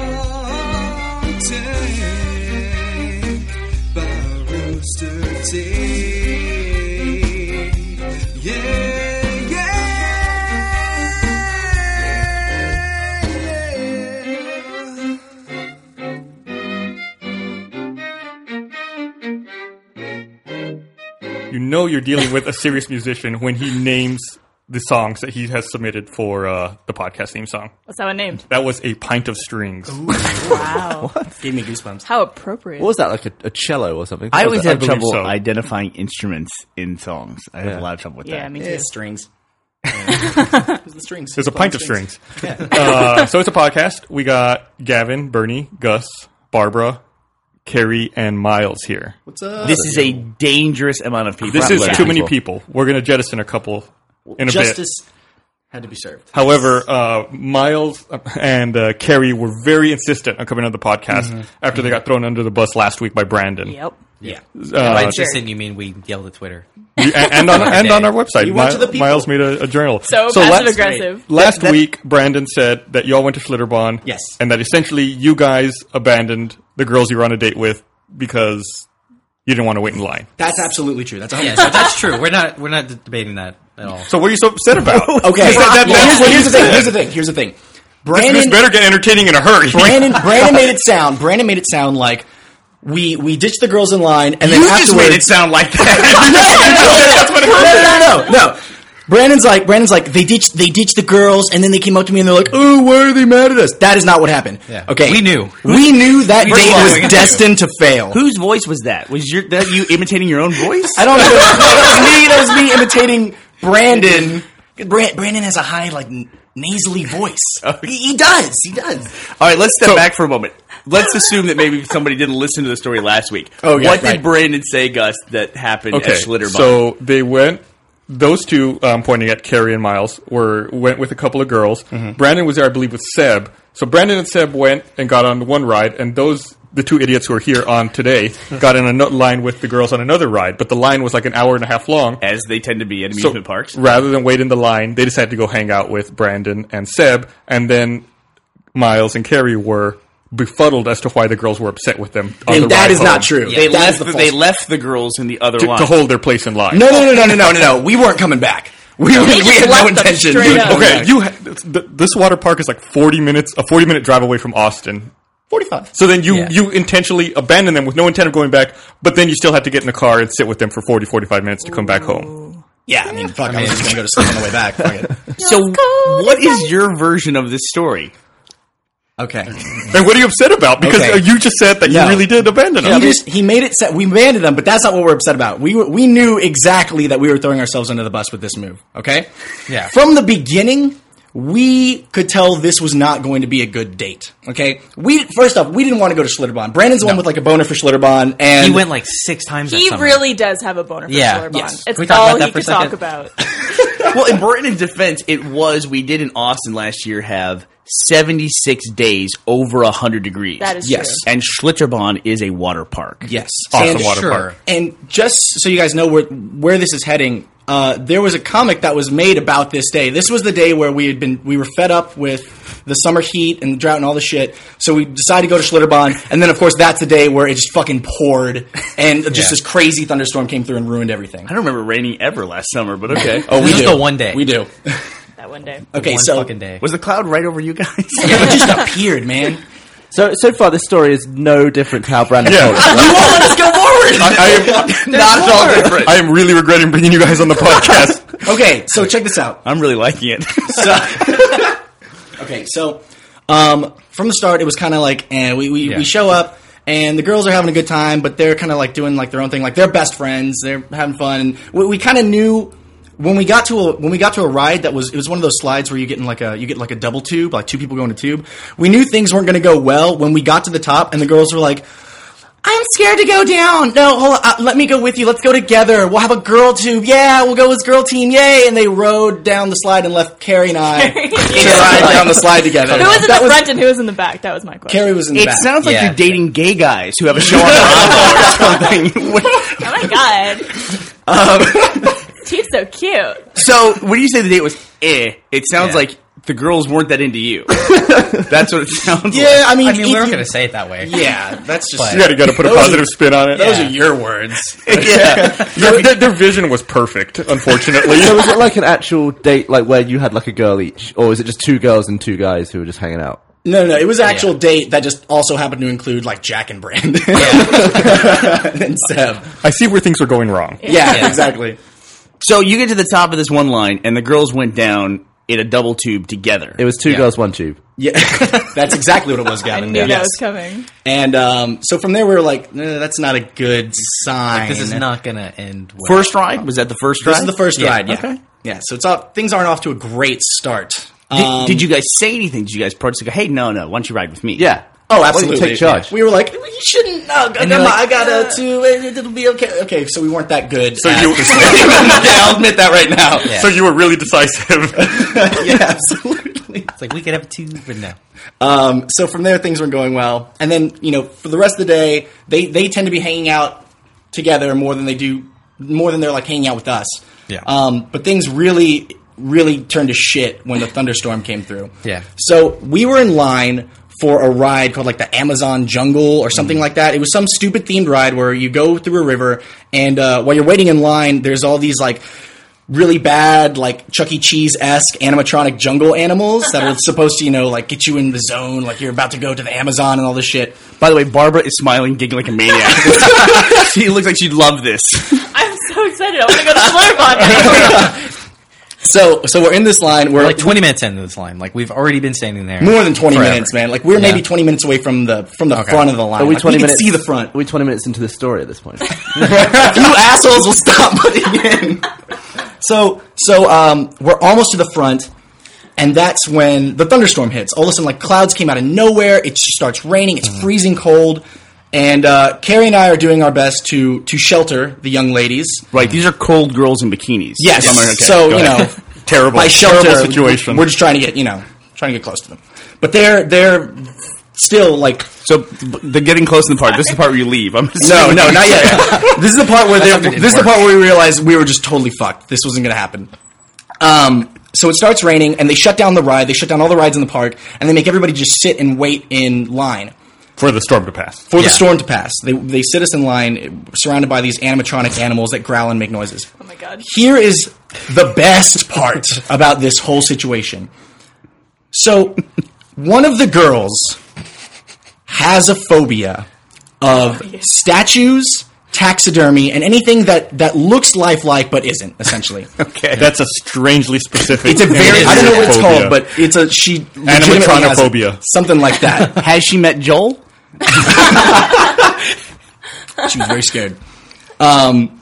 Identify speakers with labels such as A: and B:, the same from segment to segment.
A: Drunk tank by Rooster Teeth. Yeah, yeah, yeah.
B: You know you're dealing with a serious musician when he names the songs that he has submitted for uh, the podcast theme song.
C: What's that one named?
B: That was a pint of strings.
C: Wow.
D: Gave me goosebumps.
C: How appropriate.
E: What was that like a, a cello or something?
F: I always
E: What was
F: have
E: that?
B: believe so.
F: trouble identifying instruments in songs. I have
E: Yeah.
F: a lot of trouble with
C: yeah,
F: that.
C: me
D: Yeah,
C: too.
D: strings. Who's the strings?
B: There's a
D: Who's
B: pint of
D: playing
B: strings. Uh, so it's a podcast. We got Gavin, Bernie, Gus, Barbara, Carrie, and Miles here.
D: What's up?
F: this is a dangerous amount of people.
B: This
F: Front
B: is
F: load
B: too many people. We're going to jettison a couple in a bit.
D: Justice had to be served.
B: However, uh, Miles and uh, Carrie were very insistent on coming on the podcast
D: Mm-hmm.
B: after they got thrown under the bus last week by Brandon.
C: Yep.
D: Yeah.
G: By
B: Uh,
G: insistent, you mean we yelled at Twitter.
B: and, and on, and on our website,
D: You went to
B: Mi-
D: the people.
B: Miles made a, a journal.
C: So,
B: last-
C: passive aggressive.
B: Last week, Brandon said that y'all went to Schlitterbahn.
D: Yes.
B: And that essentially you guys abandoned the girls you were on a date with because you didn't want to wait in line.
D: That's absolutely true. That's 100%.
G: Yes, that's true. We're not we're not d- debating that at all.
B: So what are you so upset about?
D: Okay.
B: that-
D: Well,
B: that's
D: here's,
B: what
D: here's
B: you
D: the thing.
B: said.
D: Here's the thing. Here's the thing. Brandon,
B: this better get entertaining in a hurry.
D: Brandon, Brandon made it sound. Brandon made it sound like we we ditched the girls in line and then
G: you
D: afterwards.
G: just made it sound like that.
B: That's what it is.
D: no, no, no, no. Brandon's like Brandon's like they ditched they ditched the girls and then they came up to me and they're like, "Oh, why are they mad at us?" That is not what happened.
G: Yeah.
D: Okay,
G: We knew.
D: we knew that
G: knew what we were
D: date
G: gonna
D: was destined to fail.
F: Whose voice was that? Was your that you imitating your own voice?
D: I don't know. that was me. That was me imitating Brandon. Brand, Brandon has a high like n- nasally voice. He, he does. He does.
F: All right, let's step back for a moment. Let's assume that maybe somebody didn't listen to the story last week.
D: Oh, yeah,
F: what
D: right.
F: did Brandon say, Gus? That happened
B: Okay,
F: at Schlitterbahn.
B: so they went. Those two, um, pointing at Carrie and Miles, were went with a couple of girls.
D: Mm-hmm.
B: Brandon was there, I believe, with Seb. So Brandon and Seb went and got on one ride, and those the two idiots who are here on today got in a nut line with the girls on another ride. But the line was like an hour and a half long.
F: as they tend to be at
B: So
F: amusement parks.
B: rather than wait in the line, they decided to go hang out with Brandon and Seb, and then Miles and Carrie were befuddled as to why the girls were upset with them. on the
D: And that
B: ride
D: is not
B: home
D: true.
G: Yeah.
D: that
G: They
D: is
F: Left-
D: the false
F: they left the girls in the other
B: To,
F: line.
B: to hold their place in line.
D: No, no, no, no, no, no, no, no. We weren't coming back. We, were, we
C: just
D: had no
C: left them
D: intention.
C: straight up.
B: Okay, you ha- th- this water park is like forty minutes a forty minute drive away from Austin.
D: forty-five.
B: So then you you intentionally abandon them with no intent of going back, but then you still have to get in a car and sit with them for 40, 45 minutes to come back home.
D: Yeah, I mean, fuck. I, was just gonna go to sleep on the way back. Fuck it.
F: so,
C: Oh,
F: what is your version of this story?
D: Okay.
B: And what are you upset about? Because
D: Okay.
B: uh, you just said that
D: No.
B: you really did abandon
D: He
B: them.
D: just he made it. Set, we abandoned them, but that's not what we're upset about. We were, we knew exactly that we were throwing ourselves under the bus with this move. Okay.
G: Yeah.
D: From the beginning, we could tell this was not going to be a good date. Okay. We first off, we didn't want to go to Schlitterbahn. Brandon's the one with like a boner for Schlitterbahn, and
G: he went like six times.
C: He
G: that summer.
C: really does have a boner for
G: Yeah.
C: Schlitterbahn.
G: Yes.
C: It's
G: Can we talk
C: all
G: about that
C: he
G: for a
C: could talk
G: second?
C: about.
F: well, in Brandon's defense, it was we did in Austin last year have seventy six days over hundred degrees.
C: That is
D: Yes.
C: true.
F: and Schlitterbahn is a water park.
D: yes,
B: Awesome
D: And-
B: water
G: sure.
B: park.
D: And just so you guys know where where this is heading, uh, there was a comic that was made about this day. This was the day where we had been we were fed up with the summer heat and drought and all the shit. So we decided to go to Schlitterbahn, and then of course that's the day where it just fucking poured and just this crazy thunderstorm came through and ruined everything.
F: I don't remember raining ever last summer, but okay.
D: Oh,
G: This is the one day.
D: We do.
C: That one day.
D: Okay,
G: One
D: so
G: fucking day.
F: was the cloud right over you guys?
D: it just appeared, man.
E: So so far, this story is no different to how Brandon.
B: Yeah.
E: told it.
D: Let's go forward.
B: I, I, am,
F: Not at all different.
B: I am really regretting bringing you guys on the podcast.
D: Okay, so check this out.
F: I'm really liking it.
D: So, okay, so um, from the start, it was kind of like eh, we we, we show up and the girls are having a good time, but they're kind of like doing like their own thing, like they're best friends, they're having fun. And we, we kind of knew when we got to a, when we got to a ride that was it was one of those slides where you get in like a you get like a double tube, like two people go in a tube. We knew things weren't going to go well when we got to the top, and the girls were like. I'm scared to go down. No, hold on. Uh, let me go with you. Let's go together. We'll have a girl tube. Yeah, we'll go as girl team. Yay! And they rode down the slide and left Carrie and I
C: Carrie.
D: to ride down the slide together.
C: Who was in
D: That
C: the front and who was in the back? That was my question.
D: Carrie was in the
F: It
D: back.
F: sounds like
G: Yeah.
F: you're dating gay guys who have a show on Bravo or something.
C: Oh my god. She's so cute.
G: Um,
F: so when you say the date was eh, it sounds
G: Yeah.
F: like the girls weren't that into you. That's what it sounds like.
D: Yeah, I mean,
G: I mean, we
D: if
G: weren't
D: you-
G: going to say it that way.
D: Yeah, that's just
G: But-
B: You got to got to put a positive spin on it.
D: those are your words.
B: Their, their, their vision was perfect, unfortunately.
E: So was it like an actual date, like where you had like a girl each, or was it just two girls and two guys who were just hanging out?
D: No, no, it was an actual date that just also happened to include like Jack and Brandon and Seb.
B: I see where things are going wrong.
D: Yeah, exactly.
F: So you get to the top of this one line, and the girls went down in a double tube together.
E: It was two girls, one tube.
D: Yeah, that's exactly what it was, Gavin.
C: I knew
D: yes.
C: that was coming.
D: And um, so from there, we were like, no, that's not a good sign.
G: This is not going to end well.
F: first ride was that the first ride?
D: This is the first ride. Yeah,
F: Okay.
D: yeah. So it's off, things aren't off to a great start.
F: Did,
D: Um,
F: did you guys say anything? Did you guys protest? Go, hey, no, no. Why don't you ride with me?
E: Yeah.
D: Oh,
E: Why don't you
D: absolutely.
E: take charge?
D: We were like, you shouldn't. No, I
G: they're
D: got-
G: like,
D: I got a two. It, it'll be okay. Okay, so we weren't that good.
B: So
D: at-
B: you,
D: yeah, I'll admit that right now.
B: so you were really decisive.
D: yeah absolutely.
G: It's like we could have two, but no.
D: Um, so from there, things were going well, and then you know, for the rest of the day, they they tend to be hanging out together more than they do, more than they're like hanging out with us.
G: Yeah.
D: Um, but things really, really turned to shit when the thunderstorm came through.
G: Yeah.
D: So we were in line for a ride called like the Amazon Jungle or something like that. It was some stupid themed ride where you go through a river, and uh, while you're waiting in line, there's all these like really bad, like Chuck E. Cheese esque animatronic jungle animals that are supposed to, you know, like get you in the zone, like you're about to go to the Amazon and all this shit.
F: By the way, Barbara is smiling, giggling like a maniac. she looks like she'd love this.
C: I'm so excited. I want to go to Slurp on
D: So, so we're in this line. We're
G: Like 20 minutes into this line. Like, we've already been standing there.
D: more than twenty
G: forever.
D: minutes, man. Like we're maybe
G: Yeah.
D: twenty minutes away from the from the front of the line.
E: Are we
D: Like,
E: twenty
D: we could
E: minutes?
D: see the front.
E: Are we twenty minutes into the story at this point?
D: you assholes will stop putting in. So, so um, we're almost to the front, and that's when the thunderstorm hits. All of a sudden, like clouds came out of nowhere. It just starts raining. It's freezing cold, and uh, Carrie and I are doing our best to to shelter the young ladies.
F: Right? These are cold girls in bikinis.
D: Yes.
F: I'm like, okay,
D: so
F: go
D: you
F: ahead.
D: know,
B: terrible,
D: by shelter
B: terrible situation.
D: We're just trying to get you know trying to get close to them, but they're they're still like
F: so b- the getting close in the part. This is the part where you leave. I'm just
D: No, no, not yet. this is the part where they,
G: something didn't
D: this is the
G: work.
D: part where we realized we were just totally fucked. This wasn't going to happen. Um, so it starts raining, and they shut down the ride. They shut down all the rides in the park, and they make everybody just sit and wait in line
B: for the storm to pass.
D: for the storm to pass. They they sit us in line, surrounded by these animatronic animals that growl and make noises.
C: Oh my god.
D: Here is the best part about this whole situation. So, one of the girls has a phobia of statues, taxidermy, and anything that, that looks lifelike but isn't, essentially.
B: Okay, that's a strangely specific.
D: It's a very, I don't know what it's
B: phobia.
D: called, but it's a, she. legitimately has it.
B: Animatronophobia.
D: Something like that.
F: Has she met Joel?
D: she was very scared. Um,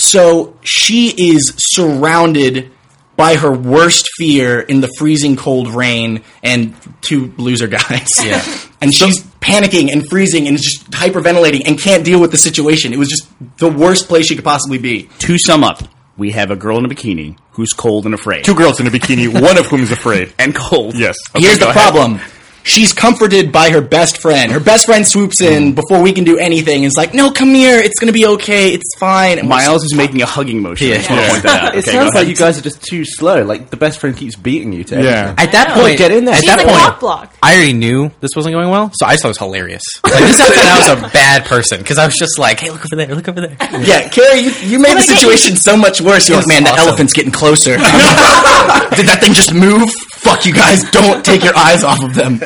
D: so she is surrounded by her worst fear in the freezing cold rain and two loser guys. Yeah. and she's panicking and freezing and just hyperventilating and can't deal with the situation. It was just the worst place she could possibly be.
F: To sum up, we have a girl in a bikini who's cold and afraid.
B: two girls in a bikini, one of whom is afraid.
F: and cold.
B: Yes.
D: Here's
B: go
D: the
B: ahead.
D: problem. She's comforted by her best friend. Her best friend swoops
B: Hmm.
D: in before we can do anything. It's like, no, come here. It's going to be okay. It's fine. And we're
F: Miles is making a hugging motion. I just want to
B: Yeah.
F: point that out.
E: it
F: Okay, go
E: sounds like
F: ahead.
E: you guys are just too slow. Like the best friend keeps beating you to
B: Yeah.
E: everything.
G: At that
C: Come on,
G: point,
E: Mm-hmm. get in there.
G: At
E: She's
G: that
C: a
G: point,
C: cock block.
G: I already knew this wasn't going well, so I just thought it was hilarious. Like this, I thought I was a bad person because I was just like, "Hey, look over there! Look over there!"
D: Yeah, Carrie, you, you made
C: my
D: the
C: God.
D: situation so much worse. You're like,
G: That's
D: man, that
G: awesome.
D: elephant's getting closer. Did that thing just move? Fuck you guys! Don't take your eyes off of them.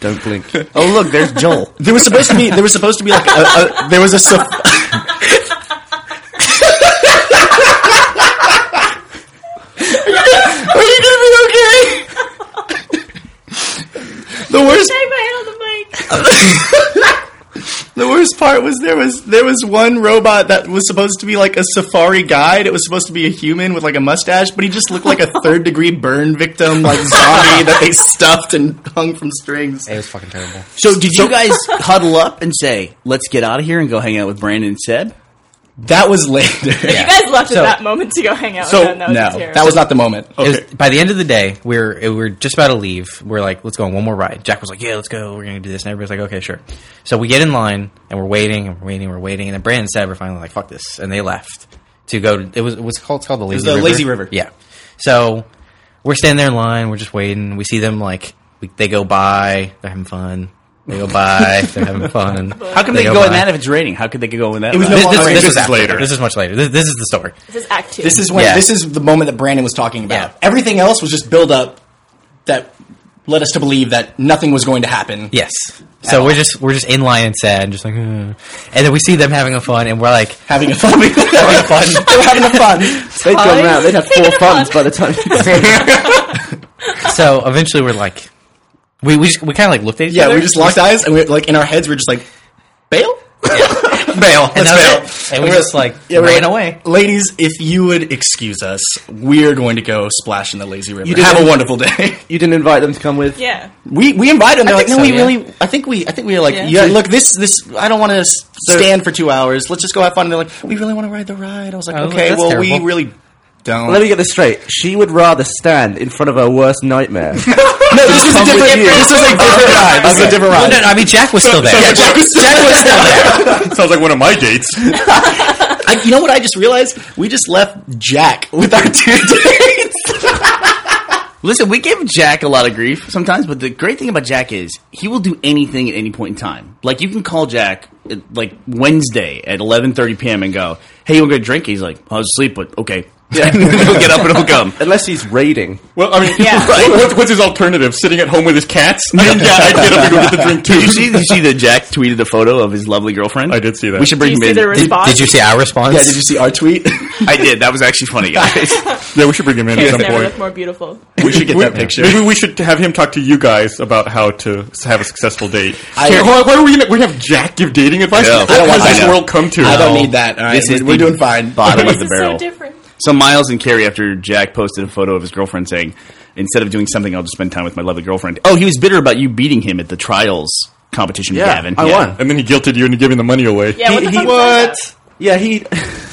E: Don't blink.
F: Oh look, there's Joel.
D: There was supposed to be. There was supposed to be like a, a there was a. Su- Are you gonna be okay? the worst
C: Take my hand on the mic.
D: The worst part was there was there was one robot that was supposed to be like a safari guide. It was supposed to be a human with like a mustache, but he just looked like a third degree burn victim, like zombie that they stuffed and hung from strings.
G: It was fucking terrible.
F: So did you guys huddle up and say, "Let's get out of here and go hang out with Brandon and Seb"?
D: That was later.
C: You guys left
G: So-
C: at that moment to go hang out
B: so,
C: with them. That was terrible.
D: that was not the moment.
G: It was, by the end of the day, we were we were just about to leave. We are like, let's go on one more ride. Jack was like, yeah, let's go. We're gonna do this, and everybody's like, okay, sure. So we get in line and we're waiting and we're waiting, and we're waiting, and then Brandon and Seb are finally like, fuck this, and they left to go. To, it was it was called it's called the lazy
D: the
G: river.
D: Lazy River.
G: Yeah. So we're standing there in line. We're just waiting. We see them like we, they go by. They're having fun. They go by. they're having fun.
F: How come they, go, in that if it's raining? How could they go in that?
D: It was
F: route?
D: no
G: This,
D: longer
G: this,
D: in
G: this
D: business.
G: is after. later. This is much later. This, this is the story.
C: This is Act Two.
D: This is when
F: Yeah.
D: this is the moment that Brandon was talking about.
G: Yeah.
D: Everything else was just build up that led us to believe that nothing was going to happen.
G: Yes. So we're just we're just in line and sad, just like, "Ugh." and then we see them having a fun, and we're like,
D: Having a fun. having fun. they were having a fun.
E: They'd gone
C: Fine.
E: round. They'd had four
C: Take it
E: funds
C: on.
E: by the time.
G: so eventually we're like, we we, just, we kind of like looked at each
D: Yeah,
G: other.
D: we just locked eyes and we like in our heads we're just like bail, bail, let's
G: and, that
D: bail.
G: was it. and we just like
D: Yeah, we're
G: ran
D: like,
G: away.
D: Ladies, if you would excuse us, we're going to go splash in the lazy river.
E: did
D: Have
E: it.
D: a wonderful day.
E: you didn't invite them to come with.
C: yeah.
D: We we invited them. They're like, no,
G: think so,
D: we
G: yeah.
D: really. I think we. I think we were like,
C: Yeah.
D: yeah. Look, this this. I don't want to stand for two hours. Let's just go have fun. And they're like, we really want to ride the ride. I was like,
G: Oh,
D: okay,
G: that's
D: well, we
G: terrible.
D: really don't.
E: Let me get this straight. She would rather stand in front of her worst
D: no,
E: nightmare.
D: this was a different. This was a different ride. This was a different
G: Well,
D: ride.
G: no, no, I mean Jack was still there.
D: Yeah, Jack was- Jack was still there.
B: Sounds like one of my dates.
D: I, you know what? I just realized we just left Jack with our two dates.
F: Listen, we give Jack a lot of grief sometimes, but the great thing about Jack is he will do anything at any point in time. Like you can call Jack uh, like Wednesday at eleven thirty p.m. and go, "Hey, you want to get a drink?" He's like, "I was asleep, but okay." Yeah, he'll get up and he'll come.
E: Unless he's raiding.
B: Well, I mean,
C: Yeah.
B: what- what's, what's his alternative? Sitting at home with his cats? I mean, yeah, I'd get up and go get the drink too.
F: Did you see? Did you see that Jack tweeted a photo of his lovely girlfriend?
B: I did see that.
F: We should bring
C: You see
F: him
C: the
F: in.
C: response.
G: Did you see our response?
D: Yeah, did you see our tweet?
F: I did. That was actually funny, guys.
B: Yeah, we should bring him in at
C: He's
B: some
C: never
B: point.
C: looked more beautiful.
D: we should get
B: We-
D: that picture.
B: Maybe we should have him talk to you guys about how to s- have a successful date.
D: I-
B: Here, why, why are we gonna, we have Jack give dating advice?
F: Yeah.
B: What
F: I don't
B: has
F: want
B: this
F: that.
B: world come to?
D: I don't need that. All right,
F: This is
D: we're, we're
F: the
D: doing fine.
F: Bottom
C: This
F: of the
C: is so
F: barrel.
C: different.
F: So Miles and Carrie, after Jack posted a photo of his girlfriend saying, "Instead of doing something, I'll just spend time with my lovely girlfriend." Oh, he was bitter about you beating him at the trials competition,
E: Yeah,
F: Gavin.
E: I won.
B: And then he guilted you into giving the money away.
C: Yeah, what
E: He-
C: the
E: he-
C: fuck was
E: what?
C: that?
E: Yeah, he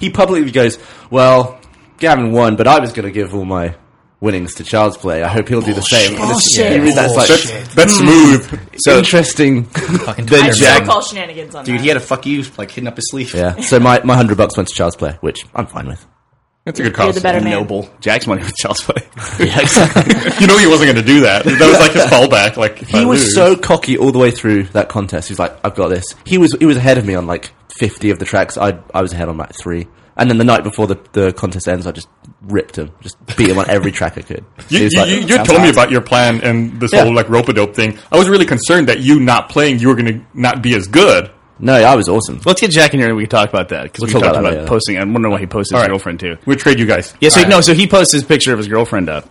E: he publicly goes, "Well, Gavin won, but I was going to give all my winnings to Child's Play. I hope he'll
B: Oh,
E: do the same."
C: Oh,
E: And it's-
D: Bullshit.
E: you read that, it's like,
B: That's, that's
F: Hmm.
B: smooth.
E: so interesting.
G: Fucking
F: Then
G: Twitter,
F: Jack-
C: I call shenanigans on
D: Dude,
C: that.
D: he had a fuck you like hidden up his sleeve.
E: yeah. So my my hundred bucks went to Child's Play, which I'm fine with.
B: That's a good
C: You're the
B: cause.
C: better man.
F: Noble. Jack's money with Child's Play.
B: You know he wasn't going to do that. That was like his fallback. Like if
E: He
B: I
E: was
B: lose.
E: so cocky all the way through that contest. He's like, "I've got this." He was he was ahead of me on like fifty of the tracks. I I was ahead on like three. And then the night before the, the contest ends, I just ripped him, just beat him on every track I could.
B: You,
E: He was
B: you,
E: like,
B: you, you
E: "I'm
B: told me
E: fine."
B: about your plan and this
E: Yeah.
B: whole like rope a dope thing. I was really concerned that you not playing, you were going to not be as good.
E: No, I was awesome.
F: Let's get Jack in here and we can talk about that because we
E: talk
F: talked
E: about
F: about
E: that, yeah.
F: posting. I wonder why he posted his
B: All right.
F: girlfriend too.
B: We trade you guys.
F: Yeah, so no, so he posts his picture of his girlfriend up.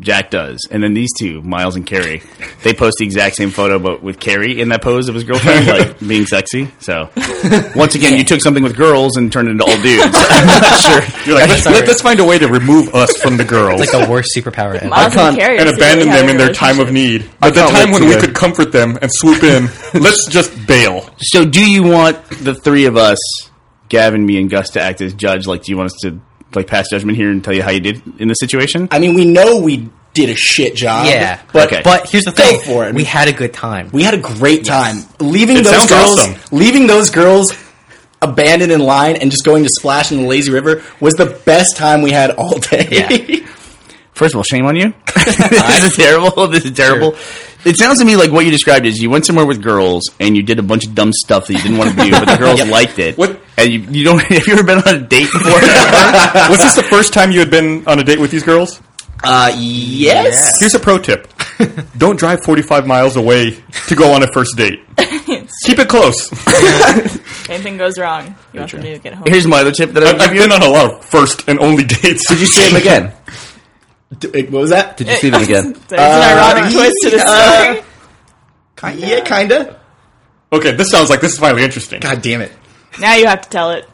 F: Jack does, and then these two, Miles and Carrie, they post the exact same photo, but with Carrie in that pose of his girlfriend, like being sexy. So, once again, you took something with girls and turned it into all dudes. I'm not sure.
B: You're like, let's, let, us find a way to remove us from the girls
G: It's like the worst superpower ever.
C: Miles
E: can't-
C: and Carrie
B: and
C: are
B: abandon
C: secretly
B: them in
C: having a
B: their time of need. At the
E: can't
B: time
E: wait
B: when
E: to
B: we
E: go.
B: could comfort them and swoop in, let's just bail.
F: So, do you want the three of us, Gavin, me, and Gus, to act as judge? Like, do you want us to like pass judgment here and tell you how you did in this situation?
D: I mean, we know we did a shit job.
G: yeah,
D: but
F: Okay.
G: but here's the
D: Go
G: thing:
D: for it.
G: we had a good time.
D: we had a great time leaving
B: It
D: those
B: sounds
D: girls.
B: awesome.
D: Leaving those girls abandoned in line and just going to splash in the lazy river was the best time we had all day.
G: Yeah.
F: First of all, shame on you. this is terrible. This is terrible. It sounds to me like what you described is you went somewhere with girls and you did a bunch of dumb stuff that you didn't want to do, but the girls liked it.
B: What-
F: And you, you don't have you ever been on a date before?
B: Was this the first time you had been on a date with these girls?
D: Uh, yes.
B: Here's a pro tip: don't drive 45 miles away to go on a first date. Keep it close.
C: If anything goes wrong, you want them to get home.
F: Here's my other tip that I
B: I've,
F: would
B: I've
F: give you.
B: been on a lot of first and only dates.
E: Did you see him again?
D: D- What was that?
E: Did you see them again?
C: There's an
D: Uh,
C: ironic twist to this story.
D: Yeah, kinda.
B: Okay, this sounds like this is finally interesting.
D: God damn it.
C: Now you have to tell it.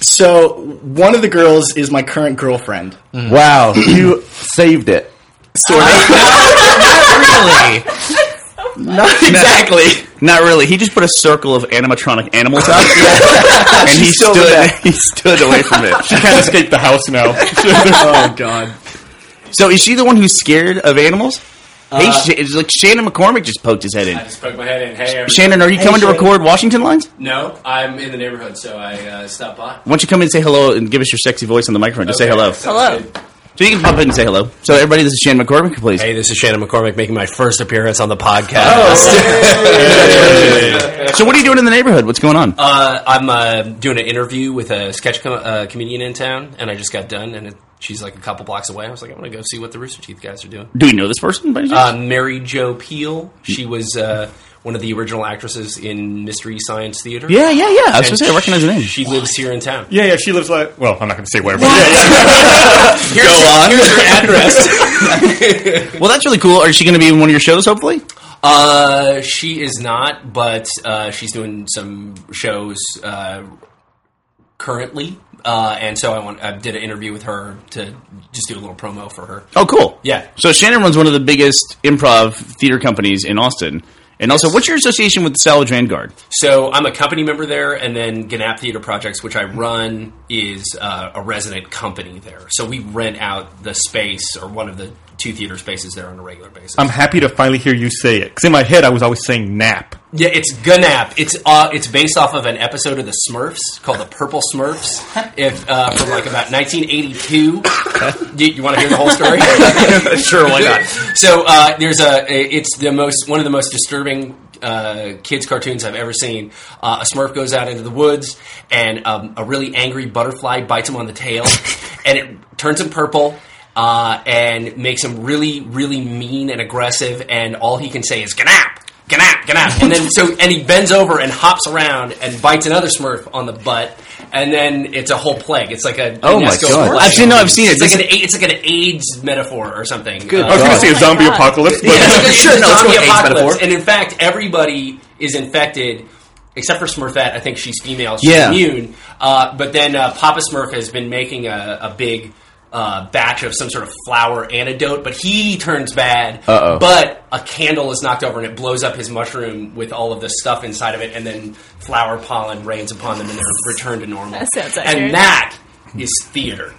D: So one of the girls is my current girlfriend.
E: Wow, you saved it.
G: really?
D: Not exactly.
F: Not really. He just put a circle of animatronic animals out, and he
E: still
F: stood.
E: there.
F: He stood away from it.
B: She can't escape the house now.
D: oh god.
F: So is she the one who's scared of animals?
D: Uh,
F: hey, Sh- it's like Shannon McCormick just poked his head in.
H: I just poked my head in. Hey, everybody.
F: Shannon, are you coming to
D: Shannon.
F: record Washington Lines?
H: no, I'm in the neighborhood, so I uh, stopped by.
F: Why don't you come in and say hello and give us your sexy voice on the microphone? Just say hello.
H: Sounds
C: Hello.
H: good.
F: So you can pop in and say hello. So everybody, this is Shannon McCormick. Please.
H: Hey, this is Shannon McCormick making my first appearance on the podcast.
F: So what are you doing in the neighborhood? What's going on?
H: Uh, I'm uh, doing an interview with a sketch com- uh, comedian in town, and I just got done, and it, she's like a couple blocks away. I was like, I'm going to go see what the Rooster Teeth guys are doing.
F: Do you know this person? By any chance?
H: Uh, Mary Jo Peel, she was uh, one of the original actresses in Mystery Science Theater.
F: yeah, yeah, yeah. I was
H: And
F: supposed to say I recognize the name.
H: She lives here in town.
B: Yeah, yeah. She lives like. Well, I'm not going to say where. But yeah,
F: Go on. well, that's really cool. Is she going to be in one of your shows? Hopefully.
H: Uh, she is not, but uh, she's doing some shows uh, currently, uh, and so I want I did an interview with her to just do a little promo for her.
F: Oh, cool.
H: Yeah.
F: So Shannon runs one of the biggest improv theater companies in Austin. And also, what's your association with the Salvage Vanguard?
H: So I'm a company member there, and then Ganap Theater Projects, which I run, is uh, a resident company there. So we rent out the space or one of the two theater spaces there on a regular basis.
B: I'm happy to finally hear you say it because in my head I was always saying nap.
H: Yeah, it's Gunap. It's uh, it's based off of an episode of the Smurfs called the Purple Smurfs, if uh, from like about 1982. you you want to hear the whole story?
F: Sure, why not?
H: so uh, there's a it's the most one of the most disturbing uh, kids cartoons I've ever seen. Uh, a Smurf goes out into the woods and um, a really angry butterfly bites him on the tail, and it turns him purple. Uh, and makes him really, really mean and aggressive, and all he can say is "ganap, ganap, ganap," and then so and he bends over and hops around and bites another Smurf on the butt, and then it's a whole plague. It's like a
E: Oh my
H: UNESCO
E: God.
H: plague.
F: I've seen- no, I've seen it.
H: It's like an A- it's like an AIDS metaphor or something. Uh, Good
B: I was going to say a
C: my
B: zombie
C: God.
B: apocalypse, but
H: sure,
F: no, let's go
H: zombie
F: with AIDS
H: apocalypse.
F: metaphor.
H: And in fact, everybody is infected except for Smurfette. I think she's female. She's
F: Yeah.
H: immune. Uh, but then uh, Papa Smurf has been making a, a big uh, batch of some sort of flower antidote, but he turns bad.
E: Uh-oh.
H: But a candle is knocked over and it blows up his mushroom with all of the stuff inside of it, and then flower pollen rains upon them and they're returned to normal.
C: That sounds accurate.
H: and that is theater.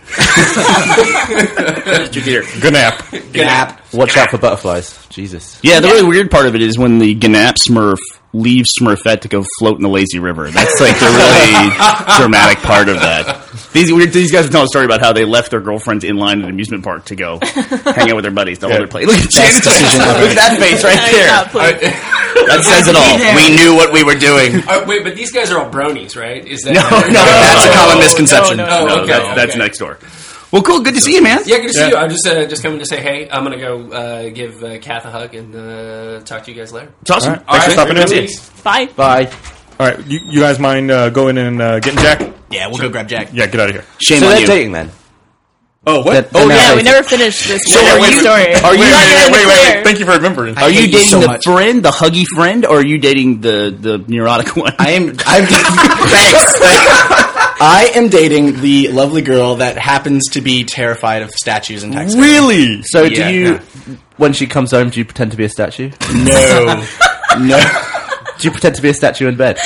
B: good nap.
H: Good app.
E: Watch out for butterflies. Jesus.
F: Yeah, the really weird part of it is when the Ganap Smurf leaves Smurfette to go float in the lazy river. That's like the really dramatic part of that. These weird these guys are telling a story about how they left their girlfriends in line at an amusement park to go hang out with their buddies to hold their play. Look at Shannon's
G: decision
F: face.
G: ever
F: Look at that face right
C: Yeah,
F: there.
C: please.
F: That says it all. We knew what we were doing.
H: Uh, wait, but these guys are all bronies, right? Is that
F: No, no, that's a common misconception.
C: no, no,
H: okay,
F: that's, that's
H: okay.
F: next door. Well, cool. Good to see you, man.
H: Yeah, good to see you. I'm just uh, just coming to say hey. I'm gonna go uh, give uh, Kath a hug and uh, talk to you guys later.
F: It's awesome.
B: All right, thanks for stopping in.
C: Bye.
E: Bye.
B: All right, you, you guys mind uh, going and uh, getting Jack?
F: Yeah, we'll go grab Jack.
B: Yeah, get out of here.
F: Shame
E: so
F: on
E: they're
F: you.
E: dating then.
B: Oh, what?
E: That-
B: oh,
E: that-
C: Yeah,
E: Now-
C: we never finished this so
F: are you-
C: story.
F: are you-
C: We're not
B: wait,
C: gonna
B: wait,
C: declare.
B: wait. Thank you for remembering.
F: Are you
D: hate you
F: dating
D: so
F: the
D: much.
F: friend, the huggy friend, or are you dating the the neurotic one?
D: I am. I'm, thanks. I am dating the lovely girl that happens to be terrified of statues in Texas.
B: really?
E: So
F: Yeah,
E: do you, when she comes home, do you pretend to be a statue? do
D: No, no.
E: you pretend to be a statue in bed?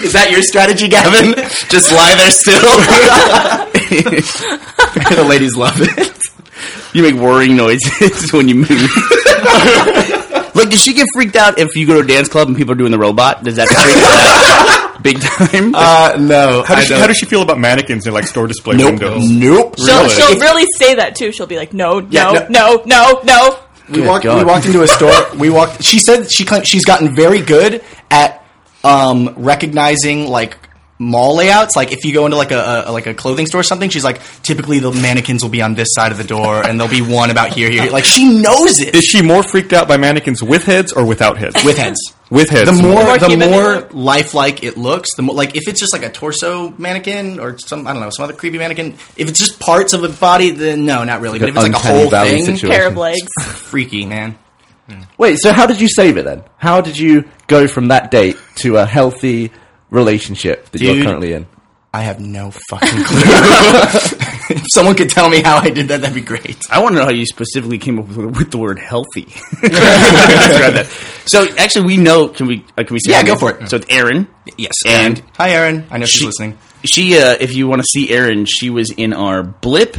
D: Is that your strategy, Gavin?
F: Just lie there still.
D: the ladies love it.
F: you make whirring noises when you move. Look, does she get freaked out if you go to a dance club and people are doing the robot? Does that freak her out big time?
D: Uh, no.
B: How does, she, how does she feel about mannequins in like store display windows?
D: Nope.
C: She'll, she'll really say that too. She'll be like, no,
D: Yeah,
C: no, no, no, no.
D: we walked.
E: God.
D: We walked into a store. We walked. She said she claimed she's gotten very good at um, recognizing like mall layouts. Like if you go into like a, a like a clothing store or something, she's like typically the mannequins will be on this side of the door, and there'll be one about here, here. here. Like she knows it
B: Is she more freaked out by mannequins with heads or without heads?
D: with heads. Uh,
B: with heads.
D: The more
C: more
D: the
C: human
D: more
C: it looks.
D: lifelike it looks, the more like if it's just like a torso mannequin or some I don't know some other creepy mannequin. If it's just parts of a body, then no, not really. But if it's like a
E: Uncanny
D: whole
E: valley
D: thing,
E: situation.
C: Pair of legs.
D: freaky man.
E: Wait, so how did you save it then? How did you go from that date to a healthy relationship that you're
D: Dude.
E: currently in?
D: I have no fucking clue. if someone could tell me how I did that, that'd be great.
F: I want to know how you specifically came up with, with the word healthy. Describe that. So actually, we know. Can we? Uh, can we say?
D: Yeah,
F: her
D: go
F: name?
D: for it.
F: So it's Erin.
D: Yes,
F: And-
D: Erin. hi, Aaron. I know she's
F: She-
D: listening.
F: She, uh, if you want to see Erin, she was in our blip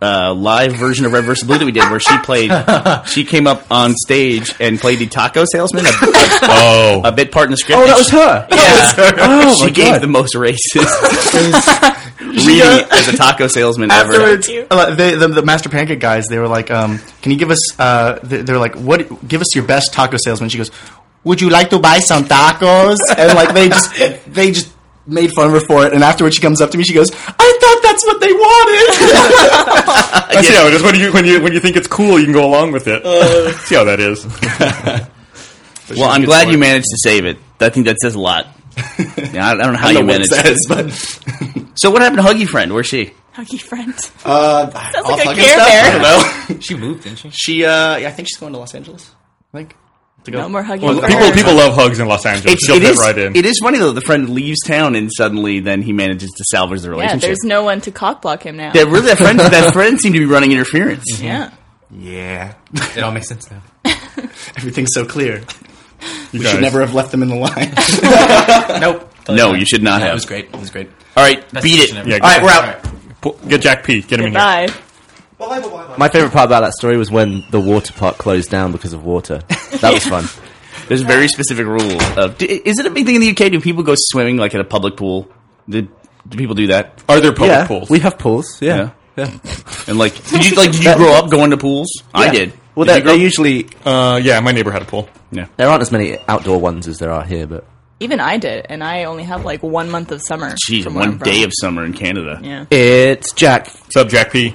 F: uh, live version of Red vs. Blue that we did, where she played. She came up on stage and played the taco salesman, a,
B: oh,
F: a bit part in the script.
E: Oh, that was her.
F: Yeah.
E: Oh,
F: she
E: my
F: gave
E: God.
F: the most racist Reedy is a taco salesman ever.
D: afterwards, a lot- they, the, the Master Pancake guys, they were like, um, "Can you give us?" Uh, they, they were like, "What? Give us your best taco salesman." She goes, "Would you like to buy some tacos?" And like they just they just made fun of her for it. And afterwards, she comes up to me. She goes, "I thought that's what they wanted."
B: I see how it is. When you when you when you think it's cool, you can go along with it. see how that is.
F: Well, I'm glad you managed to save it. I think that says a lot. Yeah, I I don't know how
D: I
F: you
D: don't know what it
F: managed.
D: says, but
F: So what happened to Huggy Friend? Where's she?
C: Huggy friend.
D: uh,
C: Sounds
D: all
C: like a
D: fucking
C: Care
D: stuff.
C: Bear.
D: I don't know.
I: She moved, didn't she?
D: she, uh, yeah, I think she's going to Los Angeles. I think to go.
C: No more Huggy
B: Well,
C: friend.
B: people people love hugs in Los Angeles.
F: It's,
B: Jump
F: it
B: it
F: is
B: right in.
F: it is funny though. The friend leaves town and suddenly then he manages to salvage the
C: Yeah,
F: relationship.
C: there's no one to cockblock him now.
F: that really that friend that friend seemed to be running interference.
C: Yeah.
I: Yeah. It all makes sense now.
D: Everything's so clear.
B: you
D: We should
B: guys.
D: never have left them in the line.
I: Nope.
F: No, you should not
I: Yeah,
F: have.
I: It was great. It was great.
F: All right,
I: Best
F: beat it.
I: decision ever.
B: Yeah,
F: All right, we're out.
B: Pu- Get Jack P. Get him in here.
C: Goodbye.
E: My favorite part about that story was when the water park closed down because of water. That was fun.
F: There's a very specific rule of. d- Is it a big thing in the UK? Do people go swimming like at a public pool? Do, do people do that?
B: Are there public
E: yeah,
B: pools?
E: we have pools. Yeah, yeah.
F: And like, did you like did you grow up going to pools? I
E: Yeah.
F: did.
E: Well,
F: Did
E: they're,
F: you grow-
E: they're usually
B: uh, yeah, my neighbor had a pool.
E: there aren't as many outdoor ones as there are here, but
C: Even I did, and I only have like one month of summer.
F: Jeez,
C: from where
F: one
C: I'm from.
F: day of summer in Canada.
C: Yeah.
E: it's Jack.
B: What's up, Jack P?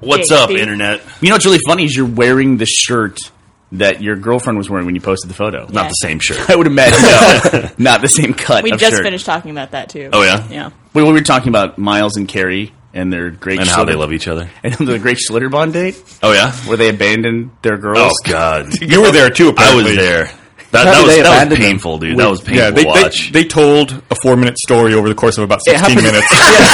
F: What's
C: Yeah, up, see?
F: internet? You know what's really funny is you're wearing the shirt that your girlfriend was wearing when you posted the photo.
C: Not the same
F: shirt. I would imagine. No, not the same cut.
C: We
F: of
C: just
F: shirt.
C: finished talking about that too.
F: Oh yeah.
C: Yeah.
F: We, we were talking about Miles and Carrie and their great
J: and how they
F: Schlitter-
J: love each other.
F: and the great Schlitterbahn date
J: Oh yeah.
F: where they abandoned their girls.
J: Oh god,
B: You were there too.
J: I
B: Apparently.
J: was there. That, that was
E: Apparently they
J: that was
E: abandoned them.
J: painful, dude. That was painful
B: Yeah, they,
J: to
B: they,
J: watch.
B: they told a four minute story over the course of about sixteen
E: happened-
B: minutes.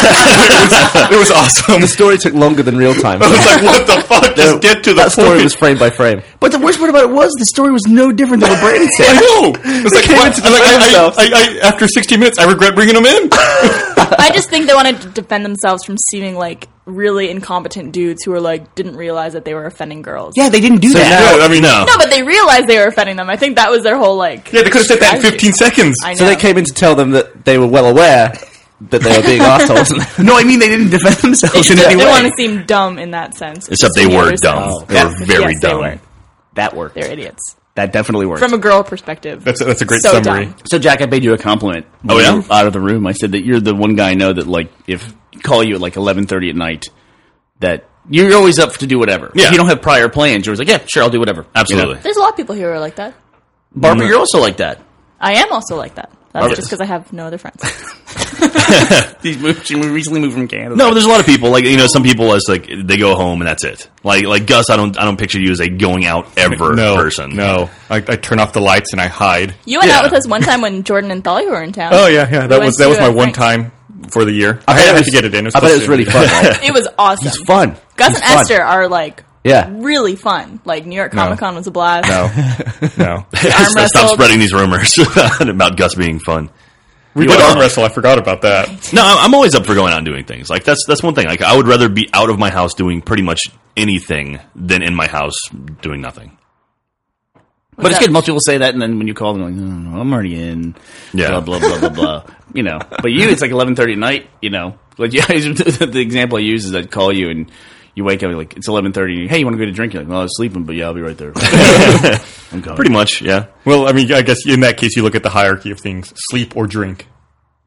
B: it, was, it was awesome.
E: The story took longer than real time.
B: I was like, what the fuck? Just get to the
E: that story
B: point.
E: was frame by frame.
F: But the worst part about it was the story was no different than what Brandon
B: I
F: said.
B: know. It's like, what? It's like, I, I, I, I, after 60 minutes, I regret bringing them in.
C: I just think they wanted to defend themselves from seeming like really incompetent dudes who were like didn't realize that they were offending girls.
F: yeah, they didn't do that.
B: no, I mean, no.
C: No, but they realized they were offending them. I think that was their whole like.
B: Yeah, they could have said that in 15 seconds.
C: I know.
E: So they came in to tell them that they were well aware that they were being assholes.
F: No, I mean they didn't defend
C: They,
F: themselves
C: just-
F: in
C: they
F: any way.
C: want to seem dumb in that sense.
J: Except they
C: In the
J: were
C: other
J: dumb.
C: sense.
J: They were very
C: Yes, they
J: dumb.
C: were.
F: that worked.
C: They're idiots.
F: That definitely worked.
C: From a girl perspective.
B: That's a, that's a great
C: So
B: summary.
C: dumb.
F: so Jack, I paid you a compliment.
J: Oh, yeah?
F: You were out of the room. I said that you're the one guy I know that like if call you at like eleven thirty at night, that you're always up to do whatever.
J: Yeah.
F: If you don't have prior plans, you're always like, yeah, sure, I'll do whatever. You know?
J: Absolutely. Mm-hmm.
C: There's a lot of people here who are like that.
F: Barbara, you're also like that.
C: I am also like that. That's
F: Okay.
C: just because I have no other friends.
F: She's moved, she recently moved from Canada.
J: No, but there's a lot of people like you know some people as like they go home and that's it. Like like Gus, I don't I don't picture you as a going out ever
B: no,
J: person.
B: No, I, I turn off the lights and I hide.
C: You went
J: Yeah.
C: out with us one time when Jordan and Thalia were in town.
B: Oh yeah, yeah. That
C: We
B: was
C: went
B: that was
C: to,
B: my
C: uh,
B: one
C: Frank's.
B: time for the year. I, had to get it in.
E: I bet it was
B: supposed
E: really
B: to-
E: fun. right?
C: It was awesome.
E: It's fun.
C: Gus
E: It's
C: and
E: fun.
C: Esther are like
E: Yeah.
C: really fun. Like New York Comic Con was a blast.
B: No,
C: Arm
J: Stop
C: wrestled.
J: spreading these rumors about Gus being fun.
B: we
J: You
B: did
J: are-
B: arm wrestle. I forgot about that.
J: No, I- I'm always up for going out and doing things. Like that's that's one thing. Like I would rather be out of my house doing pretty much anything than in my house doing nothing.
F: but it's
C: that?
F: good. Most people say that, and then when you call them, like, "Mm, I'm already in.
J: Yeah.
F: Blah blah blah blah blah. you know. But you, it's like eleven thirty at night. You know. Like yeah, the example I use is I call you and. You wake up you're like it's eleven thirty. Hey, you want to go get a drink? You're like, well, I was sleeping, but yeah, I'll be right there. I'm going.
J: Pretty much, yeah,
B: Well, I mean, I guess in that case, you look at the hierarchy of things: sleep or drink.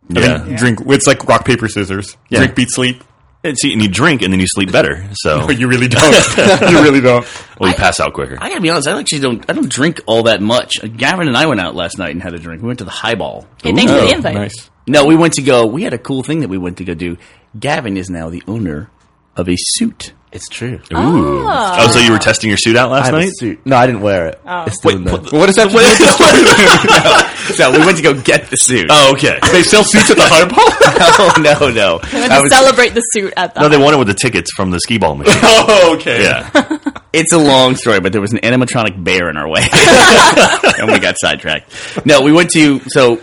J: yeah.
B: Drink. It's like rock paper scissors. Drink beats sleep.
J: And see, and you drink and then you sleep better. So
B: But you really don't. you really don't.
J: well, you pass out quicker.
F: I gotta be honest. I actually don't. I don't drink all that much. Uh, Gavin and I went out last night and had a drink. We went to the highball.
C: Hey, thanks for the invite.
B: Nice.
F: No, we went to go. We had a cool thing that we went to go do. Gavin is now the owner of a suit.
E: It's true.
J: Ooh. Oh, so you were testing your suit out
E: I
J: last
E: have a
J: night?
E: suit. No, I didn't wear it.
F: Oh.
E: It's still in there.
B: What is that?
F: So we went to go get the suit.
J: Oh, okay.
B: they sell suits at the hard ball.
F: no, no, no.
C: And
F: I
C: to
F: was-
C: celebrate the suit at the
J: No, they won it with the tickets from the skee ball machine.
B: Oh, okay.
J: Yeah,
F: it's a long story, but there was an animatronic bear in our way, and we got sidetracked. No, we went to so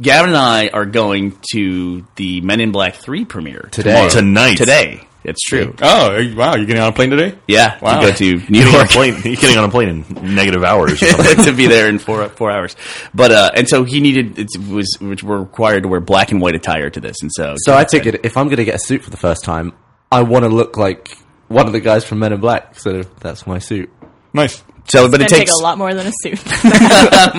F: Gavin and I are going to the Men in Black Three premiere
E: Today.
J: tonight.
F: today. It's true.
G: Oh, wow! You're getting on a plane today?
F: Yeah,
G: Wow.
F: to go to New
B: Getting on, a
F: York
B: plane, getting on a plane in negative hours. or something.
F: to be there in four four hours. But uh, and so he needed it was which were required to wear black and white attire to this, and so
E: So I figured if I'm going to get a suit for the first time, I want to look like one of the guys from Men in Black. So that's my suit.
G: Nice.
F: so but it
C: It's gonna
F: takes
C: take a lot more than a suit.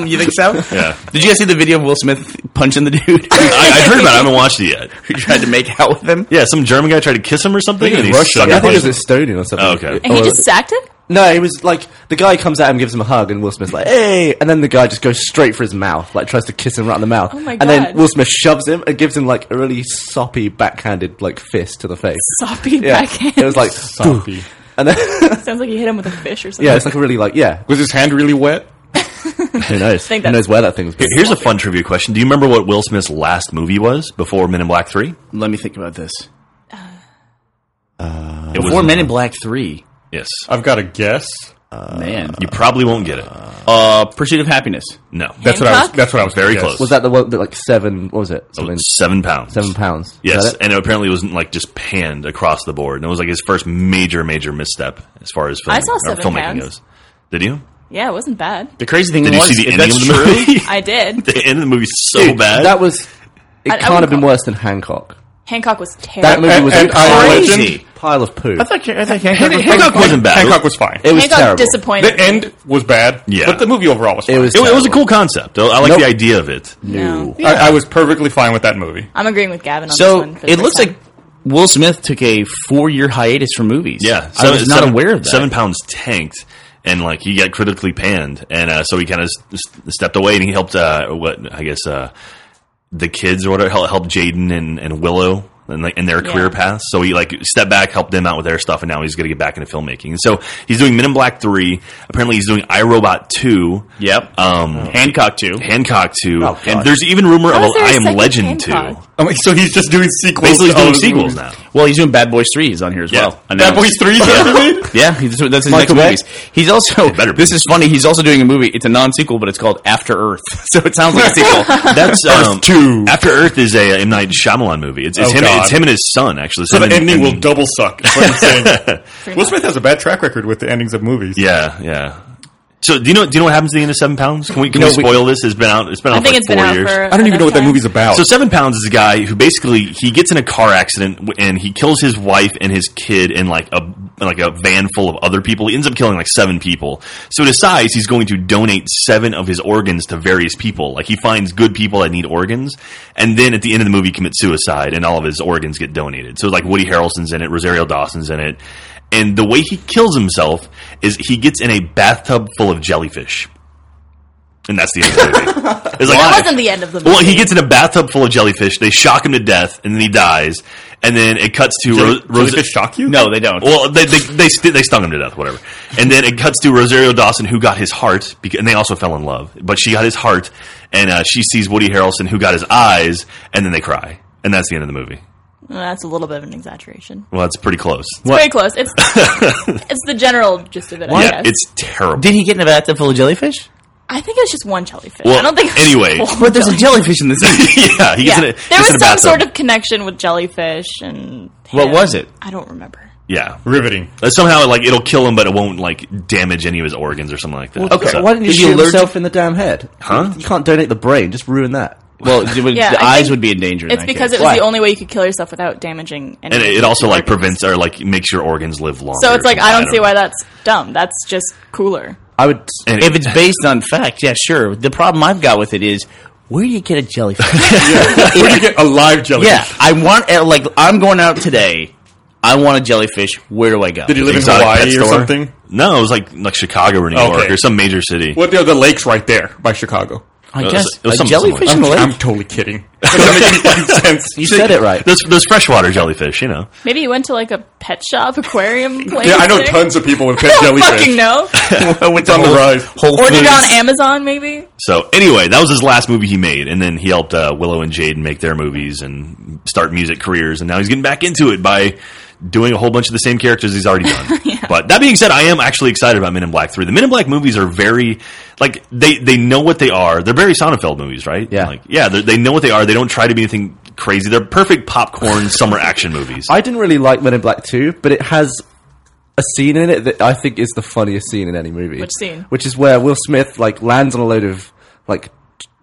F: you think so?
B: Yeah.
F: Did you guys see the video of Will Smith punching the dude
B: I, I heard about it. I haven't watched it yet.
F: who tried to make out with him?
B: Yeah, some German guy tried to kiss him or something.
E: I
B: and
E: think
B: he sucked
E: I think
B: him.
E: it was Estonian or something.
B: Oh, okay.
C: and he
E: Or-
C: just sacked him.
E: no, it was like the guy comes out and gives him a hug, and Will Smith's like, "Hey!" And then the guy just goes straight for his mouth, like tries to kiss him right in the mouth.
C: Oh my
E: And then
C: God.
E: Will Smith shoves him and gives him like a really soppy backhanded like fist to the face.
C: Soppy
E: Yeah,
C: backhand.
E: it was like,
G: Soppy.
E: and then
C: Sounds like you hit him with a fish or something.
E: yeah, it's like a really like yeah,
G: Was his hand really wet?
E: who knows?
C: think
E: who
C: that's-
E: knows where that thing's been?
B: Here's a fun trivia question. Do you remember what Will Smith's last movie was before Men in Black 3? It
F: Let me think about this.
B: was-
F: Before Men in Black Three,
B: Yes.
G: I've got a guess.
F: man,
B: You probably won't get it.
F: uh, Pursuit of Happiness.
B: No.
G: That's what I was.
C: Hancock?
G: That's what I was.
B: Very
G: gonna guess.
B: close.
E: Was that the one that like seven? What was it? Something
B: Seven pounds.
E: seven pounds. Is
B: Yes,
E: that it?
B: and it apparently wasn't like just panned across the board. And it was like his first major, major misstep as far as film,
C: I saw
B: or
C: Seven
B: filmmaking
C: Pounds.
B: goes. Did you?
C: Yeah, it wasn't bad.
F: The crazy thing
B: Did you
F: was
B: see the
F: if
B: ending of
F: that's
B: the
F: true,
B: movie?
C: I did.
B: the end of the movie so
E: Dude,
B: bad.
E: That was. It
C: I
E: can't have
C: wouldn't
E: been
C: call-
E: worse than Hancock.
C: Hancock was
E: That
C: terrible.
E: movie was
G: and
E: a
G: I
E: pile-
G: Legend?
F: Crazy.
E: pile of poo.
F: I thought, I thought Hancock
G: Hancock,
F: was-
B: wasn't bad.
G: Hancock was fine.
E: It was
C: Hancock
E: terrible.
C: disappointed.
G: the end was bad.
B: Yeah.
G: but the movie overall was. Fine.
E: It was.
B: it, wa- it was a
E: terrible.
B: cool concept. I I like
E: Nope.
B: the idea of it.
C: No.
G: I, I was perfectly fine with that movie.
C: I'm agreeing with Gavin on this
F: So
C: one. for the
F: it
C: first
F: looks
C: time.
F: like Will Smith took a four-year hiatus from movies.
B: Yeah,
F: I was not aware of that.
B: Seven pounds tanked, and like he got critically panned, and uh, so he kind of stepped away, and he helped. Uh, what I guess uh, the kids or whatever hel- helped Jaden and, and Willow. And like in their
C: Yeah.
B: career paths, so he like stepped back, helped them out with their stuff, and now he's going to get back into filmmaking. And so he's doing Men in Black three. Apparently, he's doing iRobot two.
F: Yep.
B: Um,
F: Hancock too.
B: Hancock two,
E: Oh,
B: and
E: God.
B: there's even rumor
C: How
B: of
C: is there a
B: I Am
C: second
B: Legend two.
C: Hancock?
F: Oh,
G: I mean, so he's just doing sequels.
B: Basically, he's
G: to all
B: doing
G: his
B: sequels
G: movies.
B: now.
F: Well, he's doing Bad Boys Three is on here as well.
G: Bad Boys Oh, Three. is that what you mean?
F: Yeah, he's, that's his
E: Michael Bay?
F: next movies. He's also
B: better be.
F: this is funny. He's also doing a movie. It's a non-sequel, but it's called After Earth. So it sounds like a sequel.
B: That's um,
G: two.
B: After Earth is a M Night Shyamalan movie. It's, it's
G: Oh,
B: him.
G: God.
B: It's him and his son actually.
G: So
B: Him
G: the
B: and-
G: ending
B: and-
G: will double suck. Is what I'm saying. Will Smith has a bad track record with the endings of movies.
B: Yeah, yeah. So do you know? Do you know what happens at the end of Seven Pounds? Can we can we spoil this? It's been out. It's been out
C: I think
B: for
C: it's
B: four
C: been out
B: years.
C: for.
G: I don't even know what that movie's
C: about.
G: about.
B: So Seven Pounds is a guy who basically he gets in a car accident w- and he kills his wife and his kid and like a like a van full of other people. He ends up killing like seven people. So he decides he's going to donate seven of his organs to various people. Like he finds good people that need organs, and then at the end of the movie, commit suicide and all of his organs get donated. So like Woody Harrelson's in it, Rosario Dawson's in it, and the way he kills himself is he gets in a bathtub full of jellyfish. And that's the end of the movie. It's like,
C: That wasn't the end of the movie.
B: well, he gets in a bathtub full of jellyfish. They shock him to death, and then he dies. And then it cuts to Ro- Rosa-
G: jellyfish shock you?
F: no, they don't.
B: Well, they they they, st- they stung him to death, whatever. And then it cuts to Rosario Dawson, who got his heart, because, and they also fell in love. But she got his heart, and uh, she sees Woody Harrelson, who got his eyes, and then they cry, and that's the end of the movie.
C: Uh, that's a little bit of an exaggeration.
B: Well, that's pretty close.
C: It's very close. It's it's the general gist of it. I
B: Yeah,
C: guess.
B: it's terrible.
F: Did he get in a bathtub full of jellyfish?
C: I think it was just one jellyfish.
B: Well,
C: I don't think. it was
B: anyway.
C: full
F: But there's a jellyfish in this. movie.
B: yeah, he gets
C: Yeah.
B: in a,
C: there
B: gets in a
C: was some
B: bathtub.
C: sort of connection with jellyfish and.
F: What
C: him.
F: was it?
C: I don't remember.
B: yeah.
G: Riveting.
B: Uh, Somehow, like it'll kill him, but it won't like damage any of his organs or something like that.
E: Okay,
B: So-
E: why didn't you
F: Is he
E: shoot
F: allergic-
E: yourself in the damn head?
B: Huh?
E: You can't donate the brain. Just ruin that.
F: well, it would-
C: Yeah,
F: the
C: I
F: eyes
C: think
F: would be in danger. in
C: It's
F: that
C: because
F: case.
C: it was
E: Why?
C: the only way you could kill yourself without damaging. Any
B: and it, it also like prevents or like makes your organs live longer.
C: So it's
B: or
C: like I
B: something.
C: don't see why that's dumb. That's just cooler.
E: I would.
B: And
F: if it's based on fact, yeah, sure. The problem I've got with it is where do you get a jellyfish?
G: Where do you get a live jellyfish?
F: yeah, I want uh, like I'm going out today. I want a jellyfish. Where do I go?
G: Did he live in
B: Exotic pet
G: Hawaii or
B: store?
G: something?
B: No, it was like like Chicago or New
G: Okay.
B: York or some major city.
G: Well, there are the lakes right there by Chicago.
F: I
B: was-
F: guess
B: it was
F: a
B: something
F: jellyfish
B: similar.
F: in the lake.
G: I'm totally kidding. It doesn't make any fucking sense.
E: You said it right.
B: Those those freshwater jellyfish, you know.
C: Maybe you went to like a pet shop, aquarium place.
G: Yeah, I know
C: there.
G: tons of people with pet
C: I don't
G: jellyfish.
C: fucking know.
F: I went
G: on the rise.
C: Ordered on Amazon, maybe.
B: So anyway, that was his last movie he made, and then he helped uh, Willow and Jade make their movies and start music careers, and now he's getting back into it by doing a whole bunch of the same characters he's already done. But that being said, I am actually excited about Men in Black Three. The Men in Black movies are very like they they know what they are. They're very Sonnenfeld movies, right?
E: Yeah.
B: like yeah, they- they know what they are. They don't try to be anything
J: crazy. They're perfect popcorn summer action movies.
E: I didn't really like Men in Black 2, but it has a scene in it that I think is the funniest scene in any movie.
C: Which scene?
E: Which is where Will Smith like lands on a load of like t-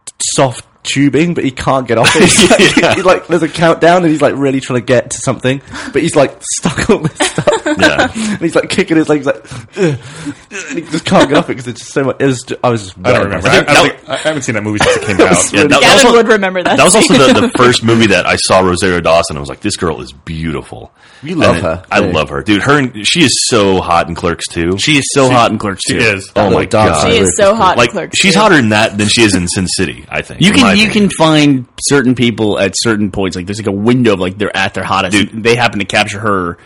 E: t- soft tubing, but he can't get off it. He's like,
J: Yeah.
E: he- like, there's a countdown, and he's like really trying to get to something, but he's like stuck on this stuff.
J: yeah.
E: and he's like kicking his legs, like, "Ugh, ugh," and he just can't get off it because it's just so much. It was, ju- I was, just
B: I don't
E: wowed
B: remember.
E: myself.
B: I, I, don't think- I haven't seen that movie since it came out.
J: Yeah, that, that was
C: Gavin
J: one-
C: would remember that.
J: that was also
C: scene.
J: the, the first movie that I saw Rosario Dawson. I was like, this girl is beautiful. You
E: love
F: Uh,
E: her,
J: I
E: yeah.
J: love her, dude. Her and, she is so hot in Clerks too.
F: She is so hot in Clerks too.
B: It is.
J: oh my
E: little dog.
J: god,
C: she is so hot. in
J: like
C: Clerks
J: she's
C: too.
J: hotter in that than she is in Sin City. I think
F: You
J: in my
F: can you
J: opinion.
F: can find certain people at certain points. Like there's like a window of like they're at their hottest.
J: Dude.
F: They happen to capture her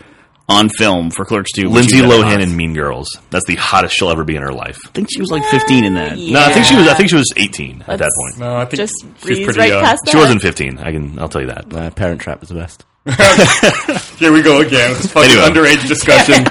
F: on film for Clerks 2. when
J: Lindsay
F: she's at her
J: Lohan
F: hottest.
J: in Mean Girls. That's the hottest she'll ever be in her life.
F: I think she was like 15 in that.
C: Yeah.
J: No, I think she was. I think she was 18 at that
C: Let's
J: point. uh,
B: No, I think
C: Just
B: she's
C: breeze
B: pretty
C: right
B: young.
C: past that.
J: She wasn't 15. I can. I'll tell you that.
E: Uh, Parent Trap was the best.
B: Here we go again. This fucking
J: Anyway.
B: underage discussion.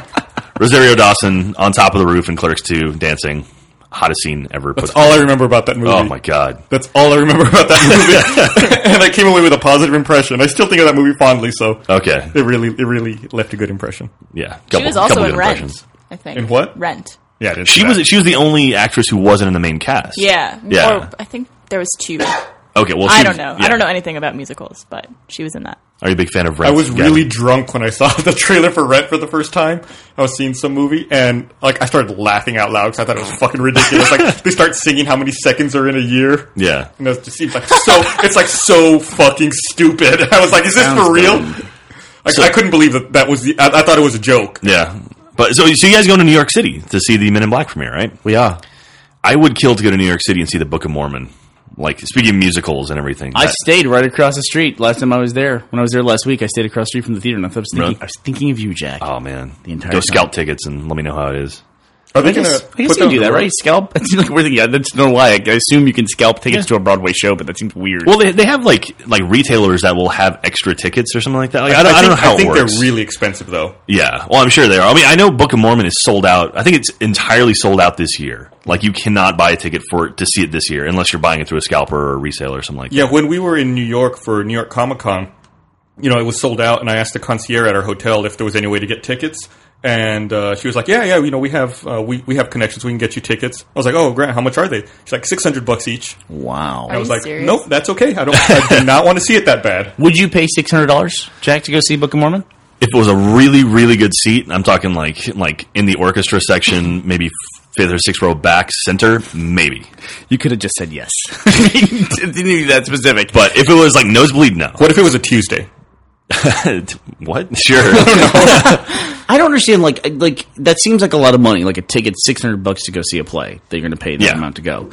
J: Rosario Dawson on top of the roof in Clerks 2 dancing. Hottest scene ever.
B: That's
J: put
B: all I remember about that movie.
J: Oh my god.
B: That's all I remember about that movie. and I came away with a positive impression. I still think of that movie fondly, so
J: Okay.
B: it really it really left a good impression.
J: Yeah.
C: She was also
J: good
C: in Rent.
J: impressions.
C: I think.
B: In what?
C: Rent.
B: Yeah, it is
J: She was. She was the only actress who wasn't in the main cast.
C: Yeah.
J: Yeah.
C: Or I think there was two.
J: Okay. Well,
C: I
J: she-
C: don't know.
J: yeah.
C: I don't know anything about musicals, but she was in that.
J: Are you a big fan of
B: I
J: Rent?
B: was
J: Gavin?
B: really drunk when I saw the trailer for Rent for the first time. I was seeing some movie and like I started laughing out loud because I thought it was fucking ridiculous. like they start singing how many seconds are in a year.
J: Yeah.
B: And it just seems like so. it's like so fucking stupid. I was like, is this for real? I, I couldn't believe that that was the. I, I thought it was a joke.
J: Yeah. But so, so you guys going to New York City to see the Men in Black premiere, right?
E: We are.
J: I would kill to go to New York City and see the Book of Mormon. Like speaking of musicals and everything,
F: I
J: that-
F: stayed right across the street last time I was there. When I was there last week, I stayed across the street from the theater, and I was thinking,
J: Really?
F: I was thinking of you, Jack.
J: oh man,
F: The entire
J: go
F: time.
J: scout tickets and let me know how it is.
B: Are they
F: I guess,
B: gonna
F: I guess
B: put
F: you can
B: on
F: do
B: the
F: that,
B: road?
F: right? Scalp. It's like weird. Yeah, that's no lie. I assume you can scalp tickets to a Broadway show, but that seems weird.
J: Well, they, they have like like retailers that will have extra tickets or something like that. Like, I, don't, I,
B: think,
J: don't know how
B: I think
J: it works.
B: they're really expenve though.
J: yeah, well, I'm sure they are. I mean, I know Book of Mormon is sold out. I think it's entirely sold out this year. Like, you cannot buy a ticket for it to see it this year unless you're buying it through a scalper or a reseller or something like
B: Yeah, when we were in New York for New York Comic Con, you know, it was sold out, and I asked the concierge at our hotel if there was any way to get tickets, and uh, she was like, "Yeah, yeah, you know, we have uh, we we have connections, we can get you tickets." I was like, "Oh, Grant, how much are they?" She's like, 600 bucks each."
F: wow.
B: I was
C: you
B: like,
C: serious?
B: "Nope, that's okay. I don't, I do not want to see it that bad."
F: Would you pay six hundred dollars, Jack, to go see Book of Mormon?
J: if it was a really really good seat i'm talking like like in the orchestra section maybe fifth or sixth row back center maybe
F: You could have just said yes. Didn't even be that specific.
J: but if it was like nosebleed no
B: What if it was a Tuesday?
J: what sure
F: I don't understand. Like, like that seems like a lot of money. Like a ticket, six hundred bucks to go see a play. That you're going to pay that
J: Yeah.
F: amount to go.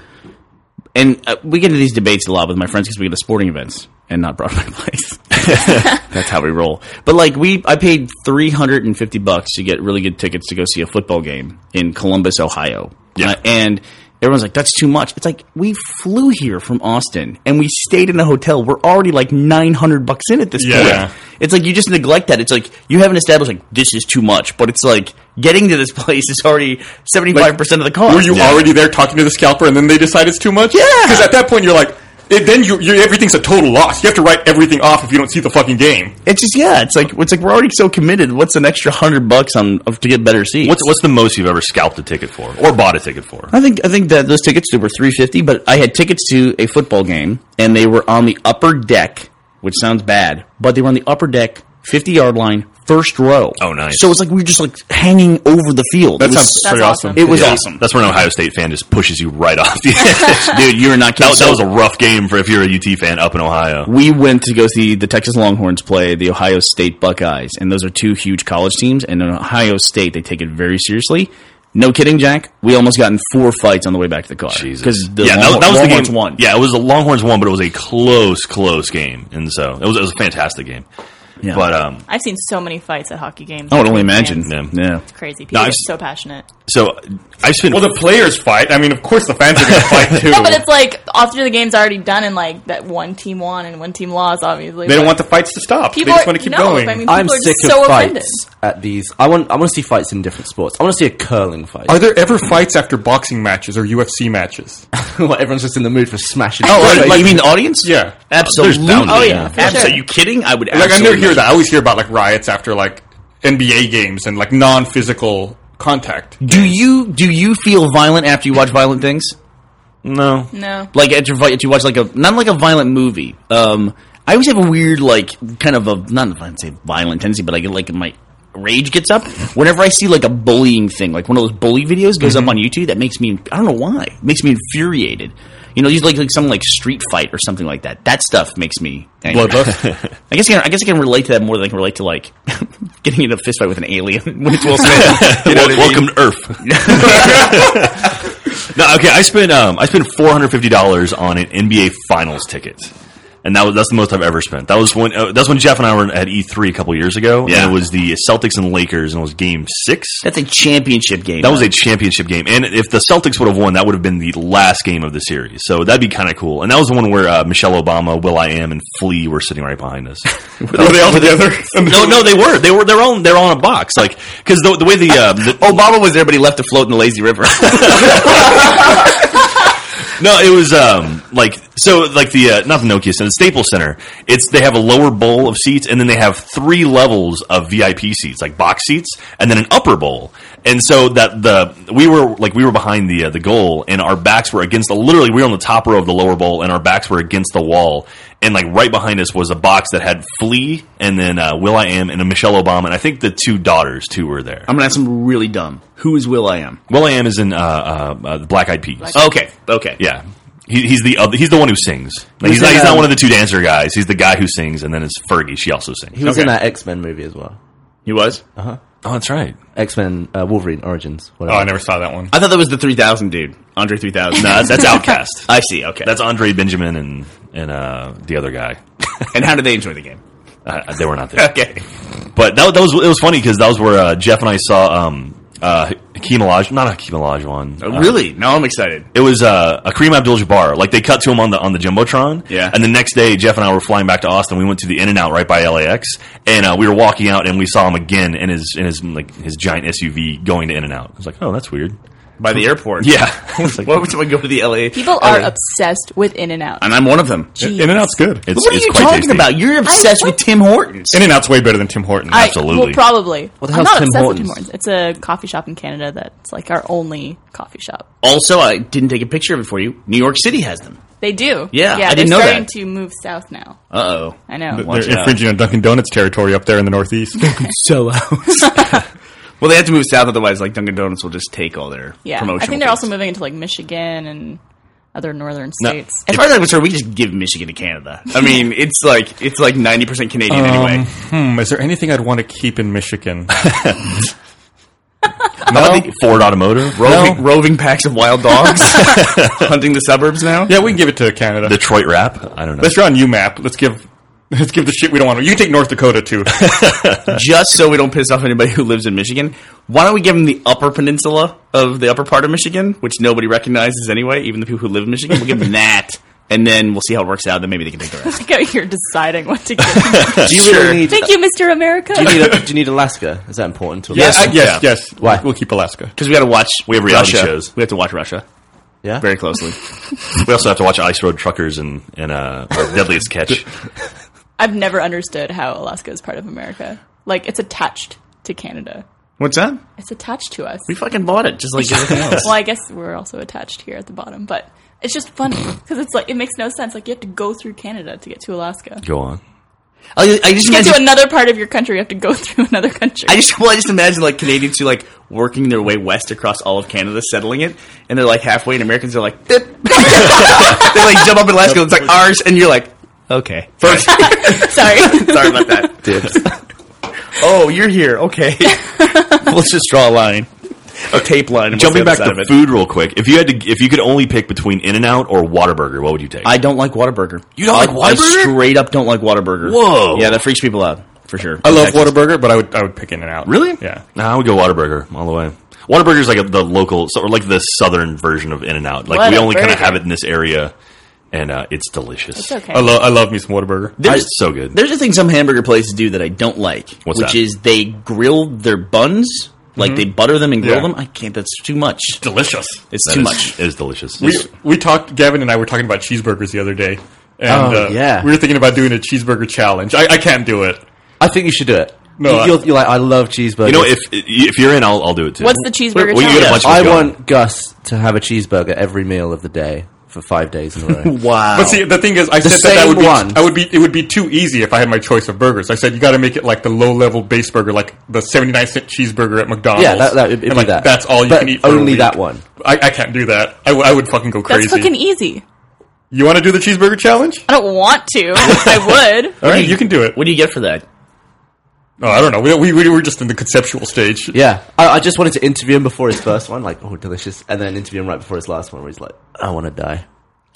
F: And uh, we get into these debates a lot with my friends because we go to sporting events and not Broadway plays. That's how we roll. But like we, I paid three hundred and fifty bucks to get really good tickets to go see a football game in Columbus, Ohio.
J: Yeah.
F: Uh, and everyone's like, "That's too much." It's like we flew here from Austin and we stayed in a hotel. We're already like nine hundred bucks in at this
B: Yeah.
F: point. It's like you just neglect that. It's like you haven't established like this is too much, but it's like getting to this place is already seventy five percent of the cost.
B: Were you
F: Yeah.
B: already there talking to the scalper, and then they decide it's too much? Yeah, because at that point you're like, it, then you, you everything's a total loss. You have to write everything off if you don't see the fucking game.
F: It's just yeah. It's like it's like we're already so committed. What's an extra hundred bucks on of, to get better seats?
J: what's what's the most you've ever scalped a ticket for or bought a ticket for
F: I think I think that those tickets were three fifty, but I had tickets to a football game and they were on the upper deck, which sounds bad, but they were on the upper deck, fifty yard line, first row.
J: Oh, nice.
F: So it's like we were just like hanging over the field. That
B: sounds
C: That's
B: pretty awesome.
C: awesome.
F: It was
J: Yeah,
F: awesome.
J: that's when an ohio state fan just pushes you right off the edge dude
F: Dude, you were not kidding.
J: that, that was a rough game for if you're a ut fan up in ohio
F: we went to go see the Texas Longhorns play the Ohio State Buckeyes, and those are two huge college teams. And in Ohio State, they take it very seriously. No kidding, Jack. We almost got in four fights on the way back to the car
J: Jesus.
F: because the
J: yeah,
F: Longhorn-
J: that, that was
F: Longhorns
J: the game.
F: won.
J: Yeah, it was the Longhorns won, but it was a close, close game, and so it was it was a fantastic game.
F: Yeah.
J: But um,
C: I've seen so many fights at hockey games.
F: I would only imagine.
J: Yeah.
F: yeah.
C: It's crazy. People
J: I've
C: get
J: s-
C: so passionate.
J: So I spent
B: Well, the players fight. I mean, of course, the fans are going to fight too.
C: No, but it's like after the game's already done and like that one team won and one team lost. Obviously,
B: they don't
C: but
B: want the fights to stop. They
C: people
B: just
C: are-
B: want to keep
C: no,
B: going.
C: I mean, people
E: I'm
C: are
E: sick
C: just so
E: of
C: offended.
E: fights at these. I want I want to see fights in different sports. I want to see a curling fight.
B: are there ever fights after boxing matches or UFC matches?
E: what, everyone's just in the mood for smashing.
F: Oh,
E: Like,
F: like, you mean the audience?
B: Yeah.
F: Absolutely.
J: There's bound to
F: Oh,
J: be.
F: yeah.
C: For
F: Absolutely.
C: sure.
F: Are you kidding? I would
B: Like I
F: absolutely.
B: never hear that. I always hear about like riots after like NBA games and like non-physical contact.
F: Do you, do you feel violent after you watch violent things?
J: no.
C: No,
F: Like, after, vi- after you watch, like, a, not like a violent movie. Um, I always have a weird, like, kind of a, not, I would say violent tendency, but I get, like, my rage gets up whenever I see, like, a bullying thing, like one of those bully videos goes up on YouTube that makes me, I don't know why, makes me infuriated. You know, these like, like some like street fight or something like that. That stuff makes me angry. I guess I can, I guess I can relate to that more than I can relate to like getting in a fist fight with an alien when it's Will Smith. You know what I mean?
J: welcome to Earth. no, okay. I spent um, I spent four hundred fifty dollars on an NBA Finals ticket, and that was that's the most I've ever spent. That was when uh, that's when Jeff and I were at E three a couple years ago.
F: Yeah.
J: and it was the Celtics and Lakers, and it was Game Six.
F: That's a championship game.
J: That was a championship game, and if the Celtics would have won, that would have been the last game of the series. So that'd be kind of cool. And that was the one where uh, Michelle Obama, Will I Am, and Flea were sitting right behind us. were they all together? no, no, they were. They were. They're on. They're on a box. Like because the, the way the, uh, the
F: Obama was there, but he left to float in the lazy river.
J: No, it was um like so like the uh, not the Nokia Center, the Staples Center. It's they have a lower bowl of seats, and then they have three levels of VIP seats, like box seats, and then an upper bowl. And so that the we were like we were behind the uh, the goal, and our backs were against the literally we were on the top row of the lower bowl, and our backs were against the wall. And like right behind us was a box that had Flea and then uh, Will I Am and a Michelle Obama, and I think the two daughters too were there.
F: I'm gonna have some really dumb. Who is Will I Am?
J: Will I Am is in uh, uh, uh, the Black Eyed Peas.
C: Oh,
F: Okay, okay.
J: Yeah. He, he's the other, he's the one who sings. Like,
F: Was
J: he's, not,
F: it,
J: he's not
F: um,
J: one of the two dancer guys. He's the guy who sings, and then it's Fergie. She also sings.
E: he was in that X Men movie as well.
F: He was.
J: oh, that's right.
E: X Men uh, Wolverine Origins.
B: Oh,
E: Whatever.
B: I never saw that one.
F: I thought that was the 3000 dude, Andre 3000.
J: No, that's, that's Outcast.
F: I see. Okay.
J: That's Andre Benjamin and and uh, the other guy.
F: and how did they enjoy the game?
J: Uh, they were not there.
F: Okay.
J: But that, that was it was funny because that was where uh, Jeff and I saw um, uh, Hakeem Olajuwon, not Hakeem Olajuwon. Uh,
F: Oh, really? No, I'm excited.
J: It was uh, a Kareem Abdul-Jabbar. Like they cut to him on the on the jumbotron.
F: Yeah.
J: And the next day, Jeff and I were flying back to Austin. We went to the In and Out right by LAX, and uh, we were walking out, and we saw him again in his in his like his giant SUV going to In and Out. I was like, oh, that's weird.
F: By the airport.
J: Yeah. I was like,
F: Why would someone go to the LA?
C: people are obsessed with In and Out.
F: and I'm one of them.
B: In and Out's good.
J: it's,
F: what are
J: it's
F: you
J: quite
F: talking
J: tasty.
F: about? You're obsessed
C: I-
F: with Tim Hortons.
B: In and Out's way better than Tim Hortons.
J: absolutely.
C: well, probably.
E: What the
C: I'm
E: hell's
C: not
E: Tim
C: obsessed
E: Hortons?
C: with Tim Hortons. It's a coffee shop in Canada that's like our only coffee shop.
F: Also, I didn't take a picture of it for you. New York City has them.
C: They do.
F: Yeah, I
C: yeah.
F: didn't
C: they're
F: know that.
C: starting to move south now.
F: Uh oh.
C: I know.
F: Watch
B: They're
F: out.
B: infringing on Dunkin' Donuts territory up there in the Northeast.
F: So well, they have to move south, otherwise, like Dunkin' Donuts will just take all their
C: Yeah,
F: promotion.
C: I think they're also moving into like Michigan and other northern states.
F: As far as I'm concerned, we just give Michigan to Canada. I mean, it's like it's like 90 percent
J: Um,
F: Canadian anyway.
B: hmm, is there anything I'd want to keep in Michigan?
J: How about the Ford Automotive,
F: Roving, roving packs of wild dogs hunting the suburbs now.
B: yeah, we can give it to Canada.
J: Detroit rap. I don't know.
B: Let's draw on UMap. Let's give let's give the shit we don't want. to. You can take North Dakota too.
F: Just so we don't piss off anybody who lives in Michigan, why don't we give them the Upper Peninsula of the upper part of Michigan, which nobody recognizes anyway, even the people who live in Michigan. We'll give them that, and then we'll see how it works out. Then maybe they can take the rest.
C: You're deciding what to get.
E: do you really need?
C: Thank you, Mr. America.
E: Do you need, a, do you need Alaska? Is that important? To
B: yes, yes,
J: Yeah.
B: yes.
E: Why?
B: We'll keep Alaska.
F: Because we got to watch. We
J: have reality shows.
F: We have to watch Russia
E: Yeah.
F: very closely.
J: We also have to watch Ice Road Truckers and and uh, Deadliest Catch.
C: I've never understood how Alaska is part of America. Like it's attached to Canada.
F: What's that?
C: It's attached to us.
F: We fucking bought it, just like everything else.
C: Well, I guess we're also attached here at the bottom, but it's just funny because it's like it makes no sense. Like you have to go through Canada to get to Alaska.
J: Go on.
F: I, Oh, I just
C: To get
F: imagine.
C: to another part of your country, you have to go through another country.
F: I just well, I just imagine like Canadians who like working their way west across all of Canada, settling it, and they're like halfway, and Americans are like, "Dip." they like jump up in Alaska, it's like ours, and you're like, okay, first,
C: Sorry,
F: sorry about that. Oh, you're here, okay. Let's just draw a line, a tape line. and we'll
J: Jumping
F: stay on
J: back
F: the side of
J: to
F: it.
J: food real quick. If you had to, if you could only pick between In and Out or Whataburger, what would you take?
F: I don't like Whataburger. You
J: don't like
F: I
J: Whataburger?
F: straight up don't like Whataburger.
J: Whoa.
F: yeah, that freaks people out for sure.
B: I love Whataburger, but I would I would pick In and Out.
J: Really?
B: Yeah.
J: No, I would go Whataburger all the way. Whataburger's like a, the local, so, or like the southern version of In and Out. Like we only kind of
C: Whataburger.
J: have it in this area, and uh, it's delicious.
C: It's okay.
B: I love I love me some Whataburger.
J: It's so good.
F: There's a thing some hamburger places do that I don't like,
J: What's
F: which
J: that?
F: is they grill their buns, like they butter them and grill them. I can't. That's too much.
B: Delicious.
F: It's
J: That
F: too
J: is-
F: much.
J: It is delicious.
B: We we talked. Gavin and I were talking about cheeseburgers the other day, and
E: Oh,
B: uh,
E: yeah.
B: we were thinking about doing a cheeseburger challenge. I, I can't do it.
E: I think you should do it.
B: No, I-
E: you, you're, you're like I love cheeseburgers.
J: you know, if if you're in, I'll, I'll do it too.
C: What's the cheeseburger
J: Well, you get a
C: challenge?
J: bunch of
E: I
J: gum.
E: want Gus to have a cheeseburger every meal of the day for five days in a row.
F: Wow.
B: But see, the thing is, I
E: Oh. The
B: said that that
E: same
B: would be
E: one.
B: I would be it would be too easy if I had my choice of burgers. I said you got to make it like the low level base burger, like the seventy nine cent cheeseburger at McDonald's.
E: Yeah, that, that it'd be
B: And, like,
E: that.
B: That's all you
E: but
B: can eat. For a
E: Only
B: week.
E: that one.
B: I, I can't do that. I, w- I would fucking go crazy.
C: That's fucking e- easy.
B: you want to do the cheeseburger challenge?
C: I don't want to. I would.
B: All right, you can do it.
F: what do you get for that?
B: Oh, I don't know. We, we, we were just in the conceptual stage.
E: Yeah, I, I just wanted to interview him before his first one, like oh delicious, and then interview him right before his last one, where he's like, I want to die.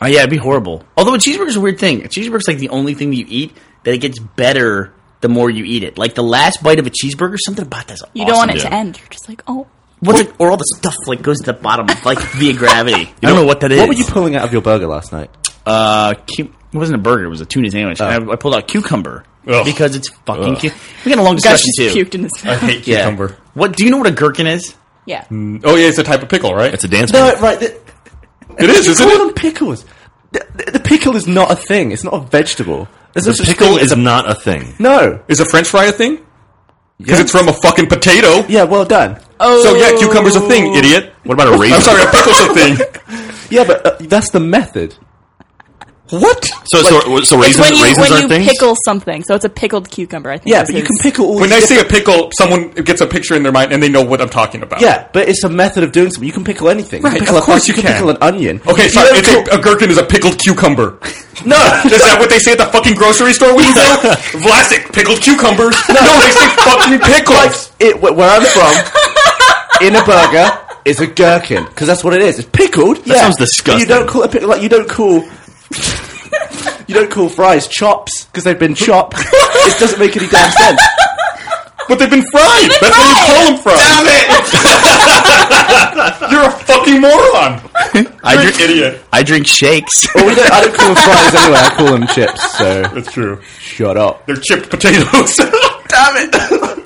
F: Oh yeah, it'd be horrible. Although a cheeseburger's a weird thing. A cheeseburger's like the only thing that you eat that it gets better the more you eat it. Like the last bite of a cheeseburger, something about that's
C: You don't want it
J: yeah.
C: to end. You're just like, oh.
F: What's it, or all the stuff like goes to the bottom, like via gravity. I don't know what that is.
E: What were you pulling out of your burger last night?
F: Uh, cu- it wasn't a burger. It was a tuna sandwich. And I, I pulled out cucumber
B: Ugh.
F: because it's fucking. Cu- we got a long
C: Gus
F: discussion
C: just
F: too.
C: puked in his
B: I
C: mouth.
B: hate
F: Yeah.
B: cucumber.
F: What do you know what a gherkin is?
C: Yeah.
B: Oh yeah, it's a type of pickle, right?
J: It's a dance.
E: No,
J: move.
E: right. The,
B: it is, isn't
E: call
B: it?
E: them pickles. The, the- the pickle is not a thing. It's not a vegetable. There's no
J: The
E: such
J: pickle
E: thing as
J: is not a thing.
E: no.
B: Is a French fry a thing? Because it's from a fucking potato.
E: Yeah, well done.
C: Oh.
B: So yeah, cucumber's a thing, idiot.
J: What about a raisin?
B: I'm sorry, a pickle's a thing.
E: Yeah, but uh, that's the method.
B: What?
J: So, so, so
C: It's
J: raisins,
C: when you,
J: raisins
C: when
J: aren't
C: you
J: things.
C: pickle something. So it's a pickled cucumber, I think.
E: Yeah,
C: is
E: but you
C: his-
E: can pickle all.
B: When
E: these
B: I see a
E: different-
B: pickle, someone gets a picture in their mind and they know what I'm talking about.
E: yeah, but it's a method of doing something. You can pickle anything.
B: Right,
E: you can pickle
B: of
E: a
B: course
E: pus-
B: you
E: can
B: can.
E: pickle an onion.
B: Okay,
E: You
B: sorry.
E: don't
B: It's
E: call-
B: a, a gherkin is a pickled cucumber.
E: no,
B: Is that what they say at the fucking grocery store when you go? Vlasic, pickled cucumbers. No, they say fucking pickles.
E: it, wh- where I'm from, in a burger is a gherkin because that's what it is. It's pickled. That yeah.
J: sounds
E: But
J: disgusting.
E: You don't call it pickle like you don't call. You don't call fries chops because they've been chopped. it doesn't make any damn sense.
B: But they've been fried. That's where you call them from. Damn it! You're a fucking moron. You're an idiot.
F: I drink shakes.
E: Well, we don't, I don't call them fries anyway. I call them chips. So
B: That's true.
E: shut up.
B: They're chipped potatoes.
F: Damn it!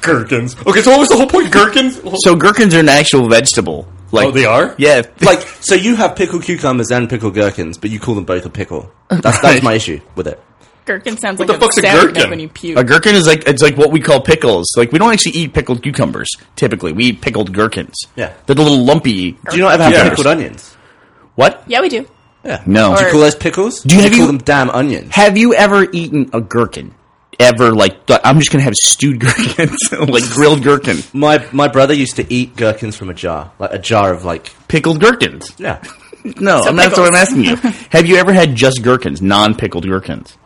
B: Gherkins. Okay, so what was the whole point? Gherkins?
F: So gherkins are an actual vegetable. Like
B: oh, they are?
F: Yeah,
E: Like so, you have pickled cucumbers and pickled gherkins, but you call them both a pickle. That's that's my issue with it.
C: Gherkin sounds
B: What
C: like
B: the fuck's a
C: a sour
B: gherkin?
C: when you puke.
F: a gherkin is like it's like what we call pickles. Like we don't actually eat pickled cucumbers typically. We eat pickled gherkins.
E: Yeah.
F: they're the little lumpy.
E: Do you not ever have
B: Yeah.
E: pickled onions?
F: What?
C: yeah, we do.
E: Yeah.
F: No.
E: Do you
C: Or-
E: call those pickles?
F: Do you- have
E: call
F: you-
E: them damn onions?
F: Have you ever eaten a gherkin? Ever like th- I'm just gonna have stewed gherkins, like grilled gherkin,
E: My my brother used to eat gherkins from a jar, like a jar of like
F: pickled gherkins.
E: yeah.
F: No, I'm not, that's what I'm asking you. Have you ever had just gherkins, non-pickled gherkins?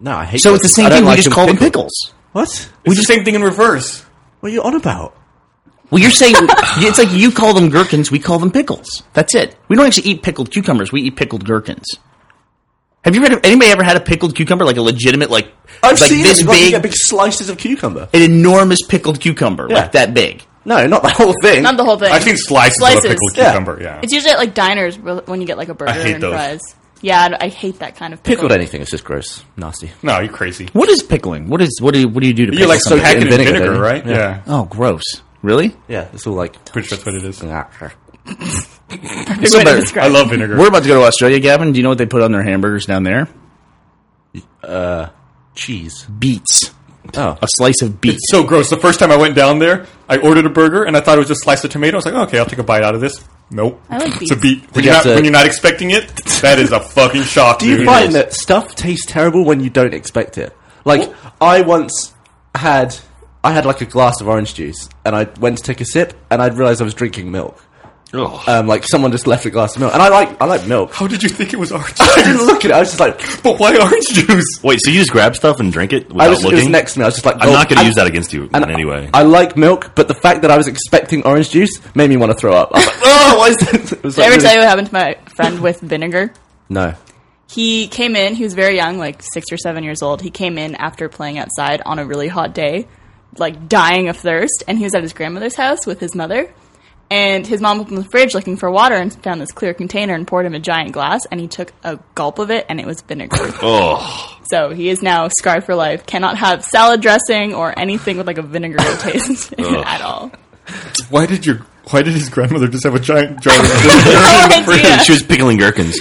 E: No, I hate.
F: So it's the
E: gherkins.
F: same
E: I don't
F: thing.
E: like
F: we just call them pickles.
E: What?
B: It's the same thing in reverse.
E: What are you on about?
F: Well, you're saying it's like you call them gherkins, we call them pickles. That's it. We don't actually eat pickled cucumbers. We eat pickled gherkins. Have you ever anybody ever had a pickled cucumber, like a legitimate, like
E: I've
F: like
E: seen
F: this
E: it. Like, you
F: big,
E: get big slices of cucumber.
F: an enormous pickled cucumber,
E: Yeah.
F: like that big?
E: No, not the whole thing.
C: Not the whole thing.
B: I've seen slices,
C: Slices,
B: of a pickled
E: yeah.
B: cucumber, yeah.
C: It's usually at like diners wh- when you get like a burger
B: hate
C: and
B: those.
C: fries. Yeah, I, I hate that kind of pickle.
E: pickled anything. It's just gross, nasty.
B: No, you're crazy.
F: What is pickling? What is what do you, what do you do to
B: You're
F: pickle
B: like
F: something?
B: pack it
E: soaking
B: in vinegar,
E: don't you?
B: right? Yeah.
F: oh, gross! Really?
E: Yeah, it's all like.
B: Pretty sure that's what it is.
F: It's so better.
B: I love vinegar.
F: We're about to go to Australia, Gavin. Do you know what they put on their hamburgers down there?
E: Cheese.
F: Uh, Beets.
E: Oh,
F: A slice of beets.
B: It's so gross. The first time I went down there, I ordered a burger and I thought it was just sliced of tomato. I was like, okay, I'll take a bite out of this. Nope.
C: I like
B: It's a
C: beets.
B: beet. When
E: you
B: you're,
E: have
B: not,
E: to-
B: when you're not expecting it, that is a fucking shock.
E: Do you
B: dude.
E: find that stuff tastes terrible when you don't expect it? Like I once had, I had like a glass of orange juice, and I went to take a sip, and I realized I was drinking milk. Um, like someone just left a glass of milk, and I like I like milk.
B: How did you think it was orange
E: I
B: juice?
E: didn't look at it. I was just like,
B: but why orange juice?
J: Wait, so you just grab stuff and drink it without
E: I was, it
J: looking?
E: was next to me. I was just like,
J: I'm
E: oh,
J: not going to
E: and-
J: use that against you in any way.
E: I like milk, but the fact that I was expecting orange juice made me want to throw up. I was like, oh, why is this? It was
C: Did I
E: like
C: ever
E: really-
C: tell you what happened to my friend with vinegar?
E: No.
C: he came in he was very young like six or seven years old he came in after playing outside on a really hot day like dying of thirst, and he was at his grandmother's house with his mother. And his mom opened the fridge looking for water and found this clear container and poured him a giant glass, and he took a gulp of it, and it was vinegar.
J: Oh,
C: so he is now scarred for life. Cannot have salad dressing or anything with like a vinegary taste in it at all.
B: Why did your Why did his grandmother just have a giant jar? of
C: No idea.
J: she was pickling gherkins.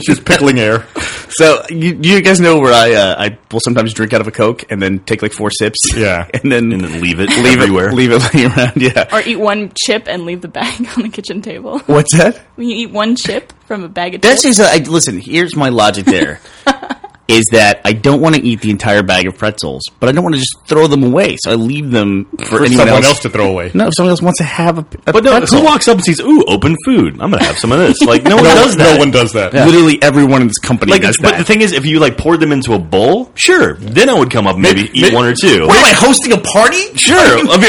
B: She's pickling air.
F: So you, you guys know where I uh, I will sometimes drink out of a Coke and then take like four sips.
B: Yeah.
F: and then
J: and then leave it
F: leave
J: everywhere.
F: it leave it laying around. Yeah.
C: Or eat one chip and leave the bag on the kitchen table.
F: What's that?
C: When you eat one chip from a bag of
F: That's
C: chips,
F: just uh, I, listen. Here's my logic. There is that I don't want to eat the entire bag of pretzels, but I don't want to just throw them away. So I leave them for,
B: for
F: anyone
B: someone else.
F: else.
B: to throw away.
F: No, if someone else wants to have a, a
J: But no,
F: pretzel.
J: who walks up and sees, ooh, open food? I'm gonna have some of this. Like no one
B: No,
J: does that.
B: no one does that.
F: literally everyone in this company
J: Like,
F: does
J: but the
F: that.
J: thing is, if you like poured them into a bowl, sure, then I would come up and maybe eat one or two.
F: What am I hosting a party?
J: Sure, I mean, well,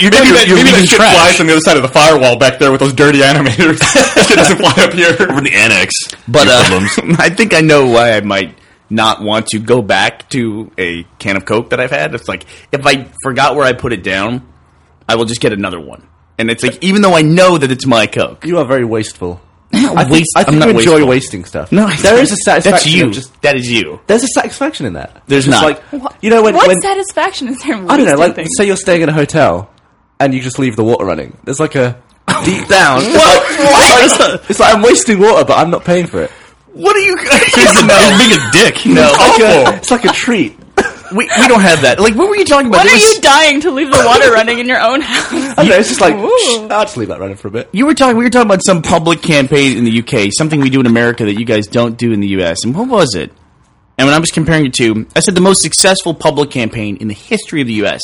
J: you're,
B: Maybe that,
J: you're
B: maybe that
J: leaving
B: shit
J: trash
B: flies on the other side of the firewall back there with those dirty animators. shit doesn't fly up here.
J: over in the annex.
F: But
J: Your
F: uh,
J: problems.
F: I think I know why I might not want to go back to a can of Coke that I've had. It's like if I forgot where I put it down, I will just get another one. And it's like even though I know that it's my Coke,
E: You are very wasteful.
F: I
E: I think, I think
F: am
E: you
F: not
E: enjoy
F: wasteful.
E: wasting stuff.
F: No, I
E: there is a satisfaction.
F: That's you.
E: Of just
F: that is you.
E: there's a satisfaction in that.
F: There's
E: Just
F: not.
E: Like, you know when,
C: what
E: when
C: satisfaction is there? In
E: I don't know, like
C: things?
E: say you're staying in a hotel and you just leave the water running. There's like a deep down. It's like, it's like- it's like I'm wasting water, but I'm not paying for it.
F: What are you?
J: He's being a dick. No,
B: Oh,
E: Like a, it's like a treat.
F: we, we don't have that. Like what were you talking about?
C: what
F: There
C: are
F: was-
C: you dying to leave the water running in your own house?
E: I don't know, it's just like
C: Ooh.
E: shh, I'll just leave that running for a bit.
F: You were talking. We were talking about some public campaign in the UK, something we do in America that you guys don't do in the US. And what was it? And when I was comparing it to, I said the most successful public campaign in the history of the US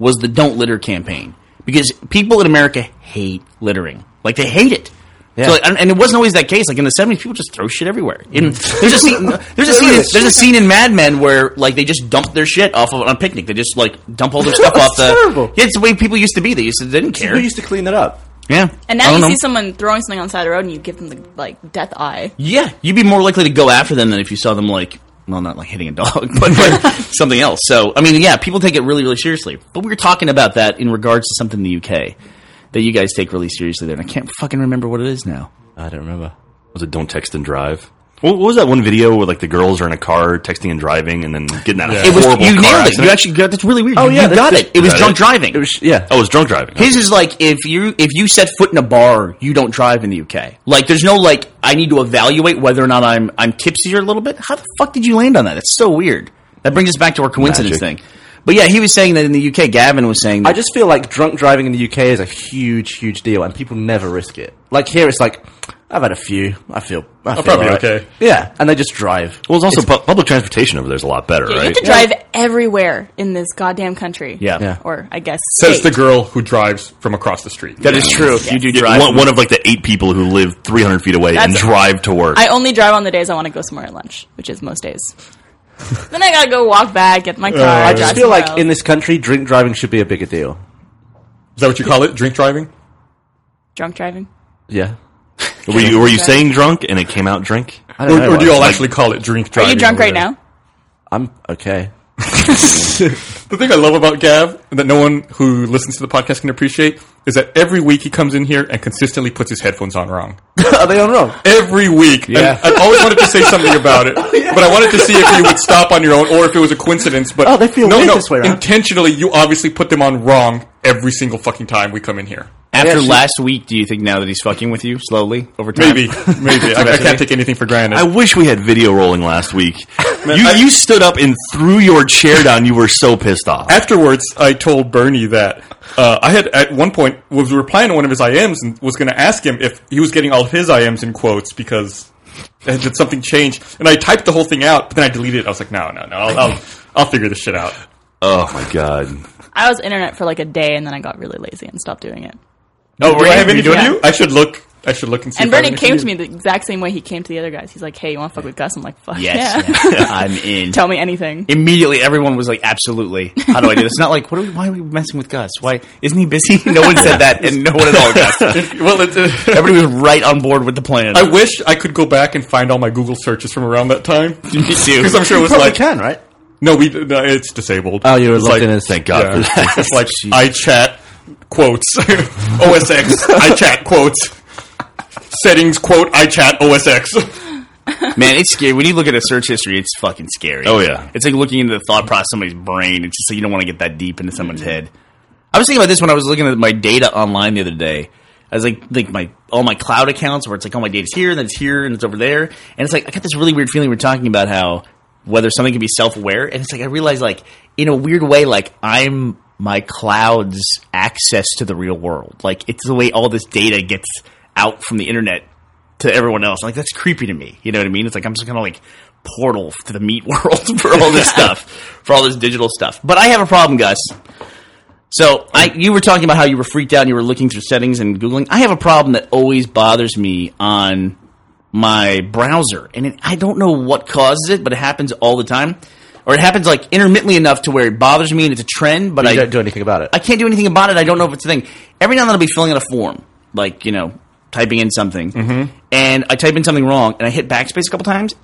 F: was the "Don't Litter" campaign because people in America hate littering. Like they hate it. So, like, and and it wasn't always that case. Like in the seventies, people just throw shit everywhere. In, there's a scene. There's a scene. There's a scene in Mad Men where like they just dump their shit off of on a picnic. They just like dump all their stuff off the.
E: terrible.
F: Yeah, it's the way people used to be. They used to they didn't care.
E: Who used to clean that up?
F: Yeah.
C: And
F: I
C: now you
F: don't know.
C: see someone throwing something on the side of the road, and you give them the like death eye.
F: Yeah, you'd be more likely to go after them than if you saw them like, well, not like hitting a dog, but like something else. So, I mean, yeah, people take it really, really seriously. But we were talking about that in regards to something in the UK that you guys take really seriously there, and I can't fucking remember what it is now.
E: I don't remember.
J: was it don't text and drive? What, what was that one video where like the girls are in a car texting and driving and then getting out of
F: It was
J: horrible
F: you
J: car
F: nailed it.
J: accident?
F: You actually got that's really weird. Oh you
E: yeah, that's-
F: got it. It was
J: Got
F: drunk
J: it.
F: driving.
E: It was yeah.
J: oh, it was drunk driving.
F: His is like if you if you set foot in a bar, you don't drive in the UK. Like there's no like I need to evaluate whether or not I'm I'm tipsy or a little bit. How the fuck did you land on that? It's so weird. That brings us back to our coincidence
E: Magic.
F: thing. But yeah, he was saying that in the UK, Gavin was saying that
E: I just feel like drunk driving in the UK is a huge, huge deal, and people never risk it. Like here, it's like I've had a few. I feel I feel
B: probably
E: alright.
B: okay.
E: Yeah, and they just drive.
J: well, it's also pu- public transportation over there is a lot better,
C: Yeah, You
J: right?
C: have to drive everywhere in this goddamn country.
F: Yeah.
E: Yeah.
C: Or I guess
B: Says the
C: state.
B: girl who drives from across the street.
F: that is true. If you do
J: Yeah,
F: drive,
J: one, one of like the eight people who live 300 feet away and
C: That's-
J: drive to work.
C: I only drive on the days I want to go somewhere at lunch, which is most days. then I gotta go walk back, get in my car.
E: Uh, I
C: drive
E: just feel
C: somewhere
E: like
C: else.
E: in this country, drink driving should be a bigger deal.
B: Is that what you call it? Drink driving?
C: drunk driving.
E: Yeah,
J: were you were you saying drunk and it came out drink?
E: I
B: Or,
E: don't know.
B: or do you all
E: Like,
B: actually call it drink
C: Are
B: driving?
C: you drunk
B: over
C: right
B: there?
C: now?
E: I'm okay.
B: The thing I love about Gav that no one who listens to the podcast can appreciate is that every week he comes in here and consistently puts his headphones on wrong.
E: Are they on wrong?
B: Every week.
E: Yeah. Oh,
B: And I always wanted to say something about it, but I wanted to see if you would stop on your own or if it was a coincidence. But
E: Oh, they feel
B: no,
E: weird
B: no,
E: this way around.
B: intentionally, you obviously put them on wrong every single fucking time we come in here.
F: after
E: actually-
F: last week, do you think now that he's fucking with you slowly over time?
B: Maybe, maybe. I, I can't take anything for granted.
J: I wish we had video rolling last week. you you stood up and threw your chair down. You were so pissed off.
B: afterwards, I told Bernie that uh, I had at one point was replying to one of his IMs and was going to ask him if he was getting all of his IMs in quotes because did something change. And I typed the whole thing out, but then I deleted it. I was like, no, no, no, I'll, I'll, I'll figure this shit out.
J: Oh my god.
C: I was internet for like a day, and then I got really lazy and stopped doing it.
B: Oh, do I have any
C: you doing
B: video? I should look. I should look and see.
C: and
B: if I have
C: Bernie
B: anything
C: came to me the exact same way he came to the other guys. He's like, "Hey, you want to fuck with Gus?" I'm like, "Fuck
F: Yes,
C: yeah."
F: yeah, I'm in.
C: Tell me anything.
F: Immediately, everyone was like, "Absolutely! How do I do this?" Not like, "What are we? Why are we messing with Gus? Why isn't he busy?" No one said that, and no one at all. Gus.
B: Well, it,
F: Everybody was right on board with the plan.
B: I wish I could go back and find all my Google searches from around that time
F: Me too.
B: because I'm sure it was
E: Probably
B: like
E: can, right?
B: No, we. No, it's disabled.
E: Oh, you were
B: It's
E: locked
B: like-
E: in as-
J: Thank God for
B: Yeah.
J: that.
B: It's like I chat quotes OSX. I chat quotes settings quote I chat OSX.
F: Man, it's scary. When you look at a search history, it's fucking scary.
J: Oh, yeah.
F: It's like looking into the thought process of somebody's brain. It's just like you don't want to get that deep into someone's head. I was thinking about this when I was looking at my data online the other day. I was like, like my all my cloud accounts where it's like all my data's here and then it's here and it's over there. And it's like I got this really weird feeling we're talking about how whether something can be self aware and it's like I realized like in a weird way, like I'm my cloud's access to the real world. Like it's the way all this data gets out from the internet to everyone else. Like that's creepy to me. You know what I mean? It's like I'm just kind of like portal to the meat world for all this stuff, for all this digital stuff. But I have a problem, Gus. So I, you were talking about how you were freaked out and you were looking through settings and googling. I have a problem that always bothers me on my browser, and it, I don't know what causes it, but it happens all the time, or it happens like intermittently enough to where it bothers me and it's a trend. But
E: You
F: I
E: don't do anything about it.
F: I can't do anything about it. I don't know if it's a thing. Every now and then I'll be filling out a form, like, you know, typing in something.
B: Mm-hmm.
F: And I type in something wrong and I hit backspace a couple times.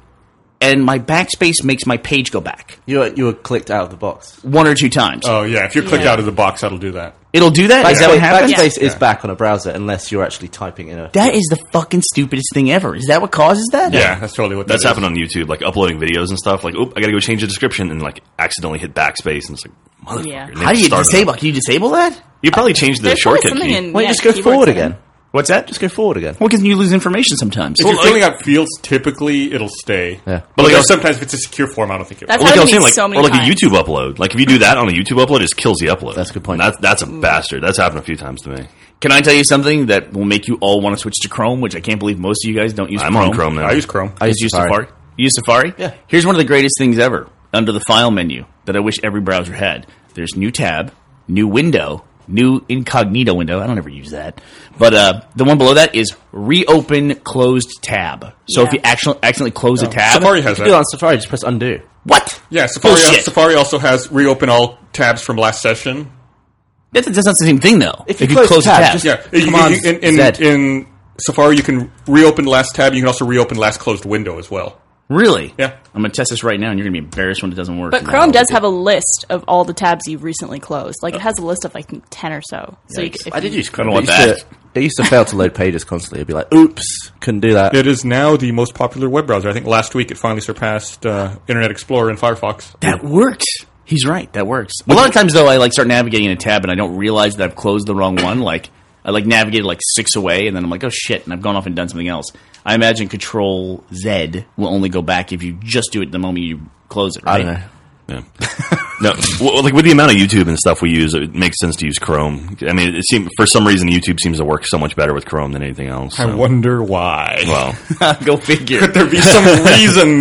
F: And my backspace makes my page go back
E: you were, you were clicked out of the box.
F: one or two times.
B: Oh yeah, if you click
C: Yeah.
B: out of the box, that'll do that.
F: It'll do that? Is that what
E: Backspace-
F: happens?
E: Backspace is back on a browser unless you're actually typing in a.
F: That is the fucking stupidest thing ever. Is that what causes that?
B: Yeah, that's totally what that
J: That's
B: is.
J: happened on YouTube, like uploading videos and stuff. Like, oop, I gotta go change the description, and like accidentally hit backspace, and it's like, motherfucker.
C: Yeah.
J: and
F: How do
J: it
F: you
J: started.
F: disable? Can you disable that?
J: You probably changed the
C: There's probably
J: shortcut
C: something
J: key.
C: in.
E: Well,
C: yeah,
E: just go
C: keyboard
E: forward
C: setting.
E: again.
F: What's that?
E: Just go forward again.
F: Well, because you lose information sometimes.
B: If you're filling out fields, typically it'll stay.
E: Yeah.
B: but like
J: Yeah.
B: sometimes if it's a secure form, I don't think it.
C: That's
B: will.
J: Well, like I
C: happened
J: was
C: to
J: saying,
C: me
J: like
C: so many
J: or like
C: times.
J: a YouTube upload. Like if you do that on a YouTube upload, it just kills the upload.
E: That's a good point.
J: That's that's
C: Mm.
J: a bastard. That's happened a few times to me.
F: Can I tell you something that will make you all want to switch to Chrome, which I can't believe most of you guys don't use
J: I'm
F: Chrome.
J: on Chrome now.
B: I use Chrome.
E: I
F: Just use Safari. You use Safari?
E: Yeah.
F: Here's one of the greatest things ever under the file menu that I wish every browser had. There's new tab, new window, new incognito window. I don't ever use that. But uh, the one below that is reopen closed tab. So if
C: Yeah.
F: you actually accidentally close
J: Oh.
F: a tab,
B: Safari has
E: You do it
B: that.
E: on Safari, just press undo.
F: what?
B: Yeah,
J: uh,
B: Safari.
F: Bullshit.
B: Safari also has reopen all tabs from last session.
F: That, that's not the same thing though.
E: If you close
F: a
E: tab, just-
B: Yeah, you-
E: Command
B: you- in, in,
E: Z.
B: in Safari you can reopen last tab. You can also reopen last closed window as well.
F: really?
B: Yeah.
F: I'm gonna test this right now, and you're gonna be embarrassed when it doesn't work.
C: But Chrome does have a list of all the tabs you've recently closed. Like it has a list of like ten or so. So you, c- if
E: I did
C: you-
E: use Chrome.
F: I don't want
E: It used to- It used to fail to load pages constantly. It'd be like, oops, couldn't do that.
B: It is now the most popular web browser. I think last week it finally surpassed uh, Internet Explorer and Firefox.
F: That works. He's right. That works. A lot of times though, I like start navigating in a tab and I don't realize that I've closed the wrong one. Like I like navigated like six away, and then I'm like, oh shit, and I've gone off and done something else. I imagine Control Z will only go back if you just do it the moment you close it. Right?
E: I don't know.
J: Yeah. no, well, like with the amount of YouTube and stuff we use, it makes sense to use Chrome. I mean, it seems for some reason YouTube seems to work so much better with Chrome than anything else.
B: I
J: so.
B: wonder why.
J: Well,
F: go figure.
B: Could there be some reason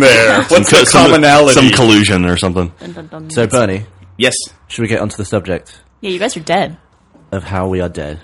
B: there? What's the
J: some-
B: commonality?
J: some collusion or something.
C: dun, dun, dun.
E: So, Bernie,
F: yes.
E: should we get onto the subject
C: yeah, you guys are dead.
E: of how we are dead?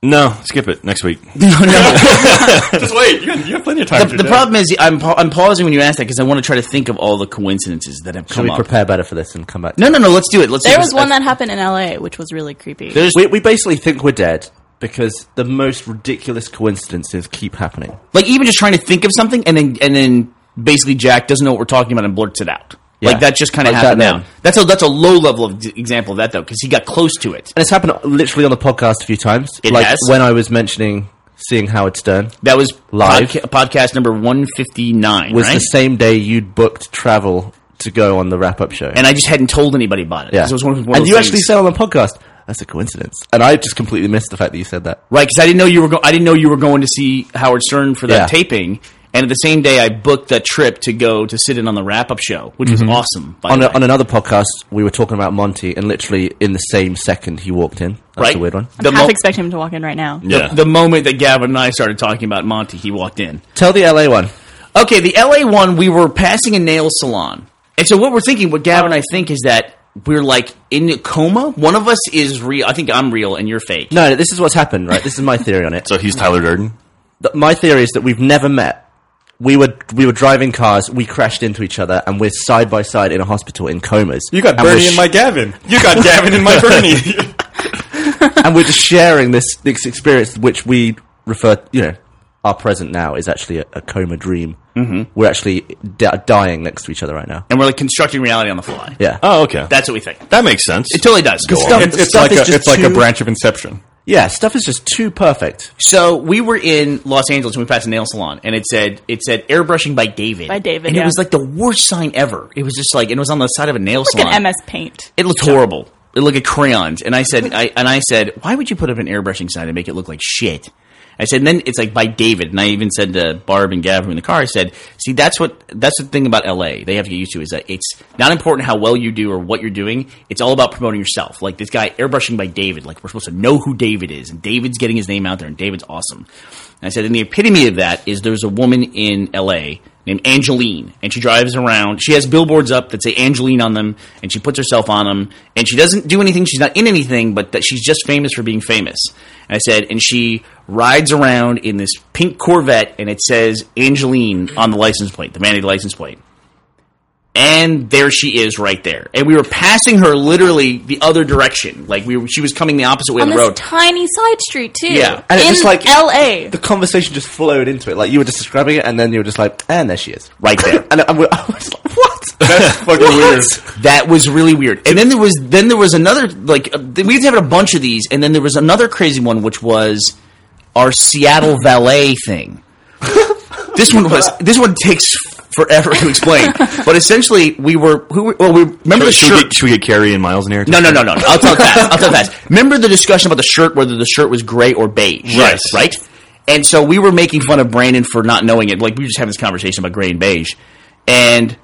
J: No, skip it next week.
B: Just wait. You, you have plenty of time.
F: The, the problem is I'm pa- I'm pausing when you ask that because I want to try to think of all the coincidences that have
E: Should
F: come
E: we
F: up.
E: prepare better for this and come back?
F: no, no, no. Let's do it. Let's. do
C: There
F: this.
C: was one that happened in LA, which was really creepy.
F: There's
E: We, we basically think we're dead because the most ridiculous coincidences keep happening.
F: like even just trying to think of something and then and then basically Jack doesn't know what we're talking about and blurts it out. Like
E: Yeah.
F: that just kind of
E: Like that
F: happened
E: now.
F: now. That's a that's a low level of d- example of that though because he got close to it.
E: And it's happened literally on the podcast a few times.
F: It
E: like
F: has?
E: when I was mentioning seeing Howard Stern
F: That was
E: Live?
F: podca- podcast number one fifty nine,
E: was
F: right?
E: the same day you'd booked travel to go on the wrap up show.
F: and I just hadn't told anybody about it.
E: yeah.
F: 'Cause It was one, of- one of
E: and
F: those
E: you
F: things-
E: actually said on the podcast, that's a coincidence. And I just completely missed the fact that you said that.
F: right because I didn't know you were go- I didn't know you were going to see Howard Stern for that
E: Yeah.
F: taping. And the same day, I booked that trip to go to sit in on the wrap up show, which was awesome. By
E: Mm-hmm. On,
F: the
E: a,
F: way.
E: on another podcast, we were talking about Monty, and literally in the same second he walked in. That's
F: right?
E: a weird one.
F: The
C: half
F: mo-
C: expect him to walk in right now.
J: Yeah.
F: the moment that Gavin and I started talking about Monty, he walked in.
E: Tell the LA one.
F: Okay, the LA one, we were passing a nail salon. And so what we're thinking, what Gavin
C: Oh.
F: and I think is that we're like in a coma. One of us is real. I think I'm real and you're fake.
E: No, no, this is what's happened, right? This is my theory on it.
J: so he's Tyler Durden.
E: Th- my theory is that we've never met. We were we were driving cars. We crashed into each other, and we're side by side in a hospital in comas.
B: you got
E: and we're
B: Bernie
E: sh-
B: and my Gavin. You got Gavin and my Bernie.
E: and we're just sharing this, this experience, which we refer, you know, our present now is actually a, a coma dream. Mm-hmm. We're actually di- dying next to each other right now.
F: and we're like constructing reality on the fly.
E: Yeah.
J: Oh, okay.
F: That's what we think.
J: that makes sense.
F: It totally does.
E: stuff-
B: It's, it's
E: stuff
B: like
E: is
B: a,
E: just
B: it's like a
E: too-
B: branch of Inception.
E: Yeah, stuff is just too perfect.
F: So we were in Los Angeles and we passed a nail salon and it said it said airbrushing by David.
C: By David,
F: And it
C: yeah.
F: was like the worst sign ever. It was just like it was on the side of a nail
C: Look
F: salon.
C: at MS Paint.
F: It looked horrible. It looked like crayons. And I said, I, and I said, why would you put up an airbrushing sign to make it look like shit? I said, and then it's like by David. And I even said to Barb and Gavin in the car, I said, see, that's what, that's the thing about LA. They have to get used to is that it's not important how well you do or what you're doing. It's all about promoting yourself. Like this guy airbrushing by David. Like we're supposed to know who David is. And David's getting his name out there and David's awesome. And I said, and the epitome of that is there's a woman in LA named Angeline, and she drives around. She has billboards up that say Angeline on them, and she puts herself on them, and she doesn't do anything. She's not in anything, but that she's just famous for being famous. And I said, and she rides around in this pink Corvette, and it says Angeline on the license plate, the vanity license plate. And there she is, right there. And we were passing her literally the other direction, like we were, she was coming the opposite way
C: On
F: of the
C: this
F: road.
C: tiny side street, too.
F: Yeah.
E: And
C: in
E: it's just like
C: L.A.
E: The conversation just flowed into it. Like you were just describing it, and then you were just like, "And there she is,
F: Right there.
E: and I, I was like, "What?
B: That's fucking weird.
F: That was really weird. And then there was then there was another like uh, th- we had a bunch of these, and then there was another crazy one which was our Seattle valet thing. this one was this one takes forever to explain, but essentially we were who were, well we remember the
J: should, we
F: shirt.
J: get, should we get Carrie and Miles in here?
F: No, no, no, no. no. I'll tell it fast. I'll tell it fast. Remember the discussion about the shirt, whether the shirt was gray or beige?
J: Yes.
F: Right? And so we were making fun of Brandon for not knowing it. Like, we were just having this conversation about gray and beige. And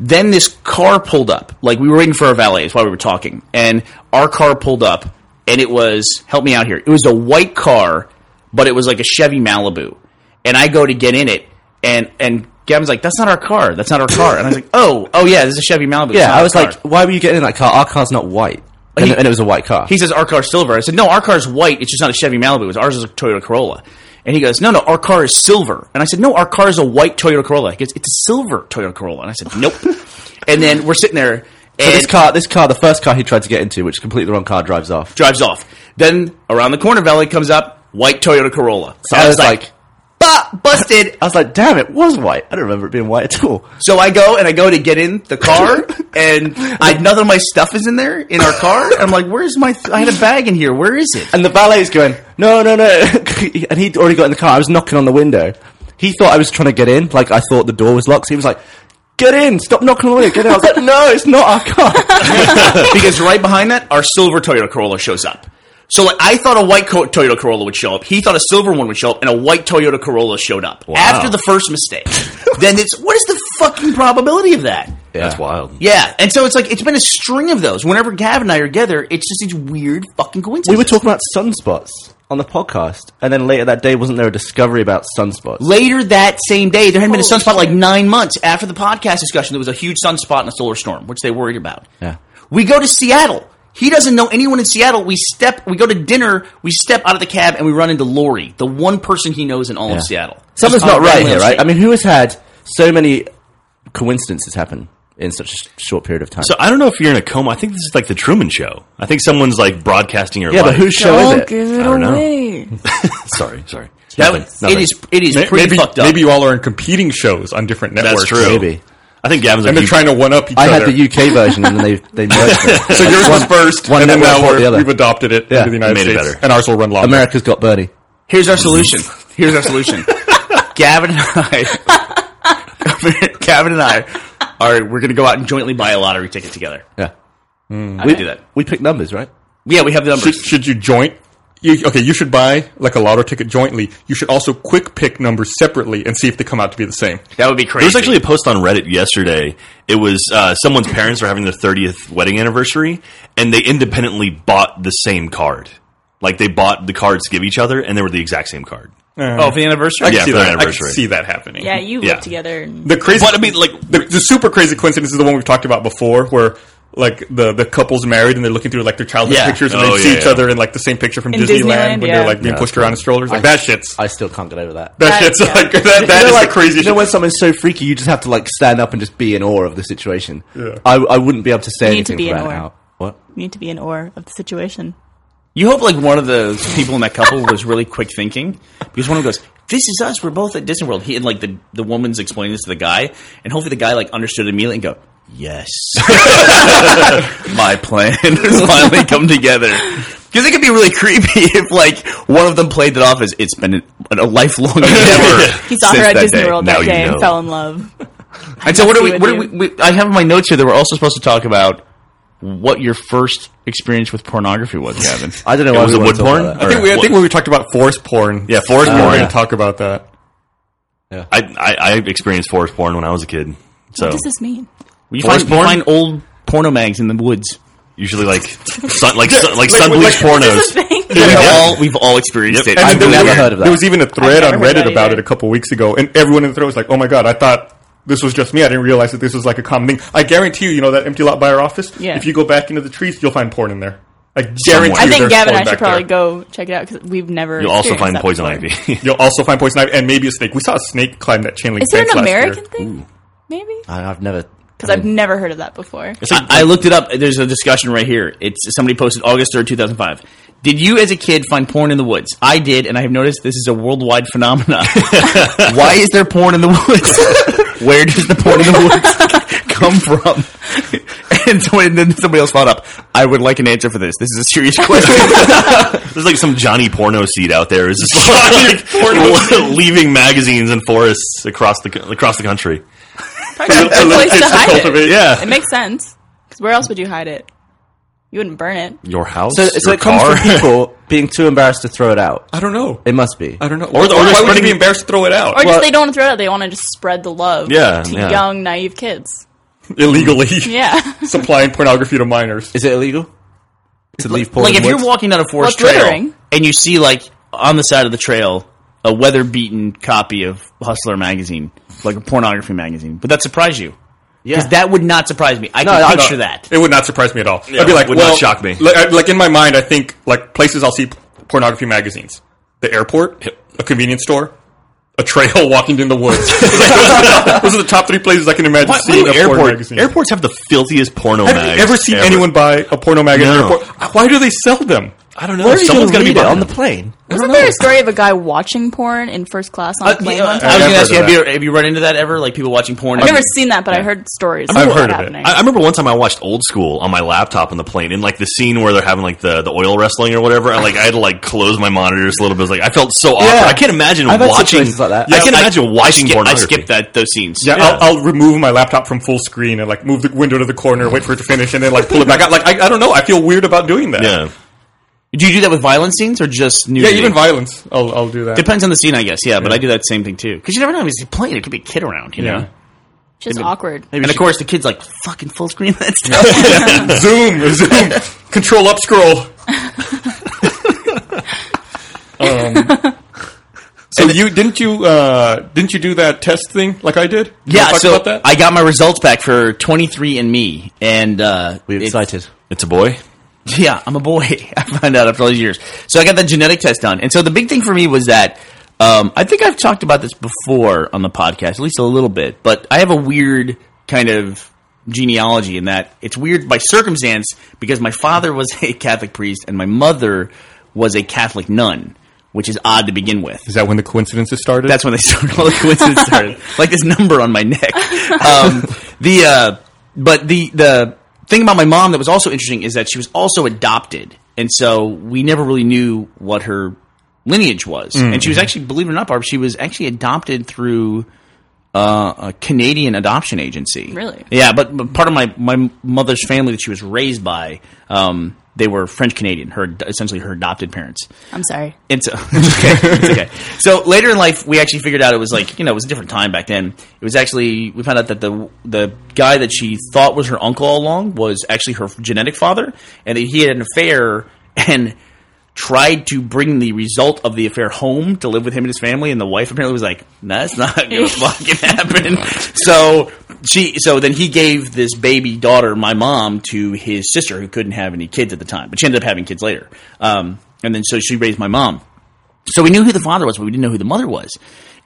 F: then this car pulled up. Like, we were waiting for our valet, is why we were talking. And our car pulled up, and it was, help me out here, it was a white car, but it was like a Chevy Malibu. And I go to get in it, and, and, Gavin's like, that's not our car. That's not our car. And I was like, oh, oh yeah, this is a Chevy Malibu. It's
E: Yeah."
F: not
E: I
F: our
E: was
F: car."
E: like, "Why were you getting in that car? Our car's not white." And,
F: He-
E: and it was a white car.
F: He says our car's silver. I said, no, our car's white. It's just not a Chevy Malibu. It's ours is a Toyota Corolla. And he goes, no, no, our car is silver. And I said, no, our car is a white Toyota Corolla. He goes, it's a silver Toyota Corolla. And I said, nope. and then we're sitting there,
E: So
F: and
E: this car, this car, the first car he tried to get into, which is completely the wrong car, drives off.
F: drives off. Then around the corner, Valley comes up, white Toyota Corolla.
E: So I was like,
F: "Bah, busted.
E: I was like, "Damn, it was white. I don't remember it being white at all."
F: So I go and I go to get in the car, and I none of my stuff is in there in our car. I'm like, "Where's my? I had a bag in here. Where is it?"
E: And the valet's going, no, no, no. and he'd already got in the car. I was knocking on the window. He thought I was trying to get in. Like, I thought the door was locked. So he was like, get in. Stop knocking on the window. Get in. I was like, no, it's not our car.
F: because right behind that, our silver Toyota Corolla shows up. So like, I thought a white co- Toyota Corolla would show up. He thought a silver one would show up, and a white Toyota Corolla showed up after the first mistake. then it's what is the fucking probability of that?
J: That's wild.
F: Yeah, and so it's like it's been a string of those. Whenever Gav and I are together, it's just these weird fucking coincidences.
E: we were talking about sunspots on the podcast. And then later that day, wasn't there a discovery about sunspots?
F: Later that same day, there had been a sunspot like nine months after the podcast discussion. There was a huge sunspot and a solar storm, which they worried about.
E: Yeah.
F: We go to Seattle. He doesn't know anyone in Seattle. We step, we go to dinner, we step out of the cab, and we run into Lori, the one person he knows in all
E: Yeah.
F: of Seattle.
E: Something's
F: Just
E: not right
F: unreal
E: here, right?
F: estate.
E: I mean, who has had so many coincidences happen in such a sh- short period of time?
J: So I don't know if you're in a coma. I think this is like the Truman Show. I think someone's like broadcasting your
E: yeah,
J: life.
E: but whose show is it?
C: give it
J: don't know.
C: away.
J: sorry, sorry.
F: that
J: Nothing,
F: was, it
J: nothing.
F: is it is
B: May-
F: pretty
B: Maybe,
F: fucked up.
B: maybe you all are in competing shows on different networks.
J: That's true.
E: Maybe.
J: I think Gavin's.
B: And
J: like,
B: they're trying to one up each
E: I
B: other.
E: had the UK version, and then they they merged it.
B: so yours was first,
E: one
B: and then
E: network
B: now
E: bought the
B: we're,
E: other.
B: we've adopted it
E: Yeah,
B: into the United
J: made it
B: States,
J: better.
B: and ours will run longer.
E: America's Got Bernie.
F: Here's our solution. Here's our solution. Gavin and I, Gavin and I, are we're going to go out and jointly buy a lottery ticket together.
E: Yeah,
F: We do that.
E: we picked numbers, right?
F: Yeah, we have the
B: Should,
F: numbers.
B: should you joint? You, okay, you should buy like a lotto ticket jointly. You should also quick pick numbers separately and see if they come out to be the same.
F: That would be crazy.
J: There was actually a post on Reddit yesterday. It was uh, someone's parents were having their 30th wedding anniversary, and they independently bought the same card. Like they bought the cards to give each other, and they were the exact same card.
F: oh for the anniversary.
J: Yeah,
B: see
J: for their
B: that. I
J: anniversary.
B: see that happening.
C: yeah, you
J: Yeah.
C: live together. And
B: The crazy,
J: But I mean, like,
B: the, the super crazy coincidence is the one we've talked about before, where like the the couple's married and they're looking through like their childhood
F: Yeah.
B: pictures and
J: Oh,
B: they see
J: yeah,
B: each
J: yeah.
B: other in like the same picture from
C: In
B: Disneyland,
C: Disneyland,
B: when
C: yeah.
B: they're like being
E: Yeah,
B: pushed around in strollers. Like that shit's
E: I still can't get over that.
B: that
C: That-
B: shit's
C: yeah.
B: like that, that is
E: like,
B: the crazy.
E: You know
B: shit.
E: when something's so freaky, you just have to like stand up and just be in awe of the situation.
B: Yeah.
E: I, I wouldn't be able to say
C: need to
E: anything
C: be in
E: for about an
C: awe.
E: hour. What?
C: You need to be in awe of the situation.
F: You hope like one of those people in that couple was really quick thinking because one of them goes, "This is us. We're both at Disney World." He and like the the woman's explaining this to the guy, and hopefully the guy like understood immediately and go, "Yes, my plan has finally come together." Because it could be really creepy if like one of them played it off as it's been a, a lifelong endeavor.
C: He saw
F: since
C: her at
F: that
C: Disney
F: day.
C: World
J: Now
C: that
J: you
C: day and
J: know.
C: fell in love.
F: And so, what are
C: See
F: we?
C: what
F: What are we,
C: you-
F: we? I have in my notes here that we're also supposed to talk about what your first experience with pornography was, Gavin.
E: I don't know. why
J: was it
E: we wanna
J: wood
E: talk
J: porn?
E: about that.
B: I think we I think when we talked about force porn.
J: Yeah, forest
B: we We're
J: porn.
B: going to talk about that.
J: I, I I experienced forest porn when I was a kid. So
C: What does this mean?
F: you,
J: Forest
F: find, you
J: porn?
F: find old porno mags in the woods.
J: usually like sun, like sun, like
B: Like-
J: sunbleached
B: like-
C: This is
J: pornos.
C: a thing.
F: We've
J: yeah.
F: all we've all experienced
J: Yep.
F: it.
J: And
E: I've
B: then
E: never
B: there-
E: heard of that.
B: There was even a thread
C: I've
B: on
C: never heard
B: Reddit
C: that
B: about it
C: either.
B: a couple weeks ago, and everyone in the thread was like, "Oh my god, I thought." This was just me. I didn't realize that this was like a common thing. I guarantee you, you know that empty lot by our office.
C: Yeah.
B: If you go back into the trees, you'll find porn in there. I guarantee.
J: I
B: you
C: I think
B: there's
C: Gavin
B: porn
C: and I should
B: back
C: probably
B: there.
C: go check it out because we've never.
J: You'll also
C: experienced
J: find
C: that
J: poison
C: before.
J: ivy.
B: You'll also find poison ivy and maybe a snake. We saw a snake climb that chain link.
C: Is it
B: fence
C: an
B: last year.
C: American thing? Maybe
E: I, I've never.
C: because I've never heard of that before.
F: I, I looked it up. There's a discussion right here. It's somebody posted August third, two thousand five. Did you, as a kid, find porn in the woods? I did, and I have noticed this is a worldwide phenomenon. Why is there porn in the woods? Where does the porn in the woods come from? and, so, and then somebody else thought up. I would like an answer for this. This is a serious question.
J: There's like some Johnny porno seed out there. It's just like porno leaving magazines and forests across the co- across the country.
C: Probably a good place to hide it.
J: Yeah,
C: It makes sense. 'Cause where else would you hide it? You wouldn't burn it.
J: your house,
E: So, so
J: your
E: it comes
J: car,
E: from people being too embarrassed to throw it out.
B: I don't know.
E: It must be.
B: I don't know.
J: Or- or
B: Or,
J: they're
B: why would you
J: spreading-
B: be embarrassed to throw it out
C: Or just they don't want to throw it out. They want to just spread the love
J: Yeah,
C: to
J: yeah.
C: young, naive kids.
B: illegally?
C: Yeah.
B: Supplying pornography to minors.
E: Is it illegal to leave porn?
F: like
E: in
F: if
E: the
F: you're
E: woods?
F: walking down a forest
C: Well,
F: trail
C: glittering.
F: and you see like on the side of the trail a weather-beaten copy of Hustler magazine, like a pornography magazine, would that surprise you?
E: yeah.
F: Because that would not surprise me. I can
E: I
F: picture
E: don't-
F: that.
B: It would not surprise me at all. I'd be like,
J: would not
B: well,
J: shock me.
B: Like, I- like, in my mind, I think like places I'll see p- pornography magazines: the airport, a convenience store, a trail walking in the woods. Like, those, are the, those are the top three places I can imagine
J: Why- why
B: seeing
J: do
B: a porn
J: airport,
B: magazine.
J: airports have the filthiest porno
B: Have
J: mags.
B: you ever seen anyone buy a porno magazine?
J: No.
B: at an airport? Why do they sell them?
J: I don't know.
E: Where are you
J: Someone's
E: gonna
J: to
E: read
J: be
E: it on
J: buying
E: the plane?
C: Wasn't there a story of a guy watching porn in first class
F: Uh,
C: on a plane one time?
F: I was
B: I've
F: going to
B: heard
F: ask you
B: of
F: have, you have you run into that ever? Like people watching porn?
C: I've never seen that, but I heard stories.
B: I've
C: about
B: heard
C: that
B: of it.
C: happening.
J: I, I remember one time I watched Old School on my laptop on the plane, in like the scene where they're having like the, the oil wrestling or whatever. I like I had to like close my monitor just a little bit. Like I felt so awkward. I can't imagine
E: I've had
J: watching.
E: situations like that.
J: I can't
F: I-
J: imagine watching
F: I skip, I
J: pornography.
F: skip that those scenes.
B: Yeah, I'll, I'll remove my laptop from full screen and like move the window to the corner, wait for it to finish, and then like pull it back out. Like I, I don't know, I feel weird about doing that.
J: Yeah,
F: Do you do that with violent scenes or just
B: yeah,
F: nudity?
B: even violence, I'll, I'll do that.
F: Depends on the scene, I guess. Yeah, but I do that same thing too. Because you never know. It's a plane. It could be a kid around. You know.
C: Just awkward.
F: and of course, the kid's like fucking full screen that stuff.
B: zoom, zoom, control up scroll. um, so you didn't you uh, didn't you do that test thing like I did? You
F: yeah.
B: wanna talk
F: So
B: about that?
F: I got my results back for 23 and Me, and uh,
E: We're
F: it's-
E: excited.
J: it's a boy.
F: Yeah, I'm a boy. I found out after all these years. So I got that genetic test done. And so the big thing for me was that um, I think I've talked about this before on the podcast, at least a little bit, but I have a weird kind of genealogy in that it's weird by circumstance because my father was a Catholic priest and my mother was a Catholic nun, which is odd to begin with.
B: Is that when the coincidences started?
F: That's when they started. All the coincidence started. Like this number on my neck. Um, the uh, but the the thing about my mom that was also interesting is that she was also adopted, and so we never really knew what her lineage was. And she was actually, believe it or not, Barb, she was actually adopted through uh, a Canadian adoption agency.
C: Really?
F: Yeah, but, but part of my my mother's family that she was raised by. Um, they were French Canadian, her essentially her adopted parents.
C: I'm sorry.
F: And so, it's okay, it's okay. So later in life, we actually figured out it was like you know it was a different time back then. It was actually we found out that the the guy that she thought was her uncle all along was actually her genetic father, and that he had an affair and tried to bring the result of the affair home to live with him and his family. And the wife apparently was like, "No, "That's not gonna fucking happen." So she so then he gave this baby daughter, my mom, to his sister who couldn't have any kids at the time, but she ended up having kids later. Um, and then so she raised my mom. So we knew who the father was, but we didn't know who the mother was.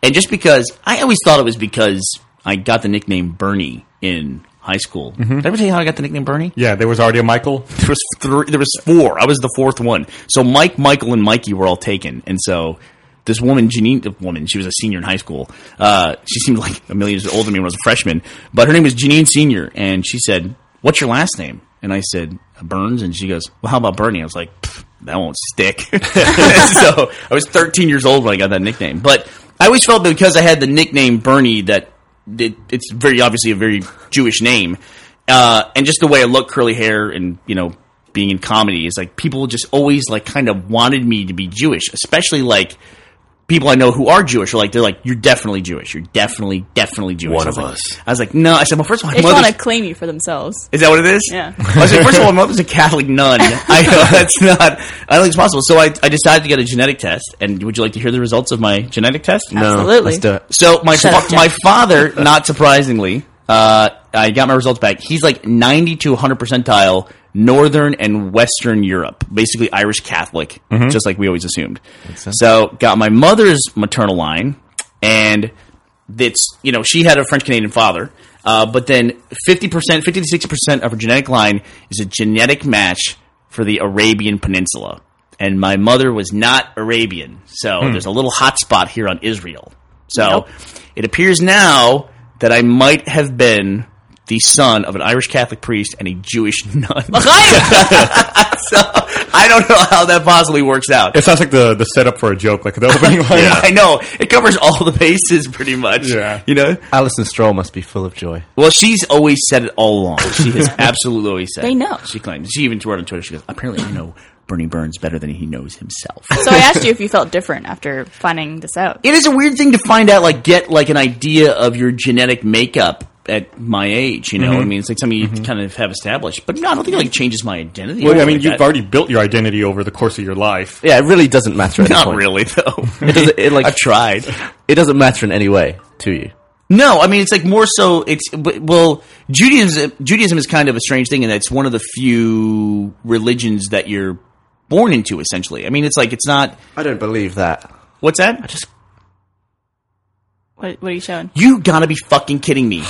F: And just because I always thought it was because I got the nickname Bernie in high school. Did I ever tell you how I got the nickname Bernie?
B: Yeah, there was already a Michael.
F: There was three. There was four. I was the fourth one. So Mike, Michael, and Mikey were all taken, and so. This woman, Janine, the woman, she was a senior in high school. Uh, she seemed like a million years older than me when I was a freshman. But her name was Janine Senior, and she said, "What's your last name?" And I said, "Burns." And she goes, "Well, how about Bernie?" I was like, "Pfft, "That won't stick." so I was 13 years old when I got that nickname. But I always felt that because I had the nickname Bernie that it, it's very obviously a very Jewish name, uh, and just the way I look, curly hair, and you know, being in comedy is like people just always like kind of wanted me to be Jewish, especially like people I know who are Jewish are like they're like you're definitely Jewish, you're definitely definitely Jewish.
J: One
F: I was
J: of
F: like-
J: us.
F: I was like, no. I said, well, first of all, my
C: They just want
F: mother's
C: to claim you for themselves.
F: is that what it is?
C: Yeah.
F: I was like, first of all, my mother's a Catholic nun. I know that's not. I don't think it's possible. So I, I decided to get a genetic test. And would you like to hear the results of my genetic test?
C: Absolutely.
E: Let's do it.
F: So my
C: Shut
F: fa-
C: up, Jack.
F: my father, not surprisingly, uh, I got my results back. He's like ninety to one hundred percentile Northern and Western Europe, basically Irish Catholic, just like we always assumed. So got my mother's maternal line, and that's you know she had a French Canadian father. Uh, but then 50%, 50 to 60% of her genetic line is a genetic match for the Arabian Peninsula. And my mother was not Arabian. So there's a little hot spot here on Israel. So it appears now that I might have been the son of an Irish Catholic priest and a Jewish nun. so I don't know how that possibly works out.
B: It sounds like the the setup for a joke, like the opening line.
F: I know. It covers all the bases pretty much.
B: Yeah.
F: You know?
E: Alison Stroll must be full of joy.
F: Well, she's always said it all along. She has absolutely always said
C: They
F: it.
C: know.
F: She claims. She even wrote on Twitter, she goes, apparently I know Bernie Burns better than he knows himself.
C: So I asked you if you felt different after finding this out.
F: it is a weird thing to find out, like, get, like, an idea of your genetic makeup at my age, you know? I mean, it's like something you kind of have established. But no, I don't think it, like, changes my identity.
B: Well,
F: or
B: yeah, I mean,
F: like
B: you've
F: that.
B: already built your identity over the course of your life.
E: Yeah, it really doesn't matter. At any
F: Not
E: point.
F: really, though.
E: It doesn't. It like
F: I've tried.
E: it doesn't matter in any way to you.
F: No, I mean it's like more so. It's w- well, Judaism. Judaism is kind of a strange thing, and it's one of the few religions that you're born into. Essentially, I mean, it's like it's not.
E: I don't believe that.
F: What's that? just
C: What, what are you showing?
F: you gotta be fucking kidding me. he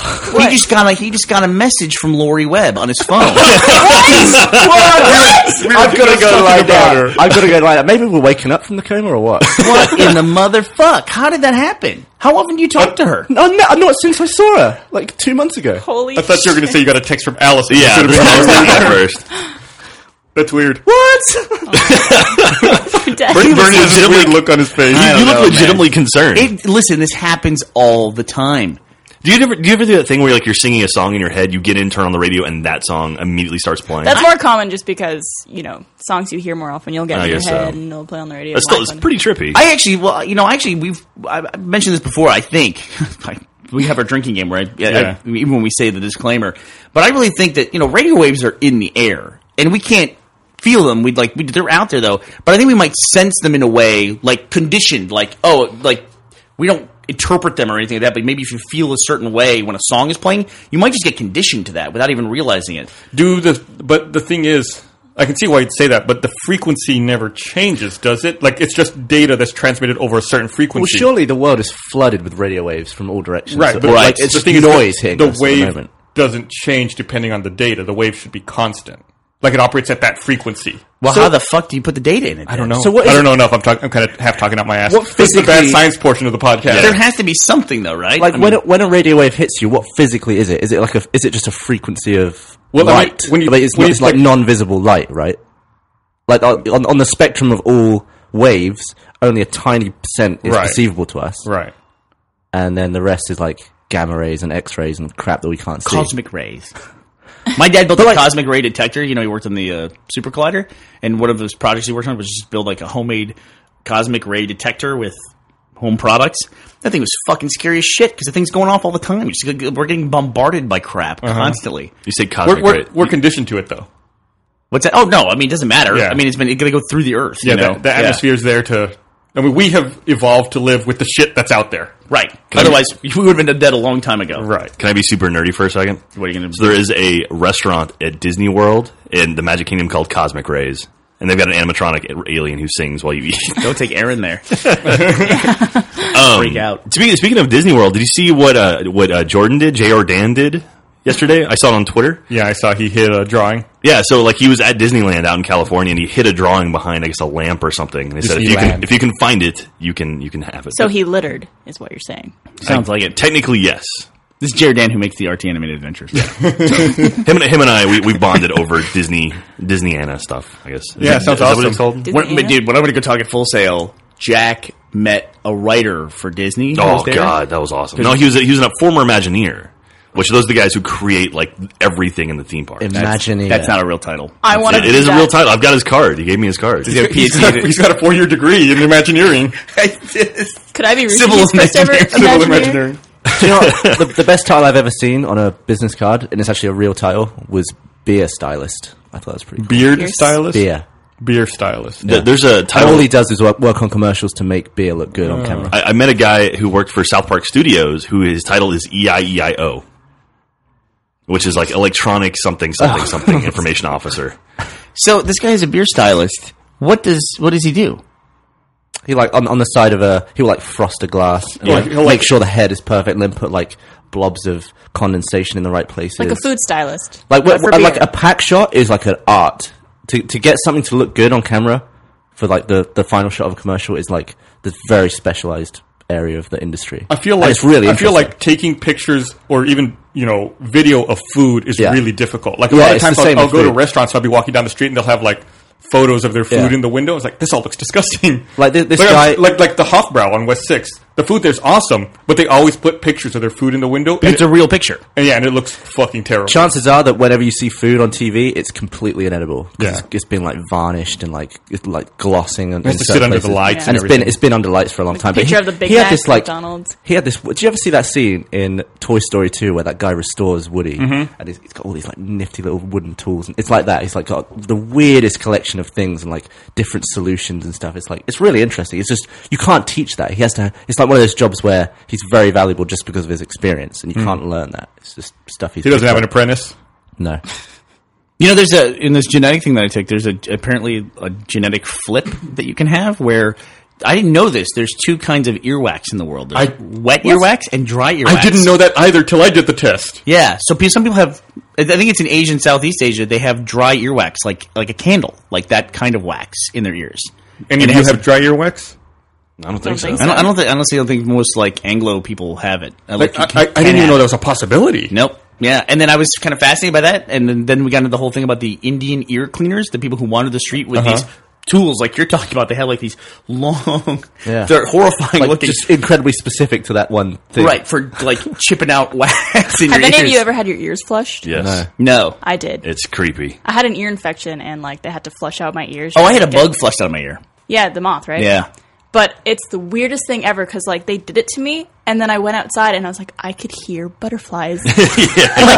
F: just got a, he just got a message from Lori Webb on his phone.
E: I've got to go lie down. I've got to go lie down. Maybe we're waking up from the coma or what?
F: what in the motherfuck? How did that happen? How often do you talk to her?
E: no, no, not since I saw her. Like two months ago.
C: Holy
B: I thought you were going to say you got a text from Allison.
J: Yeah,
B: Should've
J: that's
B: been
J: what I was
B: Allison.
J: thinking at first.
B: that's weird.
C: death.
J: Bernie
B: Bernie has this
J: legitimately
B: weird look on his face.
J: You, you look
F: know, man.
J: legitimately concerned.
F: It, listen, this happens all the time.
J: do you ever do you ever do that thing where like you're singing a song in your head, you get in, turn on the radio, and that song immediately starts playing?
C: That's more common just because, you know, songs you hear more often, you'll get
J: I
C: in your
J: guess
C: head
J: so.
C: and it'll play on the radio.
J: That's still,
C: live
J: it's
C: on-
J: pretty trippy.
F: I actually, well, you know, actually, we've I I mentioned this before. I think I- we have our drinking game, right?
B: Yeah.
F: even when we say the disclaimer, but I really think that you know, radio waves are in the air, and we can't feel them. We'd like we, they're out there though, but I think we might sense them in a way, like conditioned, like oh, like we don't interpret them or anything like that. But maybe if you feel a certain way when a song is playing, you might just get conditioned to that without even realizing it.
B: Do the but the thing is, I can see why you'd say that, but the frequency never changes, does it? Like it's just data that's transmitted over a certain frequency.
E: Well, surely the world is flooded with radio waves from all directions.
B: right?
E: So,
B: But
E: like,
B: like, the
E: it's just
B: thing is,
E: noise
B: the,
E: hitting
B: the
E: us at
B: wave
E: moment.
B: doesn't change depending on the data. The wave should be constant. Like it operates at that frequency.
F: Well, how the fuck do you put the data in it? I
B: I don't know.
E: So what
B: I
E: is
B: don't know enough. I'm talking. I'm kind of half talking out my ass.
E: What
B: this is the bad
E: physically-
B: science portion of the podcast.
F: There has to be something though, right?
E: Like
F: I
E: when
F: mean-
E: a, when a radio wave hits you, what physically is it? Is it like a? Is it just a frequency of
B: Well, I mean,
E: light?
B: when you-
E: Like, it's,
B: when
E: not-
B: you-
E: it's like
B: like-
E: non-visible light, right? Like on, on- on the spectrum of all waves, only a tiny percent is
B: Right.
E: perceivable to us,
B: Right.
E: and then the rest is like gamma rays and X rays and crap that we can't see.
F: cosmic rays. My dad built a cosmic ray detector. You know, he worked on the uh, super collider, and one of those projects he worked on was just build like a homemade cosmic ray detector with home products. That thing was fucking scary as shit because the thing's going off all the time. It's like, we're getting bombarded by crap
B: Uh-huh.
F: constantly.
J: you say
B: We're,
J: cosmic
B: we're,
J: ray.
B: we're conditioned to it though.
F: What's that? Oh no, I mean it doesn't matter.
B: Yeah.
F: I mean it's been it's gonna go through the earth.
B: Yeah.
F: you know?
B: the, the atmosphere is there to. I mean, we have evolved to live with the shit that's out there.
F: right? Otherwise, we would have been dead a long time ago.
B: Right.
J: Can I be super nerdy for a second?
F: What are you gonna
J: So there is a restaurant at Disney World in the Magic Kingdom called Cosmic Rays, and they've got an animatronic alien who sings while you eat.
F: Go take Aaron there. Um, Freak out.
J: Speaking speaking of Disney World, did you see what uh, what uh, Jordan did? Jay Ordan did. yesterday. I saw it on Twitter.
B: Yeah, I saw he hit a drawing.
J: Yeah, so like he was at Disneyland out in California, and he hit a drawing behind, I guess, a lamp or something. And they said, if you can,
G: Disneyland.
J: if you can find it, you can you can have it.
C: So he littered, is what you're saying.
F: Sounds like it.
J: technically, yes.
F: This is Jared Dan who makes the RT animated adventures.
J: Him and him and I, we, we bonded over Disney Disney Anna stuff. I guess.
B: Yeah,
J: Is
B: sounds
J: that what
B: awesome.
J: it's called?
C: Disney
F: When, but
C: Anna?
F: dude, when I went to go talk at Full Sail, Jack met a writer for Disney. who
J: Oh
F: was there.
J: God, that was awesome. No, he was a, he was a former Imagineer, which those are the guys who create like everything in the theme park.
E: Imagine
F: That's not a real title.
C: I want to.
J: It- it is a real title. I've got his card. He gave me his card.
I: Does he have a PhD?
B: He's got a four year degree in Imagineering.
C: Could I be
F: Civil
C: Ruthie's first ever
B: Civil
C: Imagineer?
B: Imagineering.
E: Do you know what? the, the best title I've ever seen on a business card, and it's actually a real title, was beer stylist. I thought that was pretty. Cool.
B: Beard
C: Beer-
B: stylist?
E: Beer.
B: Beer stylist.
J: Th- There's a
E: And
J: title.
E: all he does is work, work on commercials to make beer look good on camera.
J: I, I met a guy who worked for South Park Studios who his title is E EIEIO, which is like electronic something
C: Oh.
J: something something information officer.
F: So this guy is a beer stylist. What does what does he do?
E: He like on, on the side of a he will like frost a glass, and,
B: Yeah,
E: like,
B: he'll, like-
E: make sure the head is perfect, and then put like blobs of condensation in the right places.
C: Like a food stylist.
E: Like
C: but
E: what,
C: for
E: what- like
C: beer.
E: a pack shot is like an art to to get something to look good on camera for like the the final shot of a commercial is like the very specialized area of the industry.
B: I feel
E: And
B: like
E: it's really.
B: I feel
E: interesting.
B: like taking pictures or even you know video of food is
E: Yeah.
B: really difficult. Like a
E: Yeah,
B: lot of
E: it's the
B: times I'll,
E: same
B: I'll
E: with
B: go to
E: food.
B: restaurants, I'll be walking down the street and they'll have like photos of their food
E: Yeah.
B: in the window. It's like this all looks disgusting.
E: Like, thi- this
B: like, I'm-
E: guy-
B: like like the Hofbrau on West Sixth. The food there's awesome, but they always put pictures of their food in the window. And
F: It's a real picture.
B: and yeah, and it looks fucking terrible.
E: chances are that whenever you see food on TV, it's completely inedible. 'Cause
B: Yeah.
E: it's, it's been like varnished and like it's like glossing and
B: has to sit under the lights and
E: and, it's
B: everything.
E: been it's been under lights for a long time.
C: picture
E: he,
C: of the Big
E: he
C: Mac
E: had this
C: at
E: like
C: McDonald's.
E: He had this. Did you ever see that scene in Toy Story Two where that guy restores Woody
B: Mm-hmm.
E: and he's, he's got all these like nifty little wooden tools and it's like that. He's like got the weirdest collection of things and like different solutions and stuff. It's like it's really interesting. It's just you can't teach that. He has to. It's like one of those jobs where he's very valuable just because of his experience and you can't learn that. It's just stuff he's
B: Mm. He doesn't
E: picked
B: have an
E: up.
B: apprentice.
E: no.
F: You know, there's a in this genetic thing that I took. There's a apparently a genetic flip that you can have where I didn't know this. There's two kinds of earwax in the world. There's
B: I-
F: wet earwax and dry earwax.
B: I didn't know that either till I did the test.
F: Yeah, so pe- some people have. I think it's in Asia and Southeast Asia. They have dry earwax, like like a candle, like that kind of wax in their ears.
B: And
F: it
B: if you
F: has-
B: have dry earwax?
J: I don't think so.
F: I don't, I don't think, honestly, I don't think most like Anglo people have it. Uh,
B: Like, I,
F: you
B: I, I
F: can-
B: didn't even
F: can
B: know that was a possibility.
F: Nope. Yeah, and then I was kind of fascinated by that, and then, then we got into the whole thing about the Indian ear cleaners, the people who wander the street with these tools, like you're talking about. They have like these long,
E: Yeah.
F: they're horrifying
E: like
F: looking,
E: just incredibly specific to that one thing.
F: right? For like chipping out wax in
C: Have
F: your
C: any of
F: ears.
C: you ever had your ears flushed?
J: Yes,
F: No.
C: I did.
J: it's creepy.
C: I had an ear infection and like they had to flush out my ears.
F: Oh, I had a
C: Yeah.
F: bug flushed out of my ear.
C: Yeah, the moth, right?
F: Yeah.
C: But it's the weirdest thing ever because like they did it to me, and then I went outside and I was like, I could hear butterflies. And like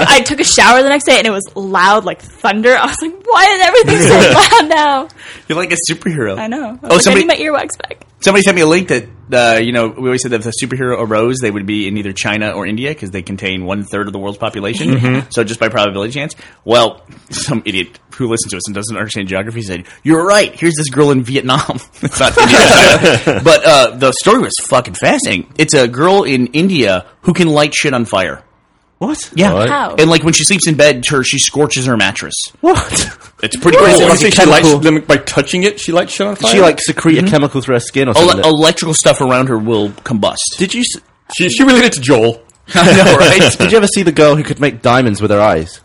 C: I took a shower the next day and it was loud like thunder. I was like, why is everything so loud now?
F: You're like a superhero.
C: I know. I was
F: Oh,
C: like,
F: somebody-
C: I need my earwax back.
F: Somebody sent me a link that uh, you know we always said that if a superhero arose, they would be in either China or India because they contain one third of the world's population.
B: Mm-hmm.
F: So just by probability chance, well, some idiot who listens to us and doesn't understand geography said, "You're right. Here's this girl in Vietnam." it's not India, but uh, the story was fucking fascinating. It's a girl in India who can light shit on fire.
E: What?
F: Yeah,
J: What?
C: How?
F: and like when she sleeps in bed, her she scorches her mattress.
E: What?
F: It's pretty
B: Oh,
F: crazy.
B: you
E: like
B: think
E: a
B: she lights
E: chemical-
B: them by touching it? She lights shit on fire.
E: she like secreted chemical through her skin or something.
F: Ele- electrical stuff around her will combust.
E: did you s-
B: she she related to Joel.
F: I know, right?
E: did you ever see the girl who could make diamonds with her eyes?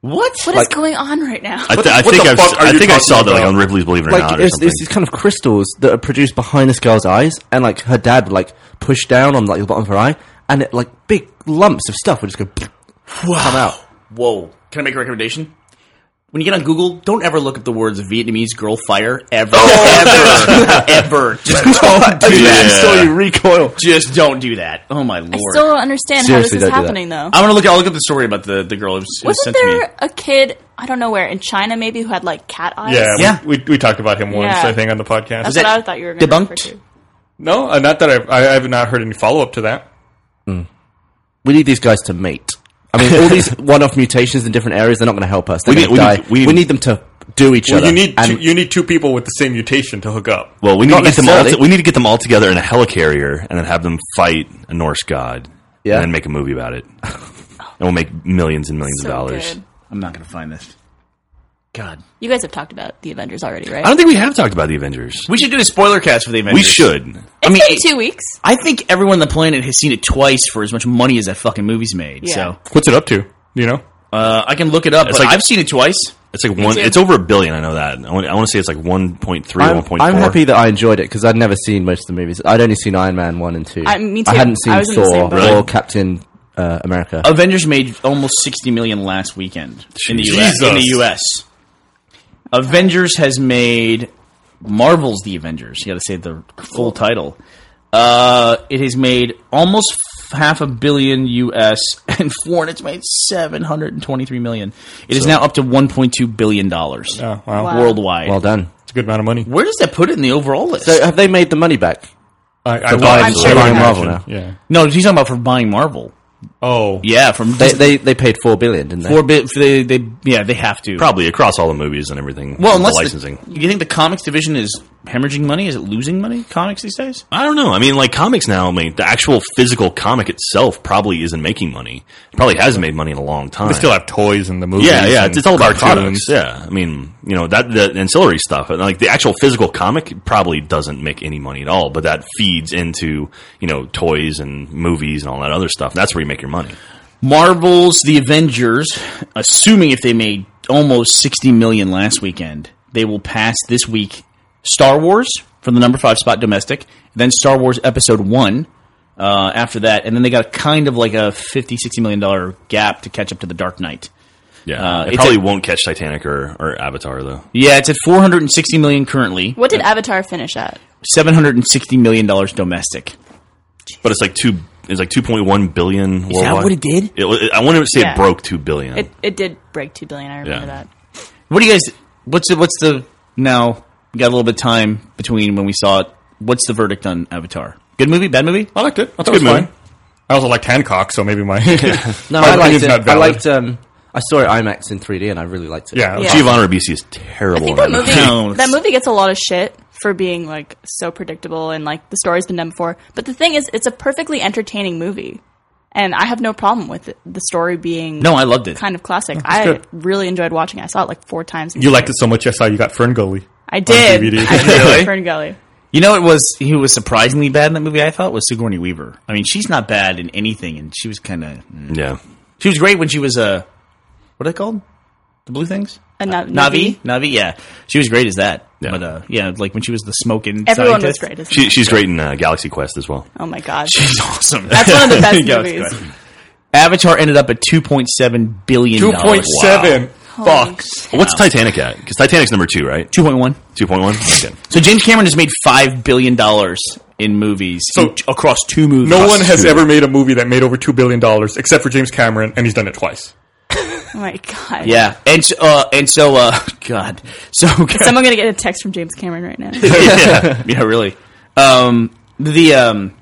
F: what?
C: What is
E: Like-
C: going on right now?
J: I,
B: What
J: th-
B: the-
J: I
B: what
J: think
B: the
J: I've,
B: fuck
J: s-
B: are
J: I
B: you
J: think I
B: talking
J: saw that like
B: about?
J: on Ripley's Believe It or
E: Like
J: Not or
E: it's,
J: something.
E: it's these kind of crystals that are produced behind this girl's eyes, and like her dad would like push down on like the bottom of her eye, and it like big lumps of stuff would just go come out.
F: Whoa. Can I make a recommendation? When you get on Google, don't ever look up the words Vietnamese girl fire ever. ever. ever. Just don't do
J: that.
F: that.
J: So you
F: recoil. Just don't do that. Oh my lord.
C: I still don't understand
E: Seriously,
C: how this
E: don't
C: is
E: do that.
C: happening though.
F: I'm gonna look I'll look up the story about the, the girl who who
C: Wasn't
F: sent to me.
C: there a kid I don't know where in China maybe who had like cat eyes?
B: Yeah,
F: Yeah.
B: We, we we talked about him once,
C: Yeah.
B: I think, on the podcast.
C: That's
F: that
C: what I thought you were going to refer
F: debunked?
C: to.
B: no, uh, not that I've, I, I've not heard any follow up to that.
E: We need these guys to mate. I mean, all these one-off mutations in different areas—they're not going to help us. They're
J: We need-
E: gonna
J: we
E: die.
J: need- we need-
E: them to do each
B: Well,
E: other.
B: you need
E: and
B: two, you need two people with the same mutation to hook up.
J: well, we need
E: Not
J: to get them all.
E: necessarily.
J: to- we need to get them all together in a helicarrier and then have them fight a Norse god.
E: Yeah.
J: and then make a movie about it. and we'll make millions and millions
C: So
J: of dollars.
C: good.
F: I'm not going to find this. God.
C: You guys have talked about the Avengers already, right?
J: I don't think we have talked about the Avengers.
F: We should do a spoiler cast for the Avengers.
J: We should.
F: I mean,
C: it's
F: it-
C: been two weeks.
F: I think everyone on the planet has seen it twice for as much money as that fucking movie's made.
C: Yeah.
F: So
B: What's it up to? Do you know?
F: uh, I can look it up,
J: It's
F: but
J: like-
F: I've seen it twice.
J: It's like one.
C: too.
J: It's over a billion. I know that. I want, I want to say it's like 1.3,
E: I'm,
J: 1.4.
E: I'm happy that I enjoyed it because I'd never seen most of the movies. I'd only seen Iron Man one and two.
C: I- me too.
E: I hadn't seen
C: I was in the
E: Thor
C: same boat.
E: or Captain uh, America.
F: Avengers made almost 60 million last weekend in the US. In the
J: Jesus.
F: US. Avengers has made Marvel's The Avengers. You got to say the full title. Uh, it has made almost f- half a billion US and foreign it's made 723 million. It is now up to 1.2 billion dollars
B: Oh, wow.
C: Wow.
F: worldwide.
E: well done.
B: It's a good amount of money.
F: Where does that put it in the overall list?
E: So uh, have they made the money back?
B: I, I,
E: buying-
C: I'm sure buying
E: Marvel now.
B: Yeah.
F: no, he's talking about for buying Marvel.
B: Oh.
F: Yeah, from
E: They they, they paid four billion, didn't they?
F: four bit they, they yeah, they have to.
J: Probably across all the movies and everything.
F: Well,
J: the
F: unless
J: licensing.
F: The, you think the comics division is hemorrhaging money? Is it losing money? Comics these days?
J: I don't know. I mean, like comics now. I mean, the actual physical comic itself probably isn't making money. It probably hasn't made money in a long time.
B: They still have toys in the movies.
J: yeah, yeah.
B: and
J: It's, it's all about
B: cartoons.
J: products. Yeah, I mean, you know that the ancillary stuff, and, like the actual physical comic, probably doesn't make any money at all. But that feeds into you know toys and movies and all that other stuff. That's where you make your money.
F: Marvel's The Avengers, assuming if they made almost sixty million last weekend, they will pass this week Star Wars from the number five spot domestic, then Star Wars Episode One. Uh, after that, and then they got a kind of like a 50 60 million dollar gap to catch up to the Dark Knight.
J: Yeah,
F: Uh,
J: it
F: it's
J: probably
F: a-
J: won't catch Titanic or, or Avatar though.
F: Yeah, it's at 460 million currently,
C: What did Avatar finish at?
F: 760 million dollars domestic.
J: But it's like two. It's like two point one billion. Is
F: that what it did?
J: I want to say
C: Yeah.
J: it broke two billion.
C: It it did break two billion. I remember
J: Yeah.
C: that.
F: What do you guys? What's the what's the now? We got a little bit of time between when we saw it. What's the verdict on Avatar? Good movie, bad movie?
B: I liked it. I thought
J: good
B: it was fine.
J: movie.
B: I also liked Hancock, so maybe my
E: no,
B: my
E: I liked
B: opinion's
E: it.
B: not
E: I
B: valid.
E: liked. Um, I saw it IMAX in 3D, and I really liked it.
B: Yeah,
C: Yeah.
J: Giovanni Ribisi is
C: I
J: terrible.
C: think
J: in
C: that movie
F: No, it's-
C: that movie gets a lot of shit for being like so predictable and like the story's been done before. But the thing is, it's a perfectly entertaining movie, and I have no problem with it, the story being
F: No, I loved it.
C: kind of classic. I
B: good.
C: really enjoyed watching. it. I saw it like four times. in
B: You
C: the
B: liked it
C: theater.
B: so much. I saw you got Fern Gully.
C: I did.
B: DVD.
C: I did
F: Really?
C: Fern Gully.
F: You know, it was who was surprisingly bad in that movie. I thought was Sigourney Weaver. I mean, she's not bad in anything, and she was kind of
J: Yeah,
F: she was great when she was uh, what are they called? The blue things?
C: A Na-
F: Navi, Navi. Yeah, she was great as that.
J: Yeah.
F: But uh, yeah, like when she was the smoking.
C: Everyone was
F: scientist.
C: great. Isn't
J: she,
C: it?
J: she's great in uh, Galaxy Quest as well.
C: oh my god,
F: She's awesome.
C: that's one of the best
F: Yeah,
C: movies.
F: it's Avatar ended up at two point seven billion.
B: Two point seven.
C: Holy
B: Fuck.
C: shit.
J: What's Titanic at? Because Titanic's number two, right?
F: Two point one.
J: Two point one. Okay.
F: So James Cameron has made five billion dollars in movies
B: So-
F: in- across two movies.
B: No one has
J: Two.
B: ever made a movie that made over two billion dollars, except for James Cameron, and he's done it twice.
C: Oh my god.
F: Yeah, and so, uh, and so uh, God, so
C: Someone gonna get a text from James Cameron right now.
F: yeah, yeah, really. Um, the um,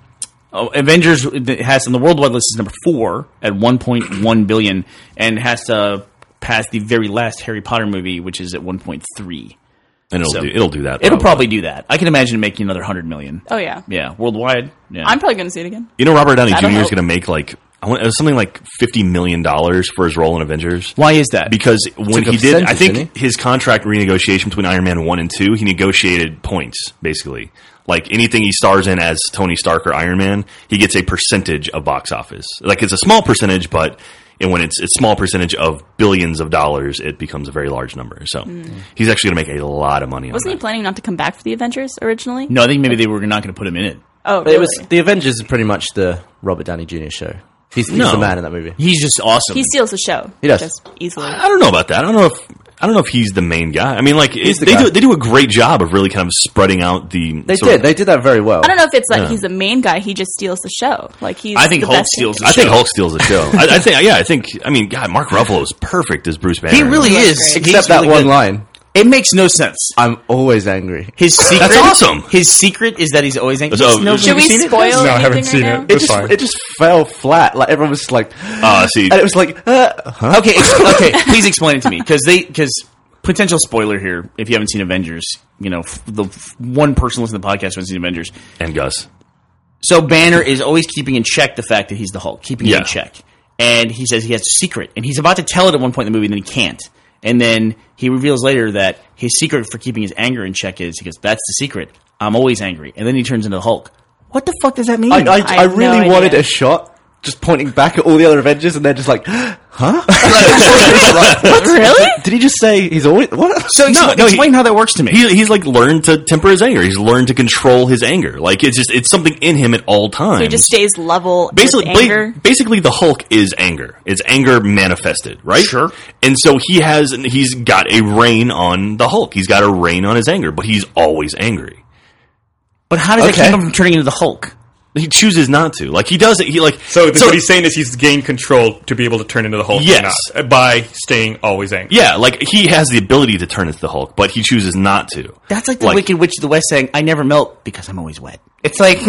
F: oh, Avengers has on the worldwide list is number four at one point one billion, and has to pass the very last Harry Potter movie, which is at one point three.
J: And it'll
F: So-
J: do. It'll do that.
F: It'll probably do that. I can imagine making another hundred million.
C: Oh yeah.
F: Yeah, worldwide. Yeah.
C: I'm probably gonna see it again.
J: You know, Robert Downey
C: That'll
J: Jr. is
C: help.
J: going to make like I want, it was something like fifty million dollars for his role in Avengers.
F: Why is that?
J: Because when
E: Took a
J: he did, I
E: percentage,
J: think
E: didn't
J: his contract renegotiation between Iron Man one and two, he negotiated points basically. Like anything he stars in as Tony Stark or Iron Man, he gets a percentage of box office. Like it's a small percentage, but and when it's a small percentage of billions of dollars, it becomes a very large number. So
E: Hmm.
J: he's actually going to make a lot of money. on
C: Wasn't he
J: that.
C: planning not to come back for the Avengers originally?
F: no, I think maybe they were not going to put him in it.
C: Oh,
E: But
C: really?
E: it was the Avengers is pretty much the Robert Downey Jr. show. He's, he's
J: No.
E: the man in that movie.
F: He's just awesome.
C: he steals the show.
E: He does.
C: Just easily.
J: I don't know about that. I don't know if I don't know if he's the main guy. I mean, like it,
E: the
J: they
E: guy.
J: do they do a great job of really kind of spreading out the.
E: They
J: sort
E: did.
J: of-
E: They did that very well.
C: I don't know if it's like he's the main guy. He just steals the show. Like he's.
F: I think
C: the
F: Hulk
C: best actor.
F: steals the
J: I think
F: show.
J: Hulk steals the show. I, I think yeah. I think I mean, God, Mark Ruffalo is perfect as Bruce Banner.
F: He really is.
C: great.
F: He's
E: Except that
F: really
E: one
F: good.
E: line.
F: It makes no sense.
E: I'm always angry.
F: His secret.
J: That's awesome.
F: His secret is that he's always angry.
J: So-
F: No,
C: Should we
F: have you seen it?
C: spoil?
B: No, I haven't
C: anything
B: seen
C: right
B: it.
C: now?
E: It
B: It's
E: just
B: fine.
E: it just fell flat. Like everyone was just like,
J: Ah, see,
E: and it was like, uh, huh?
F: Okay, ex- okay. Please explain it to me because they because potential spoiler here. If you haven't seen Avengers, you know f- the f- one person listening to the podcast hasn't seen Avengers.
J: and Gus.
F: So Banner is always keeping in check the fact that he's the Hulk, keeping it
J: Yeah.
F: in check. and he says he has a secret, and he's about to tell it at one point in the movie, and then he can't. And then he reveals later that his secret for keeping his anger in check is he goes, "That's the secret. I'm always angry." And then he turns into the Hulk. What the fuck does that mean?
E: I, I,
C: Hmm. I
E: I
C: have
E: really
C: no
E: wanted
C: idea.
E: a shot just pointing back at all the other Avengers, and they're just like, huh?
C: What really?
E: Did he just say he's always what?
F: so explain,
J: no, he-
F: explain how that works to me.
J: He, he's like learned to temper his anger. He's learned to control his anger. Like it's just it's something in him at all times.
C: He just stays level.
J: basically,
C: with anger.
J: ba- basically, the Hulk is anger. It's anger manifested, right? Sure. And so he has, he's got a reign on the Hulk. He's got a reign on his anger, but he's always angry.
F: But how does
E: Okay.
F: that keep him from turning into the Hulk?
J: He chooses not to. Like he does it. He like
B: So, th- what he's saying is he's gained control to be able to turn into the Hulk. or
J: Yes.
B: not, uh, by staying always angry.
J: yeah, like he has the ability to turn into the Hulk, but he chooses not to.
F: That's like the
J: Like-
F: Wicked Witch of the West saying, "I never melt because I'm always wet."
G: It's like, no, it's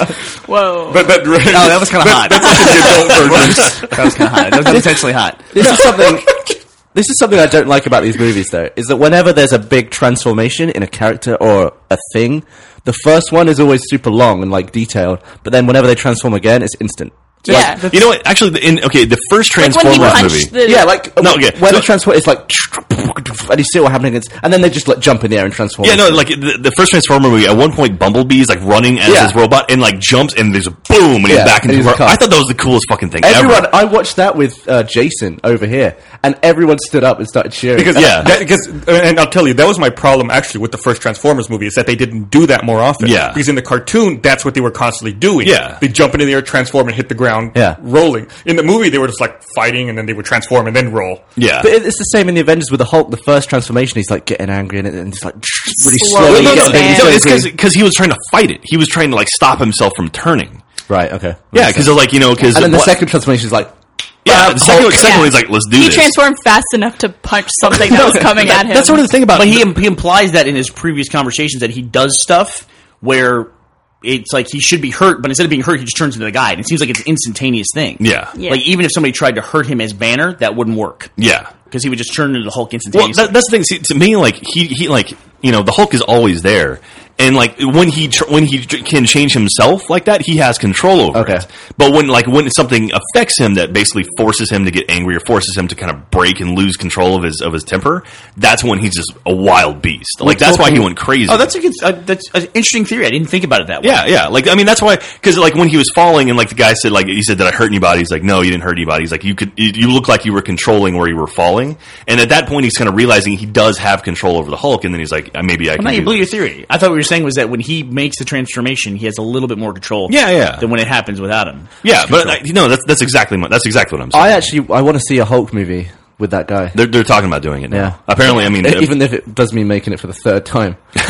G: like that's,
C: Whoa.
B: But but oh,
F: Oh, that was kind of hot.
B: version.
F: that was kind of hot. That was intentionally hot.
E: This is something. This is something I don't like about these movies, though, is that whenever there's a big transformation in a character or a thing, the first one is always super long and like detailed, but then whenever they transform again, it's instant.
C: yeah.
J: Like, you know what? Actually, the- in okay, the first
C: like when he
J: Transformers movie.
C: punched the
E: Yeah, like
J: No, okay,
E: when
J: so-
E: they transform, it's like, and you see what happening, it's, and then they just like jump in the air and transform.
J: Yeah, no, like the, the first Transformer movie. At one point, Bumblebee is like running as
E: Yeah.
J: his robot and like jumps, and there's a boom, and he's
E: Yeah,
J: back
E: and
J: into
E: he's
J: the
E: a
J: car.
E: car.
J: I thought that was the coolest fucking thing
E: Everyone,
J: ever.
E: I watched that with uh, Jason over here, and everyone stood up and started cheering.
B: Because
J: Yeah.
B: yeah, because uh, and I'll tell you that was my problem actually with the first Transformers movie is that they didn't do that more often.
J: Yeah.
B: because in the cartoon that's what they were constantly doing.
J: Yeah.
B: they jump into the air, transform, and hit the ground.
E: Yeah.
B: rolling. In the movie, they were just like fighting, and then they would transform and then roll.
J: Yeah,
E: But it- it's the same in the Avengers with the Hulk. The first transformation, he's like getting angry and, and he's like really slowly.
C: Slowly
J: no, no,
E: getting
J: no,
C: expand.
E: things
J: no, it's
E: going.
J: because he was trying to fight it. He was trying to like stop himself from turning.
E: right. Okay.
J: Yeah, because like you know, because
E: and then the second transformation is like
J: yeah, the second, second
C: Yeah.
J: one is like let's do
C: he
J: this.
C: transformed fast enough to punch something that was coming at him.
E: that's sort of the thing about.
F: But he, he implies that in his previous conversations that he does stuff where it's like he should be hurt, but instead of being hurt, he just turns into the guy, and it seems like it's an instantaneous thing.
J: yeah, yeah.
C: Yeah.
F: Like even if somebody tried to hurt him as Banner, that wouldn't work because he would just turn into the Hulk
J: Well,
F: instantaneously.
J: that, that's the thing. See, to me, like he he like you know the Hulk is always there. And like when he tr- when he tr- can change himself like that, he has control over
E: Okay.
J: it. But when like when something affects him that basically forces him to get angry or forces him to kind of break and lose control of his of his temper, that's when he's just a wild beast. Like that's why he went crazy.
F: oh, that's a good. Uh, that's an interesting theory. I didn't think about it that way.
J: Yeah, yeah. Like I mean, that's why because like when he was falling and like the guy said like he said did I hurt anybody? He's like no, you didn't hurt anybody. He's like you could you, you look like you were controlling where you were falling. And at that point, he's kind of realizing he does have control over the Hulk. And then he's like uh, maybe I
F: I'm
J: can.
F: not you
J: do
F: blew your
J: this.
F: theory. I thought what you were saying was that when he makes the transformation, he has a little bit more control.
J: Yeah, yeah.
F: Than when it happens without him.
J: Yeah, but I, you know that's that's exactly my, that's exactly what I'm saying.
E: I actually I want to see a Hulk movie with that guy.
J: they're, they're talking about doing it now.
E: Yeah.
J: Apparently, I mean,
E: Even if it does mean making it for the third time,
J: But-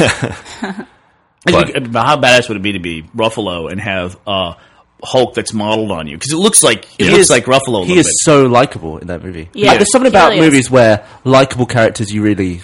F: uh, But how badass would it be to be Ruffalo and have uh, Hulk that's modeled on you? Because it looks like it
J: Yeah.
F: looks like Ruffalo. A
E: he
F: little
E: is so likable in that movie.
C: Yeah.
E: Like, there's something about
C: Really is.
E: movies where likable characters you really,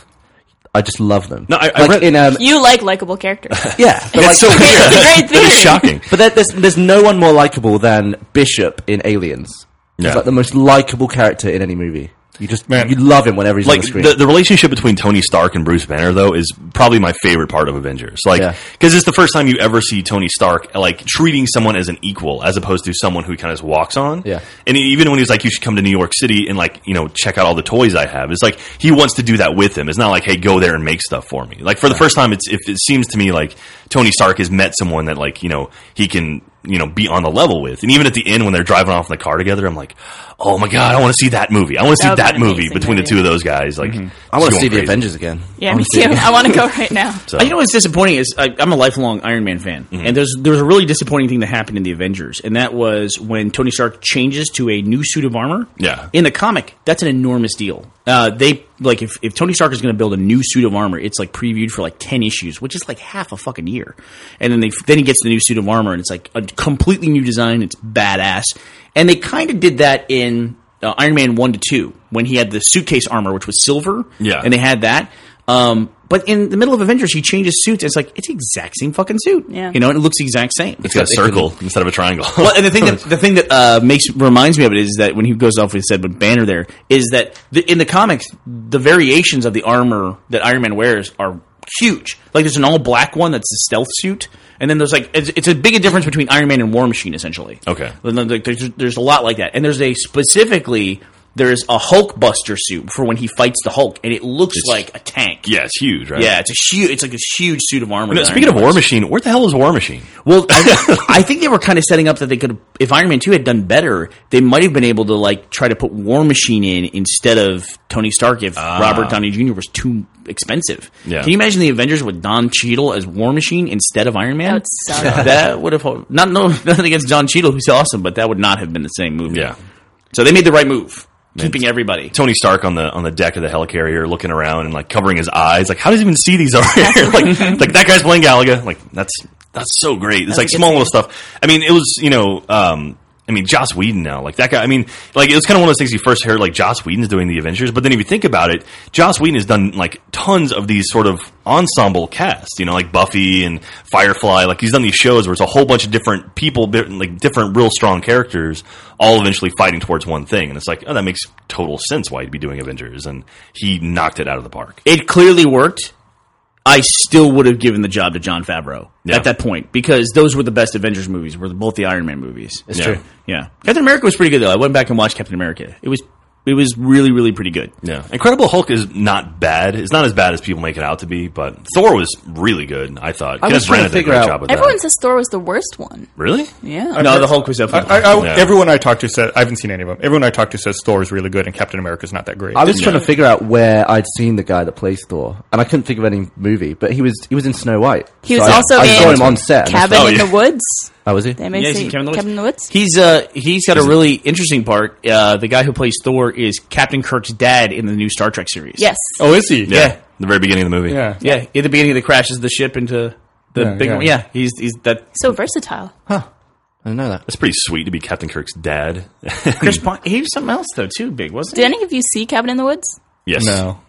E: I just love them.
J: No, I- I
E: like
J: read-
E: in um,
C: you like likable characters.
E: yeah, but like,
J: so weird.
C: It's a
J: That
C: great theory.
J: is shocking.
E: But there, there's there's no one more likable than Bishop in Aliens. He's
J: Yeah.
E: like the most likable character in any movie. You just
B: Man.
E: you love him whenever he's on
J: like
E: the screen.
J: the, the relationship between Tony Stark and Bruce Banner though is probably my favorite part of Avengers. Like
E: Yeah.
J: because it's the first time you ever see Tony Stark like treating someone as an equal as opposed to someone who he kind of just walks on.
E: Yeah.
J: And even when he's like, "You should come to New York City and like you know check out all the toys I have," it's like he wants to do that with him. It's not like, "Hey, go there and make stuff for me." Like for the first time, it's if it seems to me like Tony Stark has met someone that like you know he can. You know, be on the level with, and even at the end when they're driving off in the car together, I'm like, "Oh my god, I want to see that movie! I want to see
C: That
J: that
C: would be an
J: movie
C: amazing
J: between the
C: movie.
J: two of those guys." Like,
E: I
J: it's
E: want to
J: going
E: see the
J: crazy.
E: Avengers again.
C: Yeah,
E: I
C: me
E: wanna see
C: too.
E: it.
C: I want to go right now.
B: uh,
J: So- Mm-hmm.
F: You know what's disappointing is I, I'm a lifelong Iron Man fan, and there's there's a really disappointing thing that happened in the Avengers, and that was when Tony Stark changes to a new suit of armor.
J: Yeah.
F: in the comic, that's an enormous deal. Uh, they like if, if Tony Stark is going to build a new suit of armor, it's like previewed for like ten issues, which is like half a fucking year, and then they then he gets the new suit of armor, and it's like a completely new design. It's badass, and they kind of did that in uh, Iron Man one to two when he had the suitcase armor, which was silver.
J: Yeah.
F: and they had that. Um, but in the middle of Avengers, he changes suits. And it's like it's the exact same fucking suit.
C: Yeah.
F: you know, and it looks the exact same.
J: It's got a circle instead of a triangle.
F: Well, and the thing that the thing that uh, makes reminds me of it is that when he goes off, he said with Banner there is that the, in the comics, the variations of the armor that Iron Man wears are huge. Like there's an all black one that's the stealth suit, and then there's like it's, it's a big difference between Iron Man and War Machine essentially.
B: Okay.
F: like there's, there's a lot like that, and there's a specifically there's a Hulk Buster suit for when he fights the Hulk, and it looks like a tank.
B: Yeah, it's huge, right?
F: Yeah, it's a huge. It's like a huge suit of armor.
B: No,
F: that
B: speaking
F: Iron
B: of
F: Man
B: War
F: wears.
B: Machine, where the hell is War Machine?
F: Well, I, I think they were kind of setting up that they could, if Iron Man 2 had done better, they might have been able to, like, try to put War Machine in instead of Tony Stark if Robert Downey Jr. was too expensive.
B: Yeah.
F: Can you imagine the Avengers with Don Cheadle as War Machine instead of Iron Man?
C: That would suck.
F: That would have, not, no, nothing against Don Cheadle, who's awesome, but that would not have been the same movie.
B: Yeah.
F: So they made the right move, keeping everybody.
B: Tony Stark on the on the deck of the helicarrier, looking around and like covering his eyes. Like, how does he even see these over here? like, like that guy's playing Galaga. Like, that's that's so great. It's like small little stuff. I mean, it was you know, um, I mean, Joss Whedon now. Like that guy. I mean, like it was kind of one of those things you first heard. Like Joss Whedon's doing the Avengers, but then if you think about it, Joss Whedon has done like tons of these sort of ensemble casts. You know, like Buffy and Firefly. Like he's done these shows where it's a whole bunch of different people, bit- like different real strong characters, all eventually fighting towards one thing. And it's like, oh, that makes total sense why he'd be doing Avengers, and he knocked it out of the park.
F: it clearly worked. I still would have given the job to John Favreau
B: Yeah.
F: at that point because those were the best Avengers movies. Were both the Iron Man movies. It's
B: Yeah. true.
F: Yeah, Captain America was pretty good though. I went back and watched Captain America. It was it was really really pretty good.
B: Yeah, Incredible Hulk is not bad. It's not as bad as people make it out to be, but Thor was really good. I thought.
E: I
B: Kenneth
E: was trying
B: Branagh
E: to
B: did a
E: figure
B: great
E: out-
B: job with that.
C: Everyone says Thor was the worst one.
B: really.
C: Yeah.
F: no, the Hulk was definitely.
H: I, I,
B: Yeah.
H: Everyone I talked to said I haven't seen any of them. Everyone I talked to says Thor is really good and Captain America's not that great.
E: I was trying to figure out where I'd seen the guy that plays Thor, and I couldn't think of any movie. But he was he was in Snow White.
C: He was
E: So I-
C: also
E: I,
C: in
E: saw him on set. and I
C: Cabin
E: thought-
B: Oh,
C: in
B: yeah.
C: the Woods.
E: Oh, was he?
C: They made
F: Yeah, he's
C: say
F: in
C: Cabin, in the Woods.
F: He's uh he's got a really interesting part. Uh, the guy who plays Thor is Captain Kirk's dad in the new Star Trek series.
C: Yes.
H: oh, is he?
F: Yeah.
B: the very beginning of the movie.
H: yeah.
F: yeah. At the beginning, of the crashes the ship into the
H: Yeah,
F: big
H: yeah.
F: one. Yeah, he's he's that
C: So versatile.
E: I didn't know that.
B: That's pretty sweet to be Captain Kirk's dad.
F: Chris. Pine, he was something else though too big, wasn't he?
C: Did any of you see Cabin in the Woods?
B: yes.
H: No.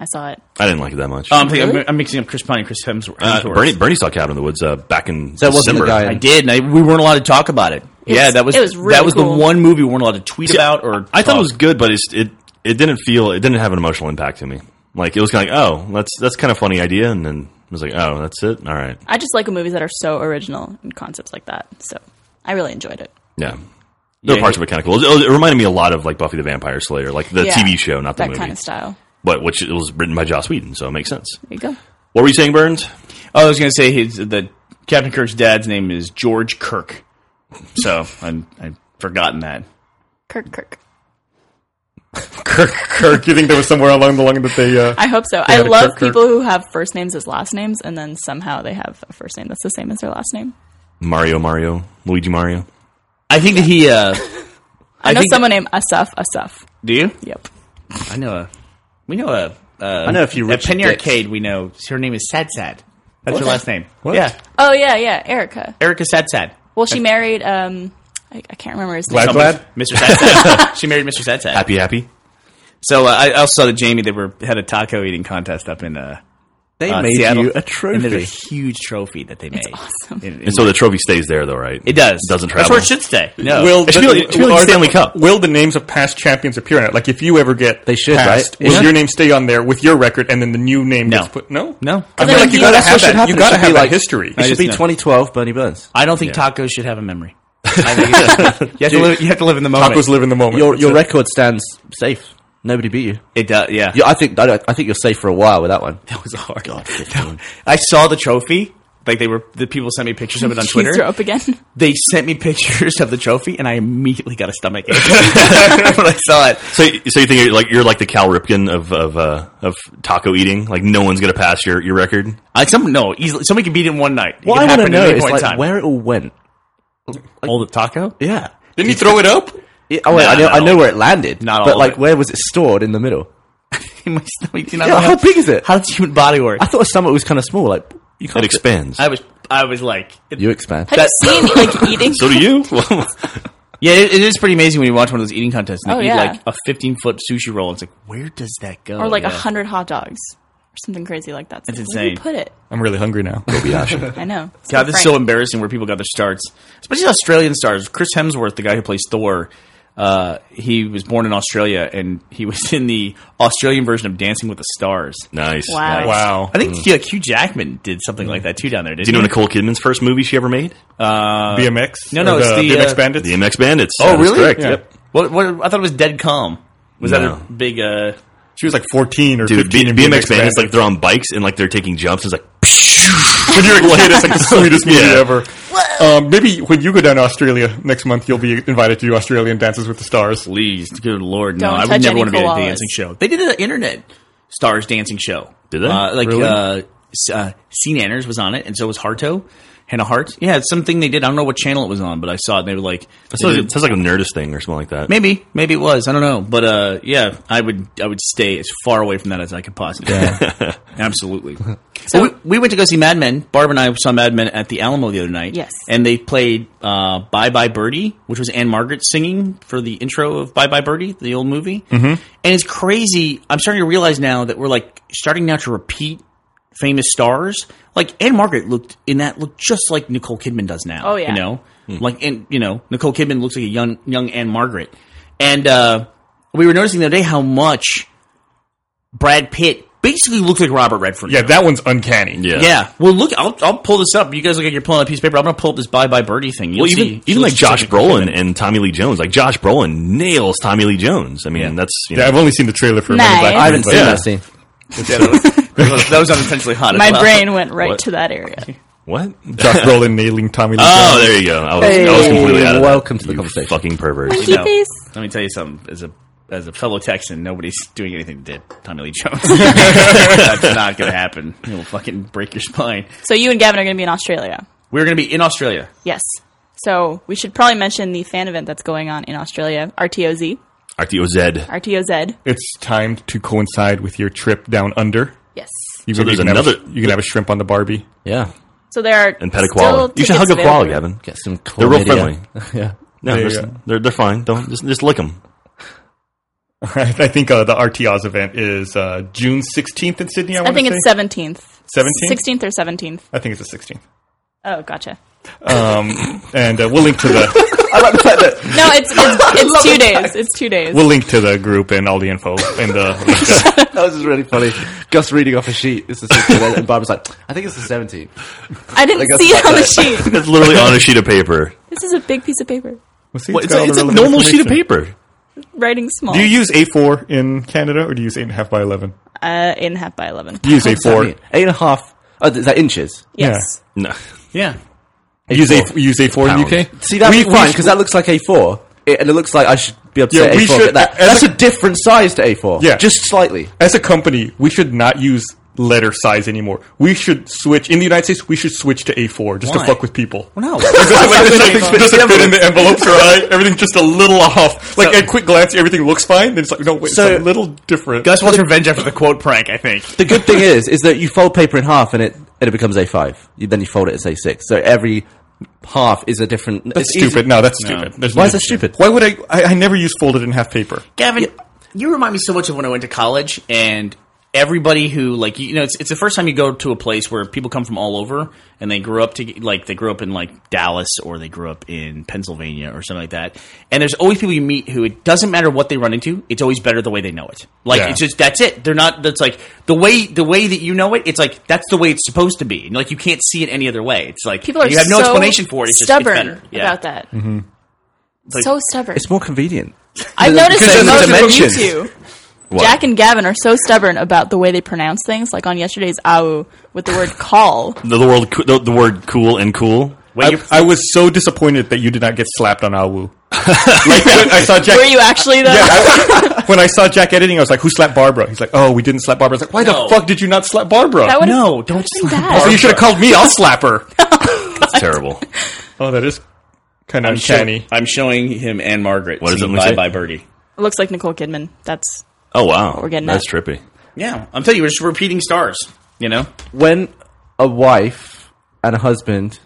C: I saw it.
B: I didn't like it that much.
F: Oh, I'm, thinking,
C: Really?
F: I'm, I'm mixing up Chris Pine and Chris Hemsworth.
B: Uh,
F: Hemsworth.
B: Bernie, Bernie saw Cabin in the Woods uh, back in
E: That wasn't the
B: December.
E: guy.
F: I did. And I, we weren't allowed to talk about it. yeah, that was
C: it was really
F: that was
C: cool.
F: the one movie we weren't allowed to tweet about or.
B: I thought
F: talk.
B: it was good, but it's, it it didn't feel it didn't have an emotional impact to me. Like it was kind of like, oh, that's that's kind of a funny idea, and then I was like, oh, that's it. All right,
C: I just like movies that are so original and concepts like that. So I really enjoyed it.
B: yeah. There were
F: Yeah.
B: parts of it kind of cool. It, it reminded me a lot of like Buffy the Vampire Slayer, like the
C: Yeah.
B: TV show, not the
C: that
B: movie,
C: kind of style.
B: but which it was written by Joss Whedon, so it makes sense.
C: There you go.
B: What were you saying, Burns?
F: Oh, I was going to say his the Captain Kirk's dad's name is George Kirk. So I'm I've forgotten that.
C: Kirk, Kirk.
H: Kirk, Kirk. You think there was somewhere along the line that they? Uh,
C: I hope so.
H: They
C: I
H: had a
C: love
H: Kirk, Kirk.
C: people who have first names as last names, and then somehow they have a first name that's the same as their last name.
B: Mario, Mario, Luigi, Mario.
F: I think that he. Uh,
C: I, know
F: think-
C: someone named Asaf Asaf.
F: do you?
C: Yep.
F: I know a. We know a. Uh, I
E: know a few
F: At
E: rich
F: Penny
E: dicks.
F: Arcade, we know her name is Sad Sad. That's her last name.
H: What?
F: Yeah,
C: Oh yeah, yeah, Erica.
F: Erica Sad Sad.
C: Well, she married. Um, I, I can't remember his name.
H: Glad, glad.
F: Mr. Sad Sad. she married Mr. Sad Sad.
B: Happy, happy.
F: So uh, I I also saw that Jamie they were had a taco eating contest up in uh,
E: They
F: uh,
E: made
F: Seattle.
E: you a
F: And there's a
E: trophy.
F: huge trophy that they made.
C: awesome.
F: In- in-
B: And so the trophy stays there, though, right?
F: it does.
B: Doesn't
F: That's
B: travel.
F: where it should stay. No.
H: Will
B: It should be like- it should be like
H: are
B: Stanley
H: the-
B: Cup.
H: Will the names of past champions appear in it? Like if you ever get
E: They should,
H: passed,
E: right?
H: will
E: Yeah.
H: your name stay on there with your record, and then the new name
F: No.
H: gets put? No,
F: No.
H: I
C: Then
H: feel like
C: you-
H: you gotta
C: that's
H: have
E: what should
H: that.
E: happen.
H: You
E: It
H: gotta
E: should be
H: have that
E: like-
H: history.
E: It should
F: just
E: be
F: know.
E: 2012 Bernie Burns.
F: I don't think tacos should have a memory. I think it's- you, have to live, you have to live in the moment.
H: Tacos live in the moment.
E: Your
H: That's
E: your
H: it.
E: record stands safe. Nobody beat you.
F: It does. Yeah.
E: Yeah, I think I, don't- I think you're safe for a while with that one.
F: That was hard.
E: God,
F: No. I saw the trophy. Like they were the people sent me pictures of it on
C: Did you
F: Twitter.
C: throw up again.
F: They sent me pictures of the trophy, and I immediately got a stomach ache when I saw it.
B: So, so you think you're like you're like the Cal Ripken of of uh, of taco eating? Like no one's gonna pass your, your record.
F: I, some no, easily somebody can beat it in one night. It
E: What
F: can
E: I want
F: happen
E: to
F: at
E: know
F: any
E: is
F: point in
E: like
F: time.
E: where it all went.
F: all the taco.
E: Yeah.
H: Didn't you throw it up?
E: Yeah, oh, wait,
B: Nah,
E: I know,
B: not
E: I
B: all
E: know where it landed,
F: Not all
E: but
F: of
E: like,
F: it.
E: where was it stored in the middle?
F: in my stomach. You know,
E: Yeah,
F: like,
E: how big is it?
F: How does the human body work?
E: I thought the stomach was kind of small. Like, you
B: It
E: can't.
B: expands.
F: I was, I was like, it-
E: you expand.
C: Have you seen like eating?
B: so do you?
F: yeah, it, it is pretty amazing when you watch one of those eating contests and
C: Oh,
F: they eat
C: yeah.
F: like a fifteen foot sushi roll. It's like, where does that go?
C: or like a
F: Oh, Yeah.
C: hundred hot dogs or something crazy like that. It's
F: That's
C: Where do you
F: insane.
C: put it?
H: I'm really hungry now.
C: I know. It's
F: God,
C: like
F: this is so
C: Frank.
F: embarrassing where people got their starts, especially Australian stars. Chris Hemsworth, the guy who plays Thor, Uh, he was born in Australia, and he was in the Australian version of Dancing with the Stars.
B: Nice.
C: Wow.
H: Wow.
F: I think like, Hugh Jackman did something like that too down there. Didn't
B: Do you know
F: he?
B: Nicole Kidman's first movie she ever made?
H: BMX.
F: no, no,
H: Or
F: it's the,
H: BMX
F: uh,
H: Bandits.
B: the MX Bandits.
F: Oh,
B: That is
F: really?
B: Correct.
H: Yeah.
B: Yep.
F: What, what? I thought it was Dead Calm. Was
B: No.
F: that a big? Uh,
H: she was like 14 or
B: Dude,
H: 15.
B: B-
H: in
B: BMX, Bandits, like they're on bikes and like they're taking jumps. It's like,
H: when you're a kid, it's like the sweetest movie
B: Yeah.
H: ever. Um, maybe when you go down to Australia next month, you'll be invited to do Australian Dances with the Stars.
F: please, good lord, no!
C: Don't
F: I would
C: touch
F: never
C: any
F: want to be at a
C: koalas.
F: dancing show. They did an internet stars dancing show.
B: Did they?
F: Uh, like
B: Really?
F: uh, S- uh, C. Nanners was on it, and so was Harto, Hannah Hart. Yeah, it's something they did. I don't know what channel it was on, but I saw it. and They were like,
B: it sounds, it sounds like a Nerdist thing or something like that.
F: maybe, maybe it was. I don't know, but uh, yeah, I would, I would stay as far away from that as I could possibly. Absolutely. Well, we, we went to go see Mad Men. Barb and I saw Mad Men at the Alamo the other night.
C: Yes.
F: And they played uh, Bye Bye Birdie, which was Anne Margaret singing for the intro of Bye Bye Birdie, the old movie. Mm-hmm. And it's crazy. I'm starting to realize now that we're like starting now to repeat famous stars. Like Anne Margaret looked in that looked just like Nicole Kidman does now.
C: Oh, yeah.
F: You know, like and you know Nicole Kidman looks like a young young Anne Margaret. And uh, we were noticing the other day how much Brad Pitt basically looks like Robert Redford.
H: Yeah, that one's uncanny.
B: Yeah.
F: Yeah. Well, look, I'll, I'll pull this up. You guys look like you're pulling a piece of paper. I'm going to pull up this Bye Bye Birdie thing. You'll
B: Well, even
F: see. She
B: even
F: looks
B: like Josh
F: just Nicole
B: Brolin and Tommy Lee Jones, like Josh Brolin nails Tommy Lee Jones. I mean, that's you know,
H: Yeah, I've only seen the trailer for Men in
C: Nice.
H: Black.
E: I haven't
H: but-
E: seen
H: Yeah.
E: that scene.
F: Kidman. that was unintentionally hot. as
C: My
F: well.
C: brain went right
B: What?
C: to that area.
B: what?
H: Josh Brolin nailing Tommy Lee
B: Oh,
H: Jones.
B: there you go. I was, I was completely out of that.
E: welcome to the
B: You
E: conversation.
B: Fucking pervert.
C: Monkey
F: No.
C: face.
F: Let me tell you something. As a as a fellow Texan, nobody's doing anything to Tommy Lee Jones. That's not going to happen. It will fucking break your spine.
C: So you and Gavin are going to be in Australia.
F: We're going to be in Australia.
C: Yes. So we should probably mention the fan event that's going on in Australia, RTOZ.
B: RTOZ.
C: RTOZ.
H: It's timed to coincide with your trip down under.
C: Yes.
H: You
B: So
H: can,
B: there's
H: you can have a-
B: another-
H: you can have a shrimp on the Barbie.
E: Yeah,
C: So there are
B: And
C: still
B: Petaquala. You should
C: tickets
B: hug up Koala,
C: available.
B: Gavin.
E: get some. Chlamydia.
B: They're real friendly.
E: yeah,
B: No,
H: There you
B: they're,
H: go.
B: they're, they're fine. Don't just, just lick them.
H: I think uh, the RTOZ event is uh, June 16th in Sydney. I,
C: I
H: wanna
C: think
H: say. Uh,
C: it's seventeenth.
H: 17th?
C: Sixteenth or seventeenth.
H: I think it's the 16th.
C: Oh, gotcha.
H: Um, and uh, we'll link to the.
C: No, it's it's, it's two days. It's two days.
H: We'll link to the group and all the info in the.
E: that was just really funny. Gus reading off a sheet. It's the 16th, and Barbara's like, I think it's the 17th.
C: I didn't
E: guess
C: see it on the
E: that's
C: sheet.
B: That's literally on a sheet of paper.
C: This is a big piece of paper.
H: We'll see,
B: What, it's
H: got
B: a,
H: all the
B: it's a
H: relevant
B: normal sheet of
H: information.
B: paper.
C: Writing small.
H: Do you use A4 in Canada or do you use 8.5 by 11?
C: uh, in half by eleven.
H: You use
E: What does that mean?
H: A4.
E: Eight and a half. Oh, is that inches?
C: Yes.
B: No.
F: Yeah.
H: You use, A4. you use A4 in the UK?
E: See, that's
H: We-
E: we,
H: we
E: fine
H: should-
E: because that looks like A4, It- and it looks like I should be able to
H: Yeah,
E: say
H: we
E: A4. but
H: should-
E: that,
H: as
E: that's
H: a-
E: a, different size to A4.
H: Yeah.
E: just slightly.
H: As a company, we should not use letter size anymore. We should switch, in the United States, we should switch to A4 just
F: Why?
H: to fuck with people.
F: No.
H: Everything doesn't fit in the envelopes, right? Everything's just a little off. Like at quick glance, everything looks fine. Then it's like, no, wait,
E: So-
H: it's a little different.
F: Gus wants revenge after the quote prank. I think.
E: The good thing is, is that you fold paper in half, and it and it becomes A5. You, then you fold it as A6. So every half is a different.
H: that's
E: it's easy-
H: stupid. No, that's stupid. There's
E: Why
H: no-
E: is that stupid?
H: Why would I, I? I never use folded in half paper.
F: Gavin, you remind me so much of when I went to college and everybody who like you know it's, it's the first time you go to a place where people come from all over and they grew up to like they grew up in like Dallas or they grew up in Pennsylvania or something like that and there's always people you meet who it doesn't matter what they run into it's always better the way they know it like
H: Yeah.
F: it's just that's it they're not that's like the way the way that you know it it's like that's the way it's supposed to be and like you can't see it any other way it's like
C: People are
F: you have no
C: so
F: explanation for it it's just it's
C: stubborn
F: better. Yeah.
C: about that.
H: Mm-hmm.
C: so stubborn.
E: It's more convenient.
C: I've noticed that
E: because there's a
C: most of
E: dimension.
C: you two. Jack and Gavin are so stubborn about the way they pronounce things. Like on yesterday's "au" with the word "call."
B: The, the, world, coo- the, the word cool and cool.
F: Wait,
H: I,
F: you're-
H: I was so disappointed that you did not get slapped on Awu. like when I saw Jack.
C: Were you actually though?
H: when I saw Jack editing, I was like, "Who slapped Barbara?" He's like, "Oh, we didn't slap Barbara." I was like, "Why
F: No.
H: the fuck did you not slap Barbara?"
C: That would've-
F: no don't
C: that'd been bad.
H: so you should have called me. I'll slap her.
B: It's terrible.
H: Oh, that is kind of
F: I'm, show-
H: uncanny.
F: I'm showing him and Margaret
B: What does it
F: singing
B: look
F: bye
B: like?
F: bye birdie
C: It looks like Nicole Kidman. That's
B: Oh, wow.
C: We're getting
B: That's
C: that.
B: trippy.
F: Yeah, I'm telling you, we're just repeating stars. You know,
E: When a wife and a husband,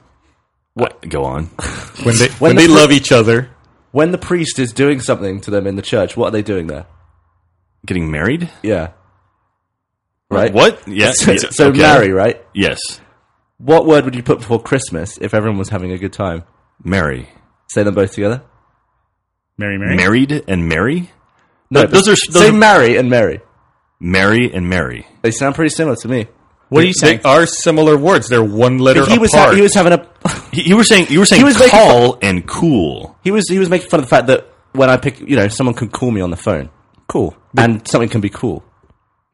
B: What? Go on.
H: When they when,
E: When
H: they
E: the fir-
H: love each other,
E: when the priest is doing something to them in the church, what are they doing there?
B: Getting married?
E: Yeah. Right.
B: What? Yeah.
E: So,
B: yeah,
E: so
B: okay.
E: marry, right?
B: Yes.
E: What word would you put before Christmas if everyone was having a good time?
B: Marry.
E: Say them both together.
K: Mary, Mary.
B: married and Mary.
E: No,
B: those are- those
E: say
B: are-
E: marry and Mary.
B: Mary and Mary.
E: They sound pretty similar to me.
H: What are you saying? They are similar words. They're one letter
E: He was ha-
H: apart.
E: he was having a
B: He- You were saying you were saying
E: He was making
B: call and cool.
E: he was he was making fun of the fact that when I pick you know someone can call me on the phone, cool, and something can be cool.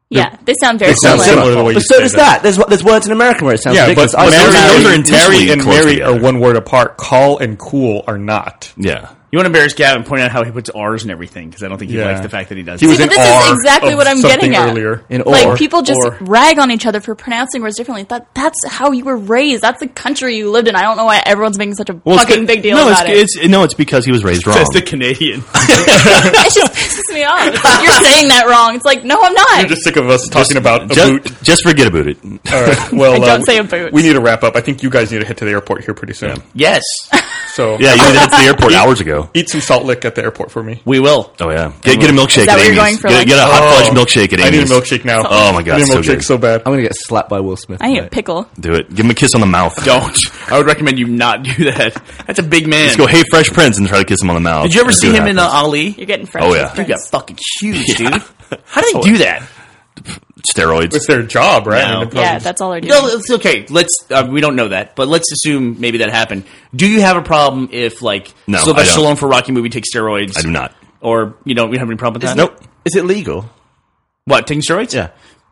C: Yeah, they sound very
H: sound
C: similar.
H: similar to the way you
E: But so
H: say
E: does
H: that.
E: that. There's There's wo- there's words in American where it sounds
H: Yeah, but
E: ridiculous. I
H: Mary,
E: say
B: those
E: marry-
B: are
H: Mary,
B: intentionally
H: and
B: close
H: Mary
B: together.
H: are one word apart. Call and cool are not.
B: Yeah.
F: You want to embarrass Gavin, point out how he puts R's and everything because I don't think he
H: Yeah.
F: likes the fact that he does.
H: He
F: that.
H: was
C: See,
H: an
C: but this is
H: R
C: exactly
H: of
C: what I'm
H: something
C: getting at.
H: earlier.
E: in or,
C: like people just
H: or-
C: rag on each other for pronouncing words differently. That that's how you were raised. That's the country you lived in. I don't know why everyone's making such a
B: it's
C: fucking
B: good-
C: big deal
B: no,
C: about it.
B: it's, It's, no, it's because he was raised wrong.
F: That's the Canadian.
C: It just pisses me off. It's like, you're saying that wrong. It's like no, I'm not.
H: You're just sick of us talking about a boot.
B: just, just forget about it.
H: All right. Well,
C: I don't
H: uh,
C: say a boot.
H: We need to wrap up. I think you guys need to head to the airport here pretty soon.
F: yes,
H: So
B: Yeah, you went to the airport hours ago.
H: eat some salt lick at the airport for me.
F: we will.
B: Oh yeah, get, get a milkshake.
C: Is that
B: at
C: what you're
B: Amy's.
C: going for,
B: Get, a-
C: like-
B: get a hot fudge milkshake at Amy's.
H: Oh. I need a milkshake now.
B: Oh, my God,
H: I need a
B: so
H: milkshake
B: good.
H: so bad.
E: I'm gonna get slapped by Will Smith.
C: I need a
E: tonight.
C: pickle.
B: Do it. Give him a kiss on the mouth.
F: Don't. I would recommend you not do that. That's a big man.
B: Let's go. Hey, Fresh Prince, and try to kiss him on the mouth.
F: Did you ever
B: Let's
F: see
B: what
F: him in uh,
B: happens.
F: Ali?
C: You're getting fresh.
B: Oh, yeah.
F: He got
C: Friends.
F: fucking huge, dude. How do they do that?
B: steroids?
H: It's their job, right?
F: No.
H: I mean,
C: Yeah, that's all they're doing.
F: No, it's okay. Let's. Uh, we don't know that, but let's assume maybe that happened. Do you have a problem if like
B: No, I
F: Sylvester
B: don't.
F: Stallone for Rocky movie takes steroids?
B: I do not.
F: Or you don't. We don't have any problem with that.
B: Nope.
E: Is it legal?
F: What taking steroids?
E: Yeah.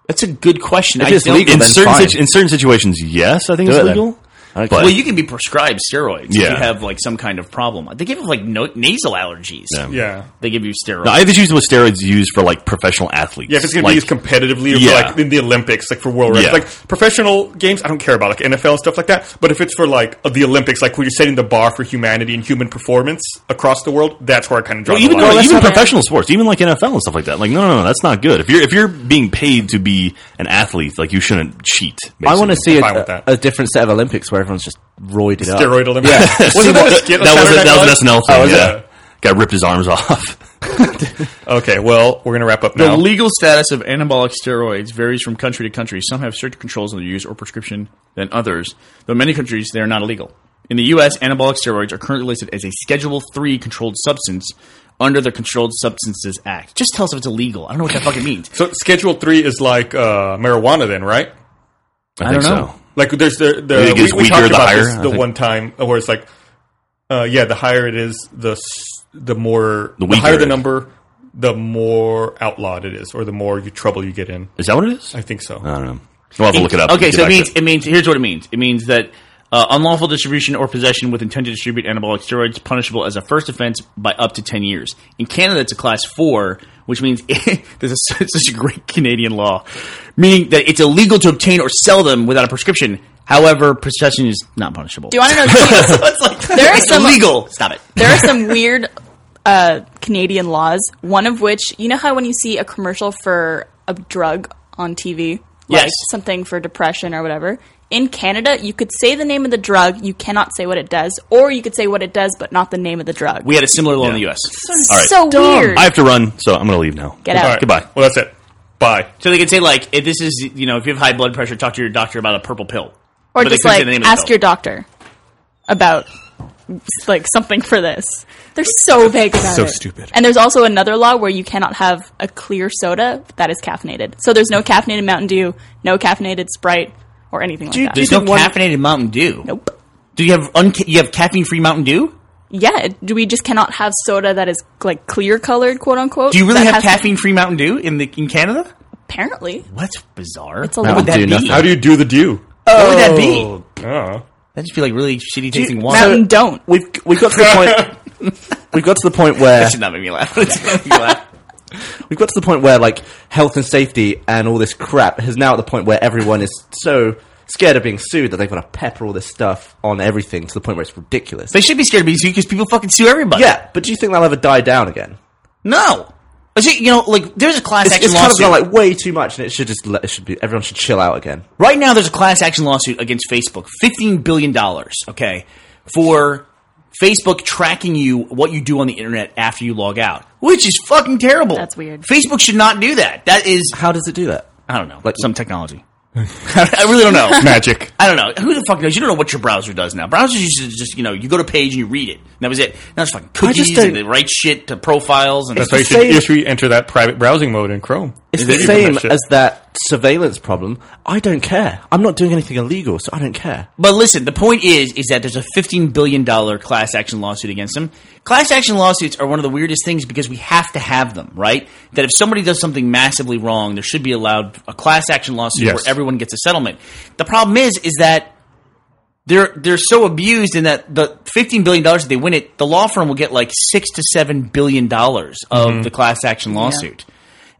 F: That's a good question.
E: If
F: I
E: it's
F: don't-
E: legal,
B: In
E: then
B: certain
E: fine.
B: situ- in certain situations, yes, I think
E: Do
B: it's
E: it then.
B: legal.
E: I don't
B: But-
E: care.
F: Well, you can be prescribed steroids if
B: Yeah.
F: you have like some kind of problem. They give you like no- nasal allergies.
B: Yeah.
H: yeah.
F: They give you steroids.
B: No, I have issues with steroids used for like professional athletes.
H: Yeah, if it's going to
B: Like,
H: be used competitively, or for,
B: Yeah.
H: like in the Olympics, like for world records,
B: Yeah.
H: like professional games, I don't care about like NFL and stuff like that. But if it's for like uh, the Olympics, like where you're setting the bar for humanity and human performance across the world, that's where I kind of draw
B: Well, even
H: the line.
B: no,
C: that's
B: even
C: not bad.
B: professional sports, even like NFL and stuff like that. Like, no, no, no, that's not good. If you're if you're being paid to be an athlete, like you shouldn't cheat.
E: I want to
B: basically.
E: see
H: fine with
E: a,
B: uh,
H: that.
E: a different set of Olympics where everyone's just roided up.
H: steroid Olympics. Yeah.
B: See what- that, was a, that was an SNL thing.
H: Oh, was
B: yeah.
H: it?
B: Guy ripped his arms off.
H: Okay, well, we're going to wrap up
F: The
H: now.
F: legal status of anabolic steroids varies from country to country. Some have stricter controls on their use or prescription than others, though in many countries they are not illegal. In the U.S., anabolic steroids are currently listed as a Schedule III controlled substance under the Controlled Substances Act. Just tell us if it's illegal. I don't know what that fucking means.
H: so Schedule Three is like uh, marijuana, then, right?
B: I, think
F: don't know.
B: so.
H: Like there's the the
B: It gets
H: we, we
B: weaker
H: talked
B: the
H: about
B: higher,
H: this
B: I
H: the
B: think.
H: one time where it's like, uh, yeah, the higher it is, the s- the more the,
B: weaker
H: higher
B: it
H: the
B: is.
H: number, the more outlawed it is, or the more you trouble you get in.
B: Is that what it is?
H: I think so.
B: I don't know. We'll have to look it up.
F: Okay,
B: and
F: so
B: get back to
F: it means it means here's what it means. It means that uh, unlawful distribution or possession with intent to distribute anabolic steroids punishable as a first offense by up to ten years. In Canada, it's a class four, which means this is such a great Canadian law, meaning that it's illegal to obtain or sell them without a prescription. However, possession is not punishable.
C: Do you want to know? Geez,
F: it's like,
C: There are
F: it's
C: some-
F: illegal. Stop it.
C: there are some weird uh, Canadian laws. One of which, you know how when you see a commercial for a drug on TV, like
F: Yes.
C: something for depression or whatever. In Canada, you could say the name of the drug, you cannot say what it does, or you could say what it does but not the name of the drug.
F: We had a similar law in the
B: Yeah.
F: U.S.
C: It's
B: All right.
C: so weird.
B: I have to run, so I'm going to leave now.
C: Get out.
H: All right.
B: Goodbye.
H: Well, that's it. Bye.
F: So they could say like, if this is you know, if you have high blood pressure, talk to your doctor about a purple pill,
C: or
F: But they
C: just
F: couldn't
C: like
F: say the name of the
C: ask
F: pill.
C: your doctor about like something for this. They're so vague about
K: So
C: it.
K: stupid.
C: And there's also another law where you cannot have a clear soda that is caffeinated. So there's no caffeinated Mountain Dew, no caffeinated Sprite, or anything like that.
F: There's no caffeinated Mountain Dew.
C: nope.
F: Do you have unca- you have caffeine free Mountain Dew?
C: Yeah, it- we just cannot have soda that is like clear colored, quote unquote.
F: Do you really
C: That has-
F: have caffeine free Mountain Dew in the in Canada?
C: Apparently,
F: That's bizarre.
C: it's a
E: Mountain
C: law.
E: Dew, nothing.
H: How do you do the do?
F: What would that be?
H: Oh.
F: That'd just be like really shitty tasting wine.
C: Mountain don't.
E: We've we've got to the point. We've got to the point where
F: That should not make me laugh. That should not make me laugh.
E: we've got to the point where like health and safety and all this crap has now at the point where everyone is so scared of being sued that they've got to pepper all this stuff on everything to the point where it's ridiculous.
F: They should be scared of being sued because people fucking sue everybody.
E: yeah, but do you think that'll ever die down again?
F: No. But see, you know, like there's a class
E: It's,
F: action
E: it's kind of
F: lawsuit.
E: gone like way too much, and it should just let, it should be everyone should chill out again.
F: right now, there's a class action lawsuit against Facebook, fifteen billion dollars. Okay, for Facebook tracking you what you do on the internet after you log out, which is fucking terrible.
C: That's weird.
F: Facebook should not do that. That is,
E: How does it do that?
F: I don't know,
E: Like-
F: some technology. I really don't know.
B: Magic.
F: I don't know. Who the fuck knows? You don't know what your browser does now. Browsers used to just, you know, you go to page and you read it. And that was it. Now it's fucking
E: just
F: cookies
E: don't-
F: and the right shit to profiles and
B: That's why you
E: the
B: should
E: same-
B: issue enter that private browsing mode in Chrome.
E: It's
B: Is
E: the
B: that you can
E: same
B: that shit.
E: as that surveillance problem. I don't care. I'm not doing anything illegal, so I don't care.
F: But listen, the point is, is that there's a fifteen billion dollar class action lawsuit against them. Class action lawsuits are one of the weirdest things because we have to have them, right? That if somebody does something massively wrong, there should be allowed a class action lawsuit
B: Yes.
F: where everyone gets a settlement. The problem is, is that they're they're so abused in that the fifteen billion dollars that they win it, the law firm will get like six to seven billion dollars of the class action lawsuit,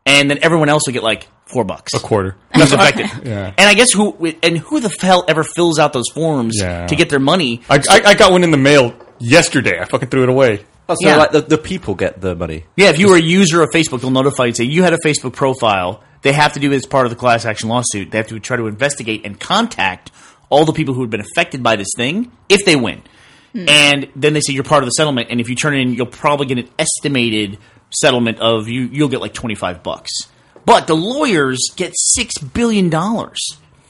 F: and then everyone else will get like four bucks
B: a quarter.
F: who's affected. And I guess who and who the hell ever fills out those forms
B: Yeah.
F: to get their money?
B: I, I, I got one in the mail yesterday. I fucking threw it away.
E: Oh, so
F: Yeah.
E: like the, the people get the money.
F: Yeah, if you were a user of Facebook, they'll notify you and say you had a Facebook profile. They have to do it as part of the class action lawsuit. They have to try to investigate and contact all the people who had been affected by this thing if they win. And then they say you're part of the settlement, and if you turn in, you'll probably get an estimated settlement of you. You'll get like twenty five bucks, but the lawyers get six billion dollars.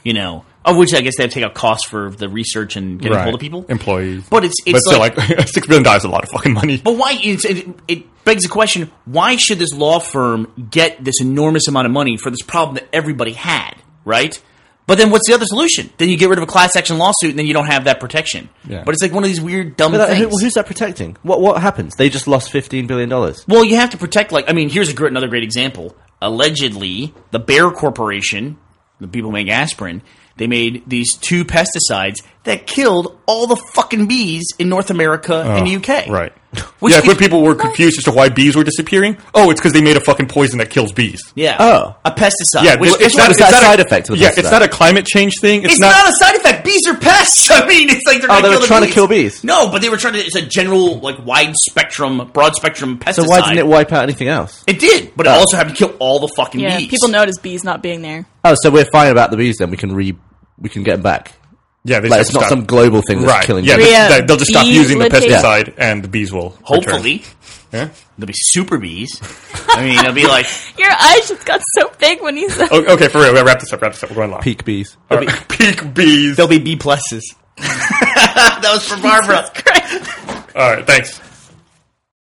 F: You know, of which I guess they have to take out costs for the research and getting hold of people,
B: Employees.
F: But it's it's
B: but still, like, $6 billion is a lot of fucking money.
F: but why? It's, it, it begs the question: Why should this law firm get this enormous amount of money for this problem that everybody had, right? But then, what's the other solution? Then you get rid of a class action lawsuit, and then you don't have that protection.
B: Yeah.
F: But it's like one of these weird, dumb
E: But that,
F: things.
E: who, who's that protecting? What what happens? They just lost fifteen billion dollars.
F: Well, you have to protect. Like, I mean, here's a great, another great example. Allegedly, the Bayer Corporation, the people who make aspirin, they made these two pesticides that killed all the fucking bees in North America and the UK.
B: Oh, Right.
F: Which
B: yeah,
F: could-
B: when people were confused as to why bees were disappearing, oh, it's because they made a fucking poison that kills bees.
F: Yeah.
E: Oh.
F: a pesticide.
B: Yeah,
F: which,
B: this-
F: which
E: not-
F: was-
E: is that side effect of the
B: Yeah,
E: pesticide?
B: it's not a climate change thing. It's,
F: It's, not, a side effect. Bees are pests. I mean, it's like they're. gonna
E: Oh, they
F: kill
E: were
F: the
E: trying to
F: bees.
E: kill bees.
F: No, but they were trying to. It's a general, like, wide spectrum, broad spectrum pesticide.
E: So why didn't it Oh. wipe out anything else?
F: It did, but it also had to kill all the fucking
C: Yeah,
F: bees.
C: people notice bees not being there.
E: Oh, so we're fine about the bees then. We can re we can get them back.
B: yeah, they
E: Like
B: just
E: it's not
B: stop-
E: some global thing that's
B: right.
E: killing.
B: yeah,
E: bees.
B: they-
C: Yeah,
B: they- they'll just stop
C: bee
B: using the
C: litigation.
B: pesticide, and the bees will return.
F: Hopefully,
B: Yeah.
F: they'll be super bees. I mean, they'll be like
C: Your eyes just got so big when you said.
B: O- Oh, Okay, for real. Wrap this up. Wrap this up. We're going long.
E: peak bees.
B: All right. Peak bees.
F: they'll be B pluses. that was for Barbara.
B: All right, thanks.